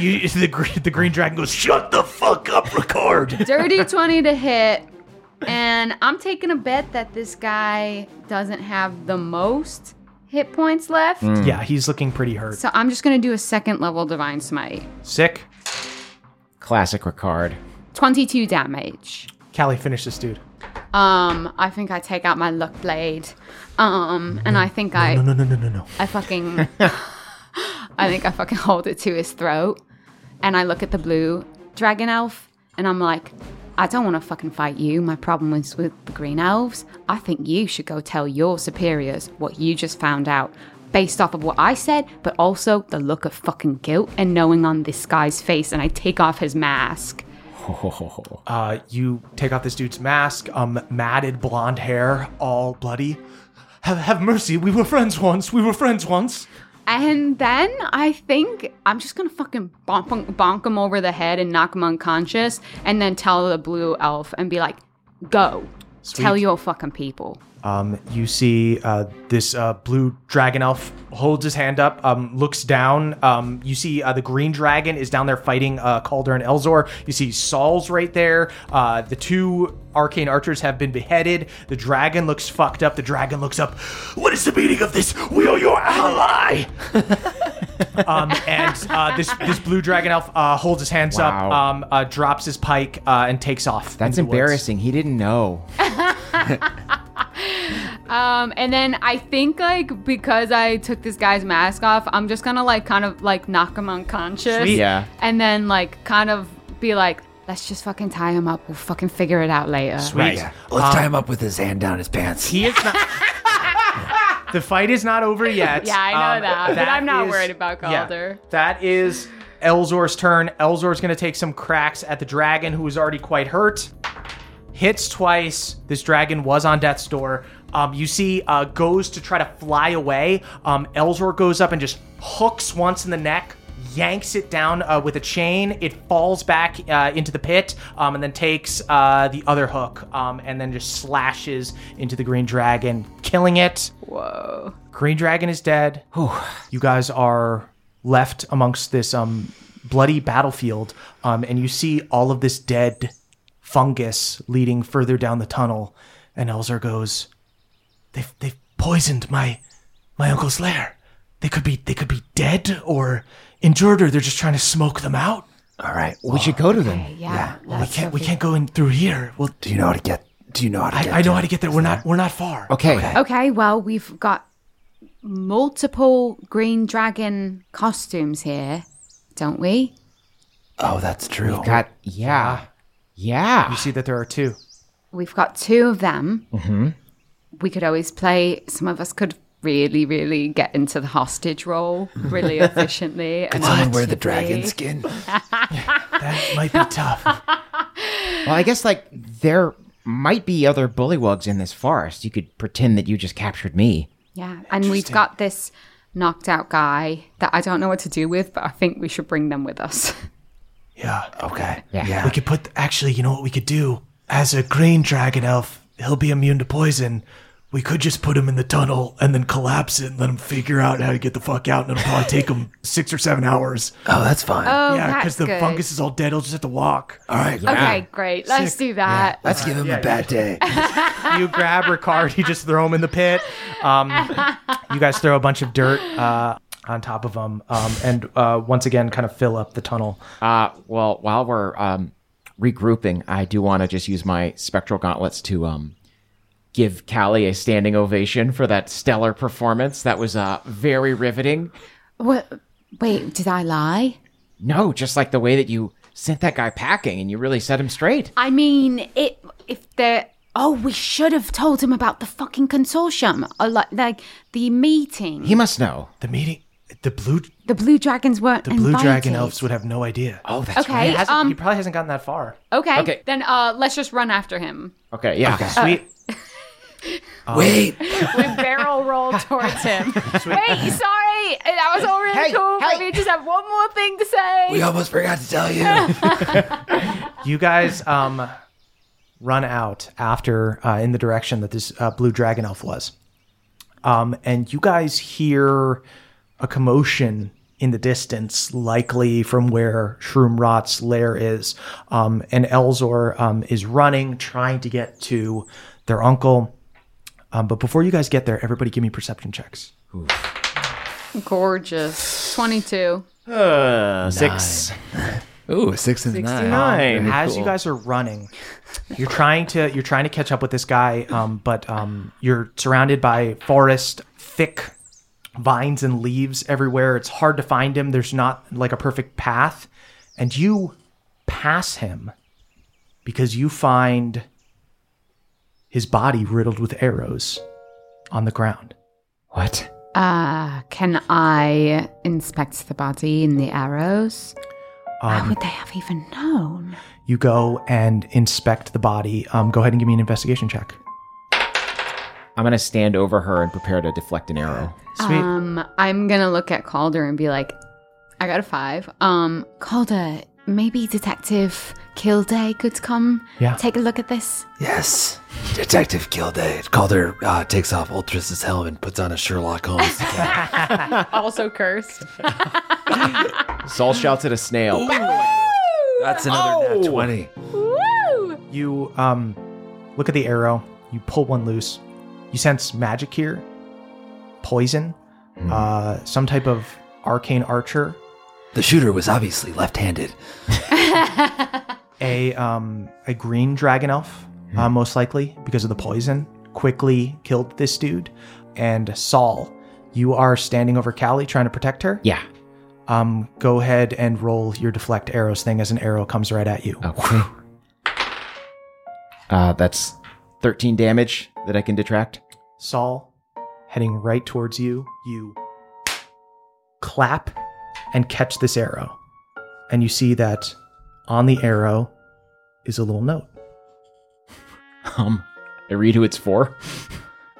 [SPEAKER 1] you, the, gre- the green dragon goes, shut the fuck up, Ricard.
[SPEAKER 3] Dirty 20 to hit. And I'm taking a bet that this guy doesn't have the most hit points left.
[SPEAKER 1] yeah, he's looking pretty hurt.
[SPEAKER 3] So I'm just gonna do a second level divine smite.
[SPEAKER 1] Sick.
[SPEAKER 5] Classic Ricard.
[SPEAKER 3] 22 damage.
[SPEAKER 1] Callie, finish this dude.
[SPEAKER 3] Um, I think I take out my luck blade. Um, and I think I
[SPEAKER 6] No, no, no, no, no, no.
[SPEAKER 3] I fucking I think I fucking hold it to his throat and I look at the blue dragon elf and I'm like, I don't want to fucking fight you. My problem is with the green elves. I think you should go tell your superiors what you just found out based off of what I said, but also the look of fucking guilt and knowing on this guy's face and I take off his mask.
[SPEAKER 1] Uh, you take off this dude's mask, um, matted blonde hair, all bloody. Have, have mercy, we were friends once, we were friends once.
[SPEAKER 3] And then I think I'm just gonna fucking bonk, bonk him over the head and knock him unconscious, and then tell the blue elf and be like, "Go, tell your fucking people."
[SPEAKER 1] Um, you see uh, this uh, blue dragon elf holds his hand up, um, looks down. Um, you see uh, the green dragon is down there fighting uh, Calder and Elzor. You see Saul's right there. Uh, the two arcane archers have been beheaded. The dragon looks fucked up. The dragon looks up. What is the meaning of this? We are your ally. um, and uh, this this blue dragon elf uh, holds his hands up,
[SPEAKER 5] Wow.
[SPEAKER 1] um, uh, drops his pike, uh, and takes off.
[SPEAKER 5] That's
[SPEAKER 1] into the woods.
[SPEAKER 5] embarrassing. He didn't know.
[SPEAKER 3] Um, and then I think like because I took this guy's mask off, I'm just gonna like kind of like knock him unconscious,
[SPEAKER 5] Sweet. Yeah.
[SPEAKER 3] and then like kind of be like, "Let's just fucking tie him up. We'll fucking figure it out later."
[SPEAKER 1] Sweet.
[SPEAKER 2] Yeah. Let's tie him up with his hand down his pants.
[SPEAKER 1] He is not. the fight is not over yet.
[SPEAKER 3] Yeah, I know
[SPEAKER 1] Um,
[SPEAKER 3] that, but I'm not
[SPEAKER 1] is-
[SPEAKER 3] worried about
[SPEAKER 1] yeah.
[SPEAKER 3] Calder.
[SPEAKER 1] that is Elzor's turn. Elzor's going to take some cracks at the dragon, who is already quite hurt. Hits twice. This dragon was on death's door. Um, you see, uh, goes to try to fly away. Um, Elzor goes up and just hooks once in the neck, yanks it down uh, with a chain. It falls back uh, into the pit, um, and then takes uh, the other hook, um, and then just slashes into the green dragon, killing it.
[SPEAKER 3] Whoa.
[SPEAKER 1] Green Dragon is dead. You guys are left amongst this um, bloody battlefield, um, and you see all of this dead fungus leading further down the tunnel. And Elzer goes,
[SPEAKER 6] They've they've poisoned my my uncle's lair. They could be they could be dead or injured or they're just trying to smoke them out.
[SPEAKER 2] All right.
[SPEAKER 5] We should go to them.
[SPEAKER 3] Yeah.
[SPEAKER 6] Well, we can't we can't go in through here. Well,
[SPEAKER 2] Do you know how to get? Do you know how to get?
[SPEAKER 6] I, I know how to get there. We're not we're not far.
[SPEAKER 5] Okay.
[SPEAKER 3] Okay, well, we've got multiple green dragon costumes here, don't we?
[SPEAKER 2] Oh, that's true.
[SPEAKER 5] Got yeah. Yeah.
[SPEAKER 1] "You see that there are two.
[SPEAKER 3] We've got two of them. Mm-hmm. We could always play, some of us could really, really get into the hostage role really efficiently. and
[SPEAKER 2] Someone wear the dragon
[SPEAKER 3] actively.
[SPEAKER 2] skin.
[SPEAKER 6] That might be tough.
[SPEAKER 5] Well, I guess like there might be other bullywugs in this forest. You could pretend that you just captured me.
[SPEAKER 3] Yeah, and we've got this knocked out guy that I don't know what to do with, but I think we should bring them with us.
[SPEAKER 6] Yeah.
[SPEAKER 2] Okay.
[SPEAKER 6] We could put actually, you know what we could do? As a green dragon elf, he'll be immune to poison. We could just put him in the tunnel and then collapse it and let him figure out how to get the fuck out, and it'll probably take him six or seven hours.
[SPEAKER 2] Oh, that's fine.
[SPEAKER 3] Oh,
[SPEAKER 6] yeah,
[SPEAKER 3] that's
[SPEAKER 6] the
[SPEAKER 3] good.
[SPEAKER 6] fungus is all dead. He'll just have to walk.
[SPEAKER 2] All right.
[SPEAKER 3] Okay, great. Let's do that.
[SPEAKER 2] Let's give him a bad day.
[SPEAKER 1] You grab Ricard, you just throw him in the pit. Um, you guys throw a bunch of dirt uh, on top of him, um, and uh, once again, kind of fill up the tunnel.
[SPEAKER 5] Uh well, while we're um regrouping, I do want to just use my spectral gauntlets to um give Callie a standing ovation for that stellar performance. That was uh very riveting.
[SPEAKER 3] What? Wait, did I lie?
[SPEAKER 5] No, just like the way that you sent that guy packing and you really set him straight.
[SPEAKER 3] I mean, it. If the oh, we should have told him about the fucking consortium, or like like the meeting.
[SPEAKER 5] He must know.
[SPEAKER 6] The meeting, the blue,
[SPEAKER 3] the blue dragons weren't
[SPEAKER 6] the blue dragon
[SPEAKER 3] invited.
[SPEAKER 6] elves would have no idea.
[SPEAKER 5] Oh, that's
[SPEAKER 3] Okay.
[SPEAKER 1] Hasn't- he
[SPEAKER 3] Um.
[SPEAKER 1] probably hasn't gotten that far.
[SPEAKER 3] Okay.
[SPEAKER 5] Okay.
[SPEAKER 3] Then uh, let's just run after him.
[SPEAKER 5] Okay, yeah.
[SPEAKER 3] uh,
[SPEAKER 1] Sweet.
[SPEAKER 2] Wait.
[SPEAKER 3] We barrel roll towards him. Wait, sorry, that was all really
[SPEAKER 5] Hey,
[SPEAKER 3] cool.
[SPEAKER 5] hey.
[SPEAKER 3] But we just have one more thing to say.
[SPEAKER 2] We almost forgot to tell you.
[SPEAKER 1] You guys um, run out after uh, in the direction that this uh, blue dragon elf was. Um, and you guys hear a commotion in the distance, likely from where Shroomrot's lair is. Um, and Elzor um, is running, trying to get to their uncle. Um, but before you guys get there, everybody give me perception checks.
[SPEAKER 3] Gorgeous. Twenty-two.
[SPEAKER 5] Six.
[SPEAKER 16] Ooh, six and nine.
[SPEAKER 1] Um, As you guys are running, you're trying to you're trying to catch up with this guy, um, but um, you're surrounded by forest, thick vines and leaves everywhere. It's hard to find him. There's not like a perfect path, and you pass him because you find his body riddled with arrows on the ground.
[SPEAKER 5] What?
[SPEAKER 3] Uh, can I inspect the body and the arrows? How
[SPEAKER 1] Um,
[SPEAKER 3] would they have even known?
[SPEAKER 1] You go and inspect the body. Um, go ahead and give me an investigation check.
[SPEAKER 5] I'm gonna stand over her and prepare to deflect an arrow.
[SPEAKER 1] Sweet.
[SPEAKER 3] Um, I'm gonna look at Calder and be like, I got a five. Um, Calder, maybe Detective Kilday could come
[SPEAKER 1] Yeah.
[SPEAKER 3] take a look at this.
[SPEAKER 2] Yes. Detective Gilday. Calder uh, takes off Ultras' helm and puts on a Sherlock Holmes cap.
[SPEAKER 17] also cursed.
[SPEAKER 5] Saul shouts at a snail.
[SPEAKER 16] That's another nat 20.
[SPEAKER 17] Woo!
[SPEAKER 1] You um, look at the arrow. You pull one loose. You sense magic here, poison,
[SPEAKER 5] Hmm.
[SPEAKER 1] uh, some type of arcane archer,
[SPEAKER 2] the shooter was obviously left handed.
[SPEAKER 1] a um, a green dragon elf,
[SPEAKER 5] Hmm.
[SPEAKER 1] uh, most likely because of the poison. Quickly killed this dude, and Saul. You are standing over Callie, trying to protect her.
[SPEAKER 5] Yeah.
[SPEAKER 1] Um, go ahead and roll your deflect arrows thing as an arrow comes right at you.
[SPEAKER 5] Okay. Oh, Uh, that's 13 damage that I can detract.
[SPEAKER 1] Saul, heading right towards you, you clap and catch this arrow. And you see that on the arrow is a little note.
[SPEAKER 5] Um, I read who it's for.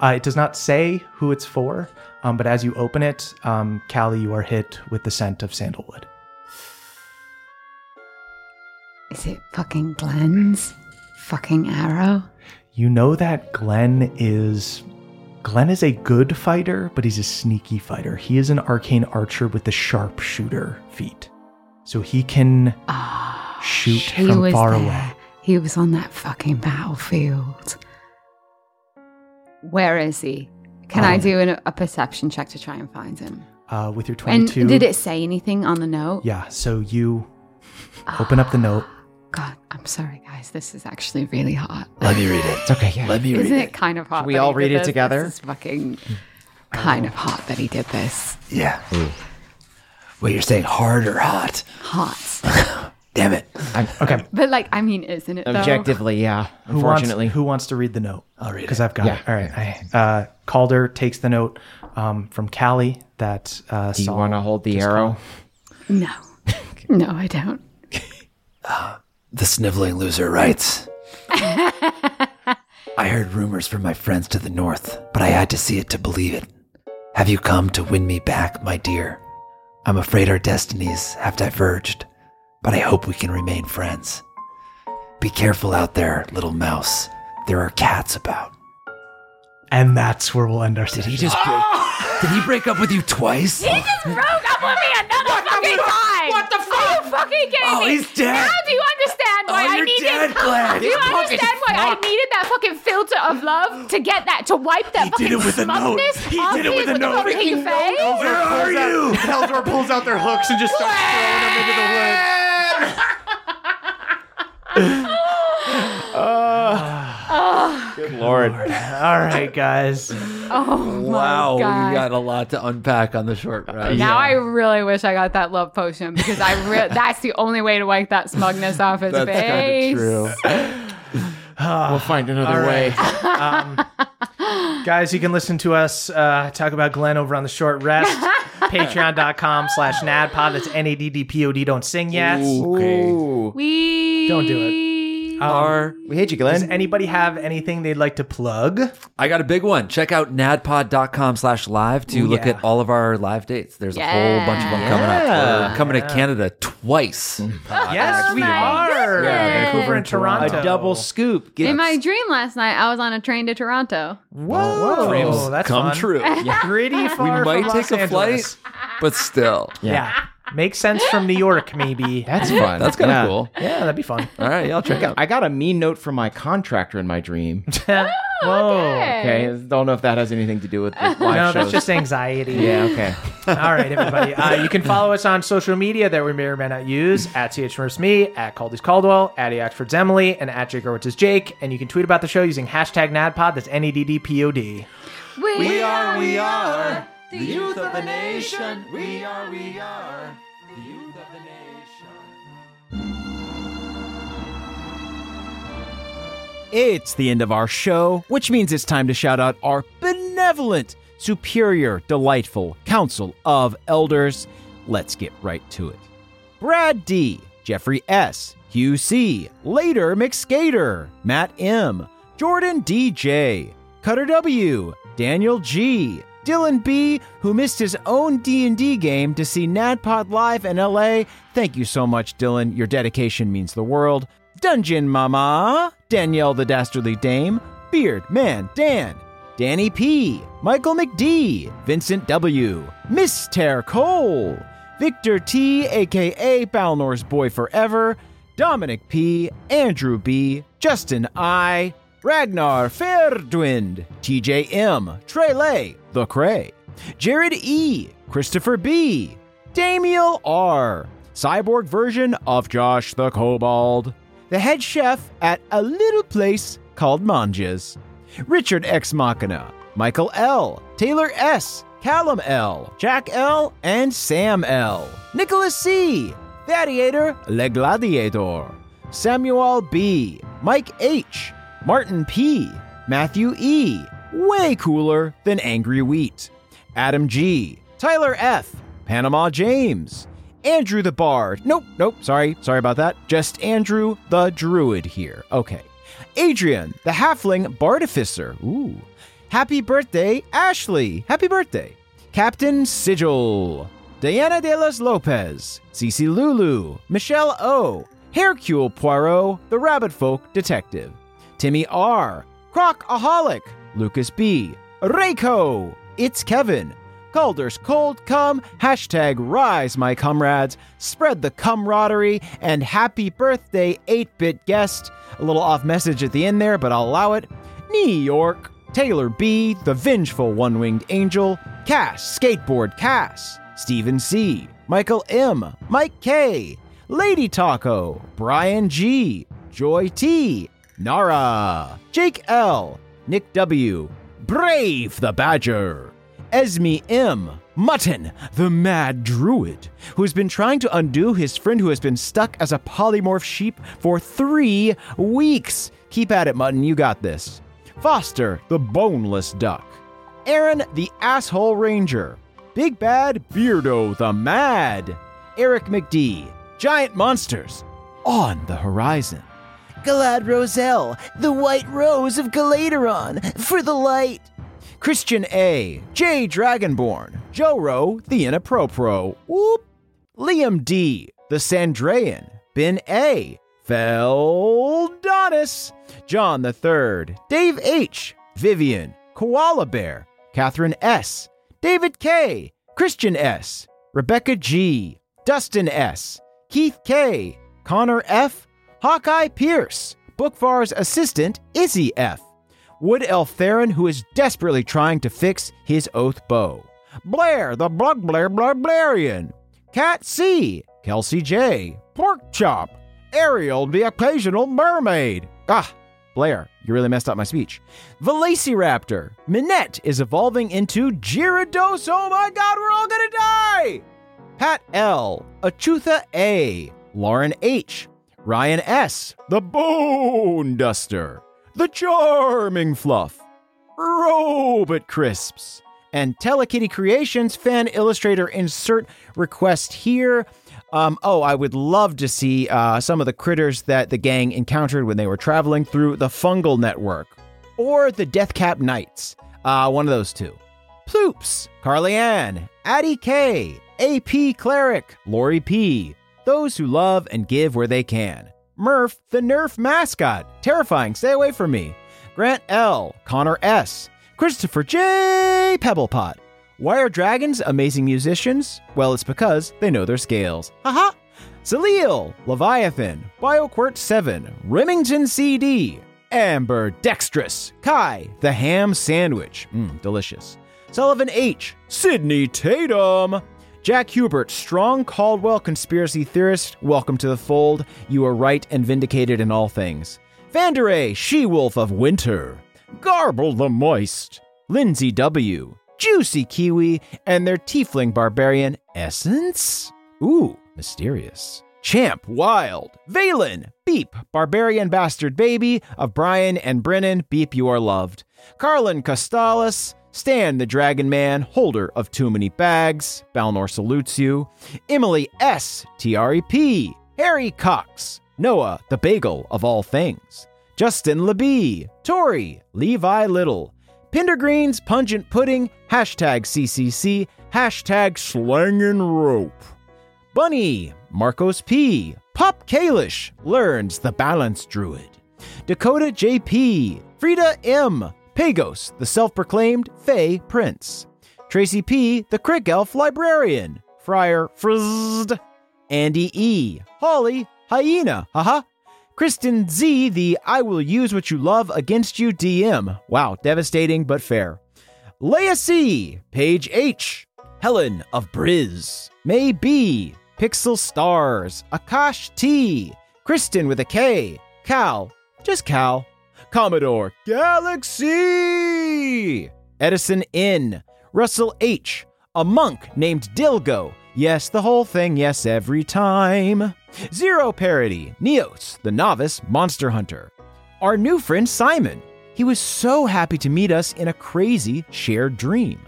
[SPEAKER 1] Uh, it does not say who it's for, um, but as you open it, um, Callie, you are hit with the scent of sandalwood.
[SPEAKER 3] Is it fucking Glenn's fucking arrow?
[SPEAKER 1] You know that Glenn is. Glenn is a good fighter, but he's a sneaky fighter. He is an arcane archer with the sharpshooter feat. So he can shoot
[SPEAKER 3] Ah, He
[SPEAKER 1] from
[SPEAKER 3] was
[SPEAKER 1] far
[SPEAKER 3] there.
[SPEAKER 1] away.
[SPEAKER 3] He was on that fucking battlefield. Where is he? Can I
[SPEAKER 1] Um,
[SPEAKER 3] do an, a perception check to try and find him?
[SPEAKER 1] uh, with your 22.
[SPEAKER 3] And did it say anything on the note?
[SPEAKER 1] Yeah, so you
[SPEAKER 3] Ah.
[SPEAKER 1] open up the note.
[SPEAKER 3] God, I'm sorry, guys. This is actually really hot.
[SPEAKER 2] Let me read it. It's
[SPEAKER 5] okay, yeah.
[SPEAKER 2] Let me read
[SPEAKER 3] Isn't
[SPEAKER 2] it.
[SPEAKER 3] it kind of hot?
[SPEAKER 5] we
[SPEAKER 3] that
[SPEAKER 5] all
[SPEAKER 3] he
[SPEAKER 5] read
[SPEAKER 3] did
[SPEAKER 5] it
[SPEAKER 3] this?
[SPEAKER 5] together?
[SPEAKER 3] This is fucking kind of hot that he did this.
[SPEAKER 2] Yeah. Wait, you're saying hard or hot?
[SPEAKER 3] Hot.
[SPEAKER 2] Damn it.
[SPEAKER 5] I'm,
[SPEAKER 1] okay.
[SPEAKER 3] But like, I mean, isn't it though?
[SPEAKER 5] Objectively, yeah.
[SPEAKER 1] Who wants,
[SPEAKER 5] unfortunately.
[SPEAKER 1] who wants to read the note? I'll read it. Because I've got
[SPEAKER 5] Yeah.
[SPEAKER 1] it. All right. I, uh, Calder takes the note um, from Callie that. Uh,
[SPEAKER 5] Do you
[SPEAKER 1] Saul
[SPEAKER 5] want to hold the
[SPEAKER 1] just
[SPEAKER 5] arrow?
[SPEAKER 1] called.
[SPEAKER 3] No. No, I don't.
[SPEAKER 2] The sniveling loser writes I heard rumors from my friends to the north, but I had to see it to believe it. Have you come to win me back, my dear? I'm afraid our destinies have diverged, but I hope we can remain friends. Be careful out there, little mouse. There are cats about.
[SPEAKER 1] And that's where we'll end our session.
[SPEAKER 2] He just break, did he break up with you twice?
[SPEAKER 17] He just broke up with me another fucking time. What the fuck? Are you fucking kidding
[SPEAKER 2] Oh,
[SPEAKER 17] me?
[SPEAKER 2] he's dead.
[SPEAKER 17] Now do you understand why
[SPEAKER 2] Oh,
[SPEAKER 17] I
[SPEAKER 2] you're
[SPEAKER 17] needed?
[SPEAKER 2] dead, Glenn.
[SPEAKER 17] Do you
[SPEAKER 2] You fucking
[SPEAKER 17] understand why
[SPEAKER 2] fuck.
[SPEAKER 17] I needed that fucking filter of love to get that to wipe that
[SPEAKER 2] He
[SPEAKER 17] fucking
[SPEAKER 2] did it with a note.
[SPEAKER 17] smugness
[SPEAKER 2] He
[SPEAKER 17] off
[SPEAKER 2] did it
[SPEAKER 17] his
[SPEAKER 2] with a note.
[SPEAKER 17] fucking face?
[SPEAKER 2] Where are you?
[SPEAKER 18] Eldor pulls out their hooks and just starts throwing them into the woods.
[SPEAKER 5] Good lord.
[SPEAKER 1] All right, guys.
[SPEAKER 3] Oh
[SPEAKER 16] Wow,
[SPEAKER 3] my god.
[SPEAKER 16] we got a lot to unpack on the short rest.
[SPEAKER 3] Now I really wish I got that love potion because I re- that's the only way to wipe that smugness off his
[SPEAKER 16] That's
[SPEAKER 3] face.
[SPEAKER 16] kind of true.
[SPEAKER 5] We'll find another
[SPEAKER 1] All
[SPEAKER 5] way.
[SPEAKER 1] right. um, guys, you can listen to us uh, talk about Glenn over on the short rest. Patreon.com slash NADPOD. That's N A D D P O D. Don't sing yet.
[SPEAKER 5] Ooh.
[SPEAKER 3] We
[SPEAKER 1] Don't do it. Um,
[SPEAKER 5] We hate you,
[SPEAKER 1] does
[SPEAKER 5] Glenn.
[SPEAKER 1] anybody have anything they'd like to plug?
[SPEAKER 16] I got a big one. Check out nadpod.com slash live to
[SPEAKER 1] Ooh,
[SPEAKER 16] look
[SPEAKER 1] yeah.
[SPEAKER 16] at all of our live dates. There's a whole bunch of them coming up.
[SPEAKER 5] Yeah. Mm-hmm.
[SPEAKER 16] We're coming to Canada twice.
[SPEAKER 1] yes, we are.
[SPEAKER 16] Yeah,
[SPEAKER 1] Vancouver and
[SPEAKER 16] Toronto.
[SPEAKER 1] Toronto.
[SPEAKER 5] A double scoop. Get
[SPEAKER 3] In my dream last night, I was on a train to Toronto.
[SPEAKER 1] Whoa,
[SPEAKER 16] Dreams
[SPEAKER 1] Oh, that's
[SPEAKER 16] come
[SPEAKER 1] fun.
[SPEAKER 16] true.
[SPEAKER 1] Pretty
[SPEAKER 16] We
[SPEAKER 1] far.
[SPEAKER 16] might
[SPEAKER 1] from
[SPEAKER 16] take
[SPEAKER 1] Los
[SPEAKER 16] a
[SPEAKER 1] Angeles.
[SPEAKER 16] flight, but still.
[SPEAKER 1] Yeah. Makes sense from New York, maybe.
[SPEAKER 5] That's fun.
[SPEAKER 7] That's kinda
[SPEAKER 5] Yeah.
[SPEAKER 7] cool.
[SPEAKER 1] Yeah, that'd be fun.
[SPEAKER 7] All right, y'all
[SPEAKER 5] I got, I got a mean note from my contractor in my dream.
[SPEAKER 18] Oh,
[SPEAKER 1] Oh, Whoa.
[SPEAKER 5] Okay, don't know if that has anything to do with the live
[SPEAKER 1] no, that's
[SPEAKER 5] shows.
[SPEAKER 1] just anxiety.
[SPEAKER 5] Yeah, okay.
[SPEAKER 1] All right, everybody. Uh, you can follow us on social media that we may or may not use at me, at Caldy's Caldwell, at Eoxford's Emily, and at Jake Horowitz's Jake. And you can tweet about the show using hashtag NADPOD. That's N E D D P O D.
[SPEAKER 19] We,
[SPEAKER 7] are,
[SPEAKER 19] we are,
[SPEAKER 7] the youth of the nation.
[SPEAKER 19] We are, we are.
[SPEAKER 4] It's the end of our show, which means it's time to shout out our benevolent, superior, delightful Council of Elders. Let's get right to it. Brad D, Jeffrey S, Hugh C, Later McSkater, Matt M, Jordan DJ, Cutter W, Daniel G, Dylan B, who missed his own D&D game to see NADPOD live in LA. Thank you so much, Dylan. Your dedication means the world. Dungeon Mama, Danielle the Dastardly Dame, Beard Man Dan, Danny P, Michael McD, Vincent W, Miss Ter Cole, Victor T, aka Balnor's Boy Forever, Dominic P, Andrew B, Justin I, Ragnar Ferdwind, TJM, Trey Lay, The Cray, Jared E, Christopher B, Damiel R, cyborg version of Josh the Kobold, the head chef at a little place called Manjas, Richard X Machina, Michael L, Taylor S, Callum L, Jack L, and Sam L, Nicholas C, Gladiator Le Gladiator, Samuel B, Mike H, Martin P, Matthew E, way cooler than Angry Wheat. Adam G, Tyler F, Panama James, Andrew the Bard. Nope, nope, sorry, sorry about that. Just Andrew the Druid here. Okay. Adrian, the Halfling Bardificer. Ooh. Happy birthday, Ashley. Happy birthday. Captain Sigil, Diana de los Lopez, Cece Lulu, Michelle O, Hercule Poirot, the Rabbit Folk Detective, Timmy R, Crocaholic, Lucas B, Reiko, It's Kevin, Calder's Cold Cum, hashtag Rise My Comrades, spread the camaraderie, and happy birthday 8-bit guest. A little off message at the end there, but I'll allow it. New York, Taylor B, the vengeful one winged angel, Cass, skateboard Cass, Stephen C, Michael M, Mike K, Lady Taco, Brian G, Joy T, Nara, Jake L, Nick W, Brave the Badger, Esme M. Mutton, the mad druid, who's been trying to undo his friend who has been stuck as a polymorph sheep for three weeks. Keep at it, Mutton, you got this. Foster, the boneless duck. Aaron, the asshole ranger. Big Bad Beardo, the mad. Eric McD, giant monsters on the horizon. Galad Roselle, the white rose of Galateron, for the light. Christian A, J Dragonborn, Joro, the Inapropro, whoop. Liam D, the Sandrayan, Ben A, Feldonis, John the Third, Dave H, Vivian, Koala Bear, Catherine S, David K, Christian S, Rebecca G, Dustin S, Keith K, Connor F, Hawkeye Pierce, Bookvar's assistant Izzy F, Wood Elf Theron, who is desperately trying to fix his oath bow, Blair the Blug Blair Blug Blairian, Cat C, Kelsey J, Pork Chop, Ariel the Occasional Mermaid. Ah, Blair, you really messed up my speech. Velociraptor, Minette is evolving into Gyarados. Oh my god, we're all gonna die! Pat L, Achutha A, Lauren H, Ryan S, The Bone Duster, The Charming Fluff, Robot Crisps, and Telekitty Creations fan illustrator insert request here. Um, oh, I would love to see uh, some of the critters that the gang encountered when they were traveling through the Fungal Network or the Deathcap Knights. Uh, one of those two. Ploops, Carly Ann, Addie K, AP Cleric, Lori P, those who love and give where they can. Murph, the Nerf mascot, terrifying, stay away from me. Grant L, Connor S, Christopher J, Pebblepot, Why are dragons amazing musicians? Well, it's because they know their scales. Haha! Salil, Leviathan, BioQuirt 7, Remington CD, Amber Dextrous, Kai, The Ham Sandwich, mm, delicious. Sullivan H, Sydney Tatum, Jack Hubert, strong Caldwell conspiracy theorist, welcome to the fold. You are right and vindicated in all things. Vanderay, she wolf of winter. Garble the moist. Lindsay W. Juicy kiwi and their tiefling barbarian essence? Ooh, mysterious. Champ Wild, Valen, Beep, Barbarian Bastard Baby of Brian and Brennan, Beep, you are loved. Carlin Costalis, Stan the Dragon Man, holder of too many bags, Balnor salutes you. Emily S, E TREP, Harry Cox, Noah, the bagel of all things. Justin LeBee, Tori, Levi Little, Pindergreen's Pungent Pudding, hashtag CCC, hashtag slangin' rope. Bunny, Marcos P, Pop Kalish, Learns the Balance Druid, Dakota JP, Frida M, Pagos, the self proclaimed Fey Prince, Tracy P, the Crick Elf Librarian, Friar Frizzed, Andy E, Holly, Hyena, haha, Kristen Z, the I will use what you love against you DM. Wow, devastating but fair. Leia C, Page H, Helen of Briz, May B, Pixel Stars, Akash T, Kristen with a K, Cal, just Cal, Commodore Galaxy, Edison N, Russell H, a monk named Dilgo. Yes, the whole thing, yes, every time. Zero Parody, Neos, the novice monster hunter. Our new friend Simon. He was so happy to meet us in a crazy shared dream.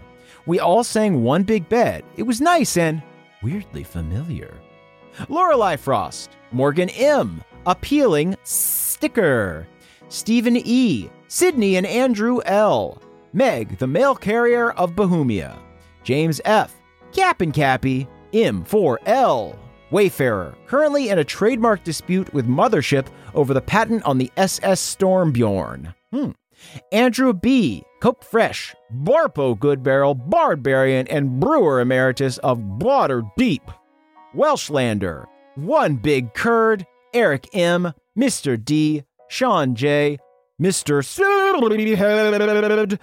[SPEAKER 4] We all sang One Big Bed. It was nice and weirdly familiar. Lorelei Frost, Morgan M, appealing sticker. Stephen E, Sydney and Andrew L, Meg, the mail carrier of Bohemia, James F, Cap and Cappy, M4L, Wayfarer, currently in a trademark dispute with Mothership over the patent on the SS Stormbjorn. Hmm. Andrew B., Cope Fresh, Barpo Goodbarrel, Barbarian, and Brewer Emeritus of Water Deep, Welshlander, One Big Curd, Eric M., Mr. D., Sean J., Mr. Silverhead,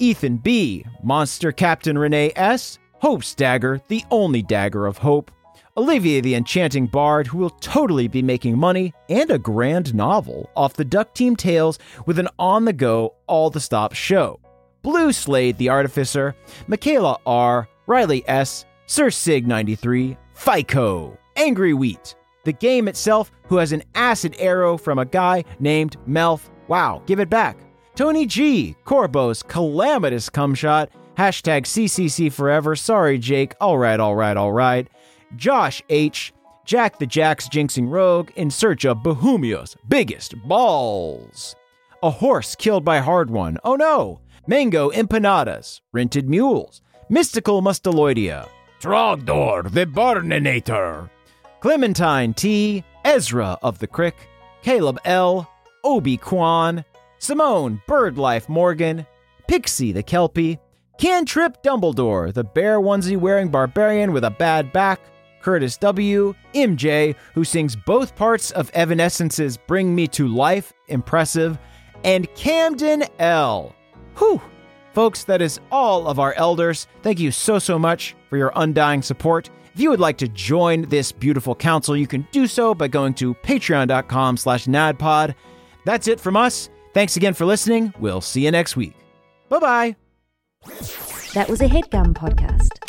[SPEAKER 4] Ethan B., Monster Captain Renee S., Hope's Dagger, the only dagger of hope, Olivia the enchanting bard who will totally be making money and a grand novel off the Duck Team Tales with an on the go, all the stop show. Blue Slade the Artificer, Michaela R., Riley S., Sir Sig 93, FICO, Angry Wheat, the game itself, who has an acid arrow from a guy named Melf. Wow, give it back. Tony G., Corbo's calamitous cumshot, hashtag CCC forever. Sorry, Jake. All right, all right, all right. Josh H., Jack the Jacks Jinxing Rogue in search of Bohemia's biggest balls. A horse killed by Hard One. Oh no! Mango empanadas, rented mules, mystical musteloidea, Trogdor the Burninator, Clementine T., Ezra of the Crick, Caleb L., Obi Kwan, Simone Birdlife Morgan, Pixie the Kelpie, Cantrip Dumbledore, the bear onesie wearing barbarian with a bad back, Curtis W., MJ, who sings both parts of Evanescence's Bring Me to Life, impressive, and Camden L. Whew! Folks, that is all of our elders. Thank you so, so much for your undying support. If you would like to join this beautiful council, you can do so by going to patreon.com slash nadpod. That's it from us. Thanks again for listening. We'll see you next week. Bye-bye.
[SPEAKER 20] That was a headgum podcast.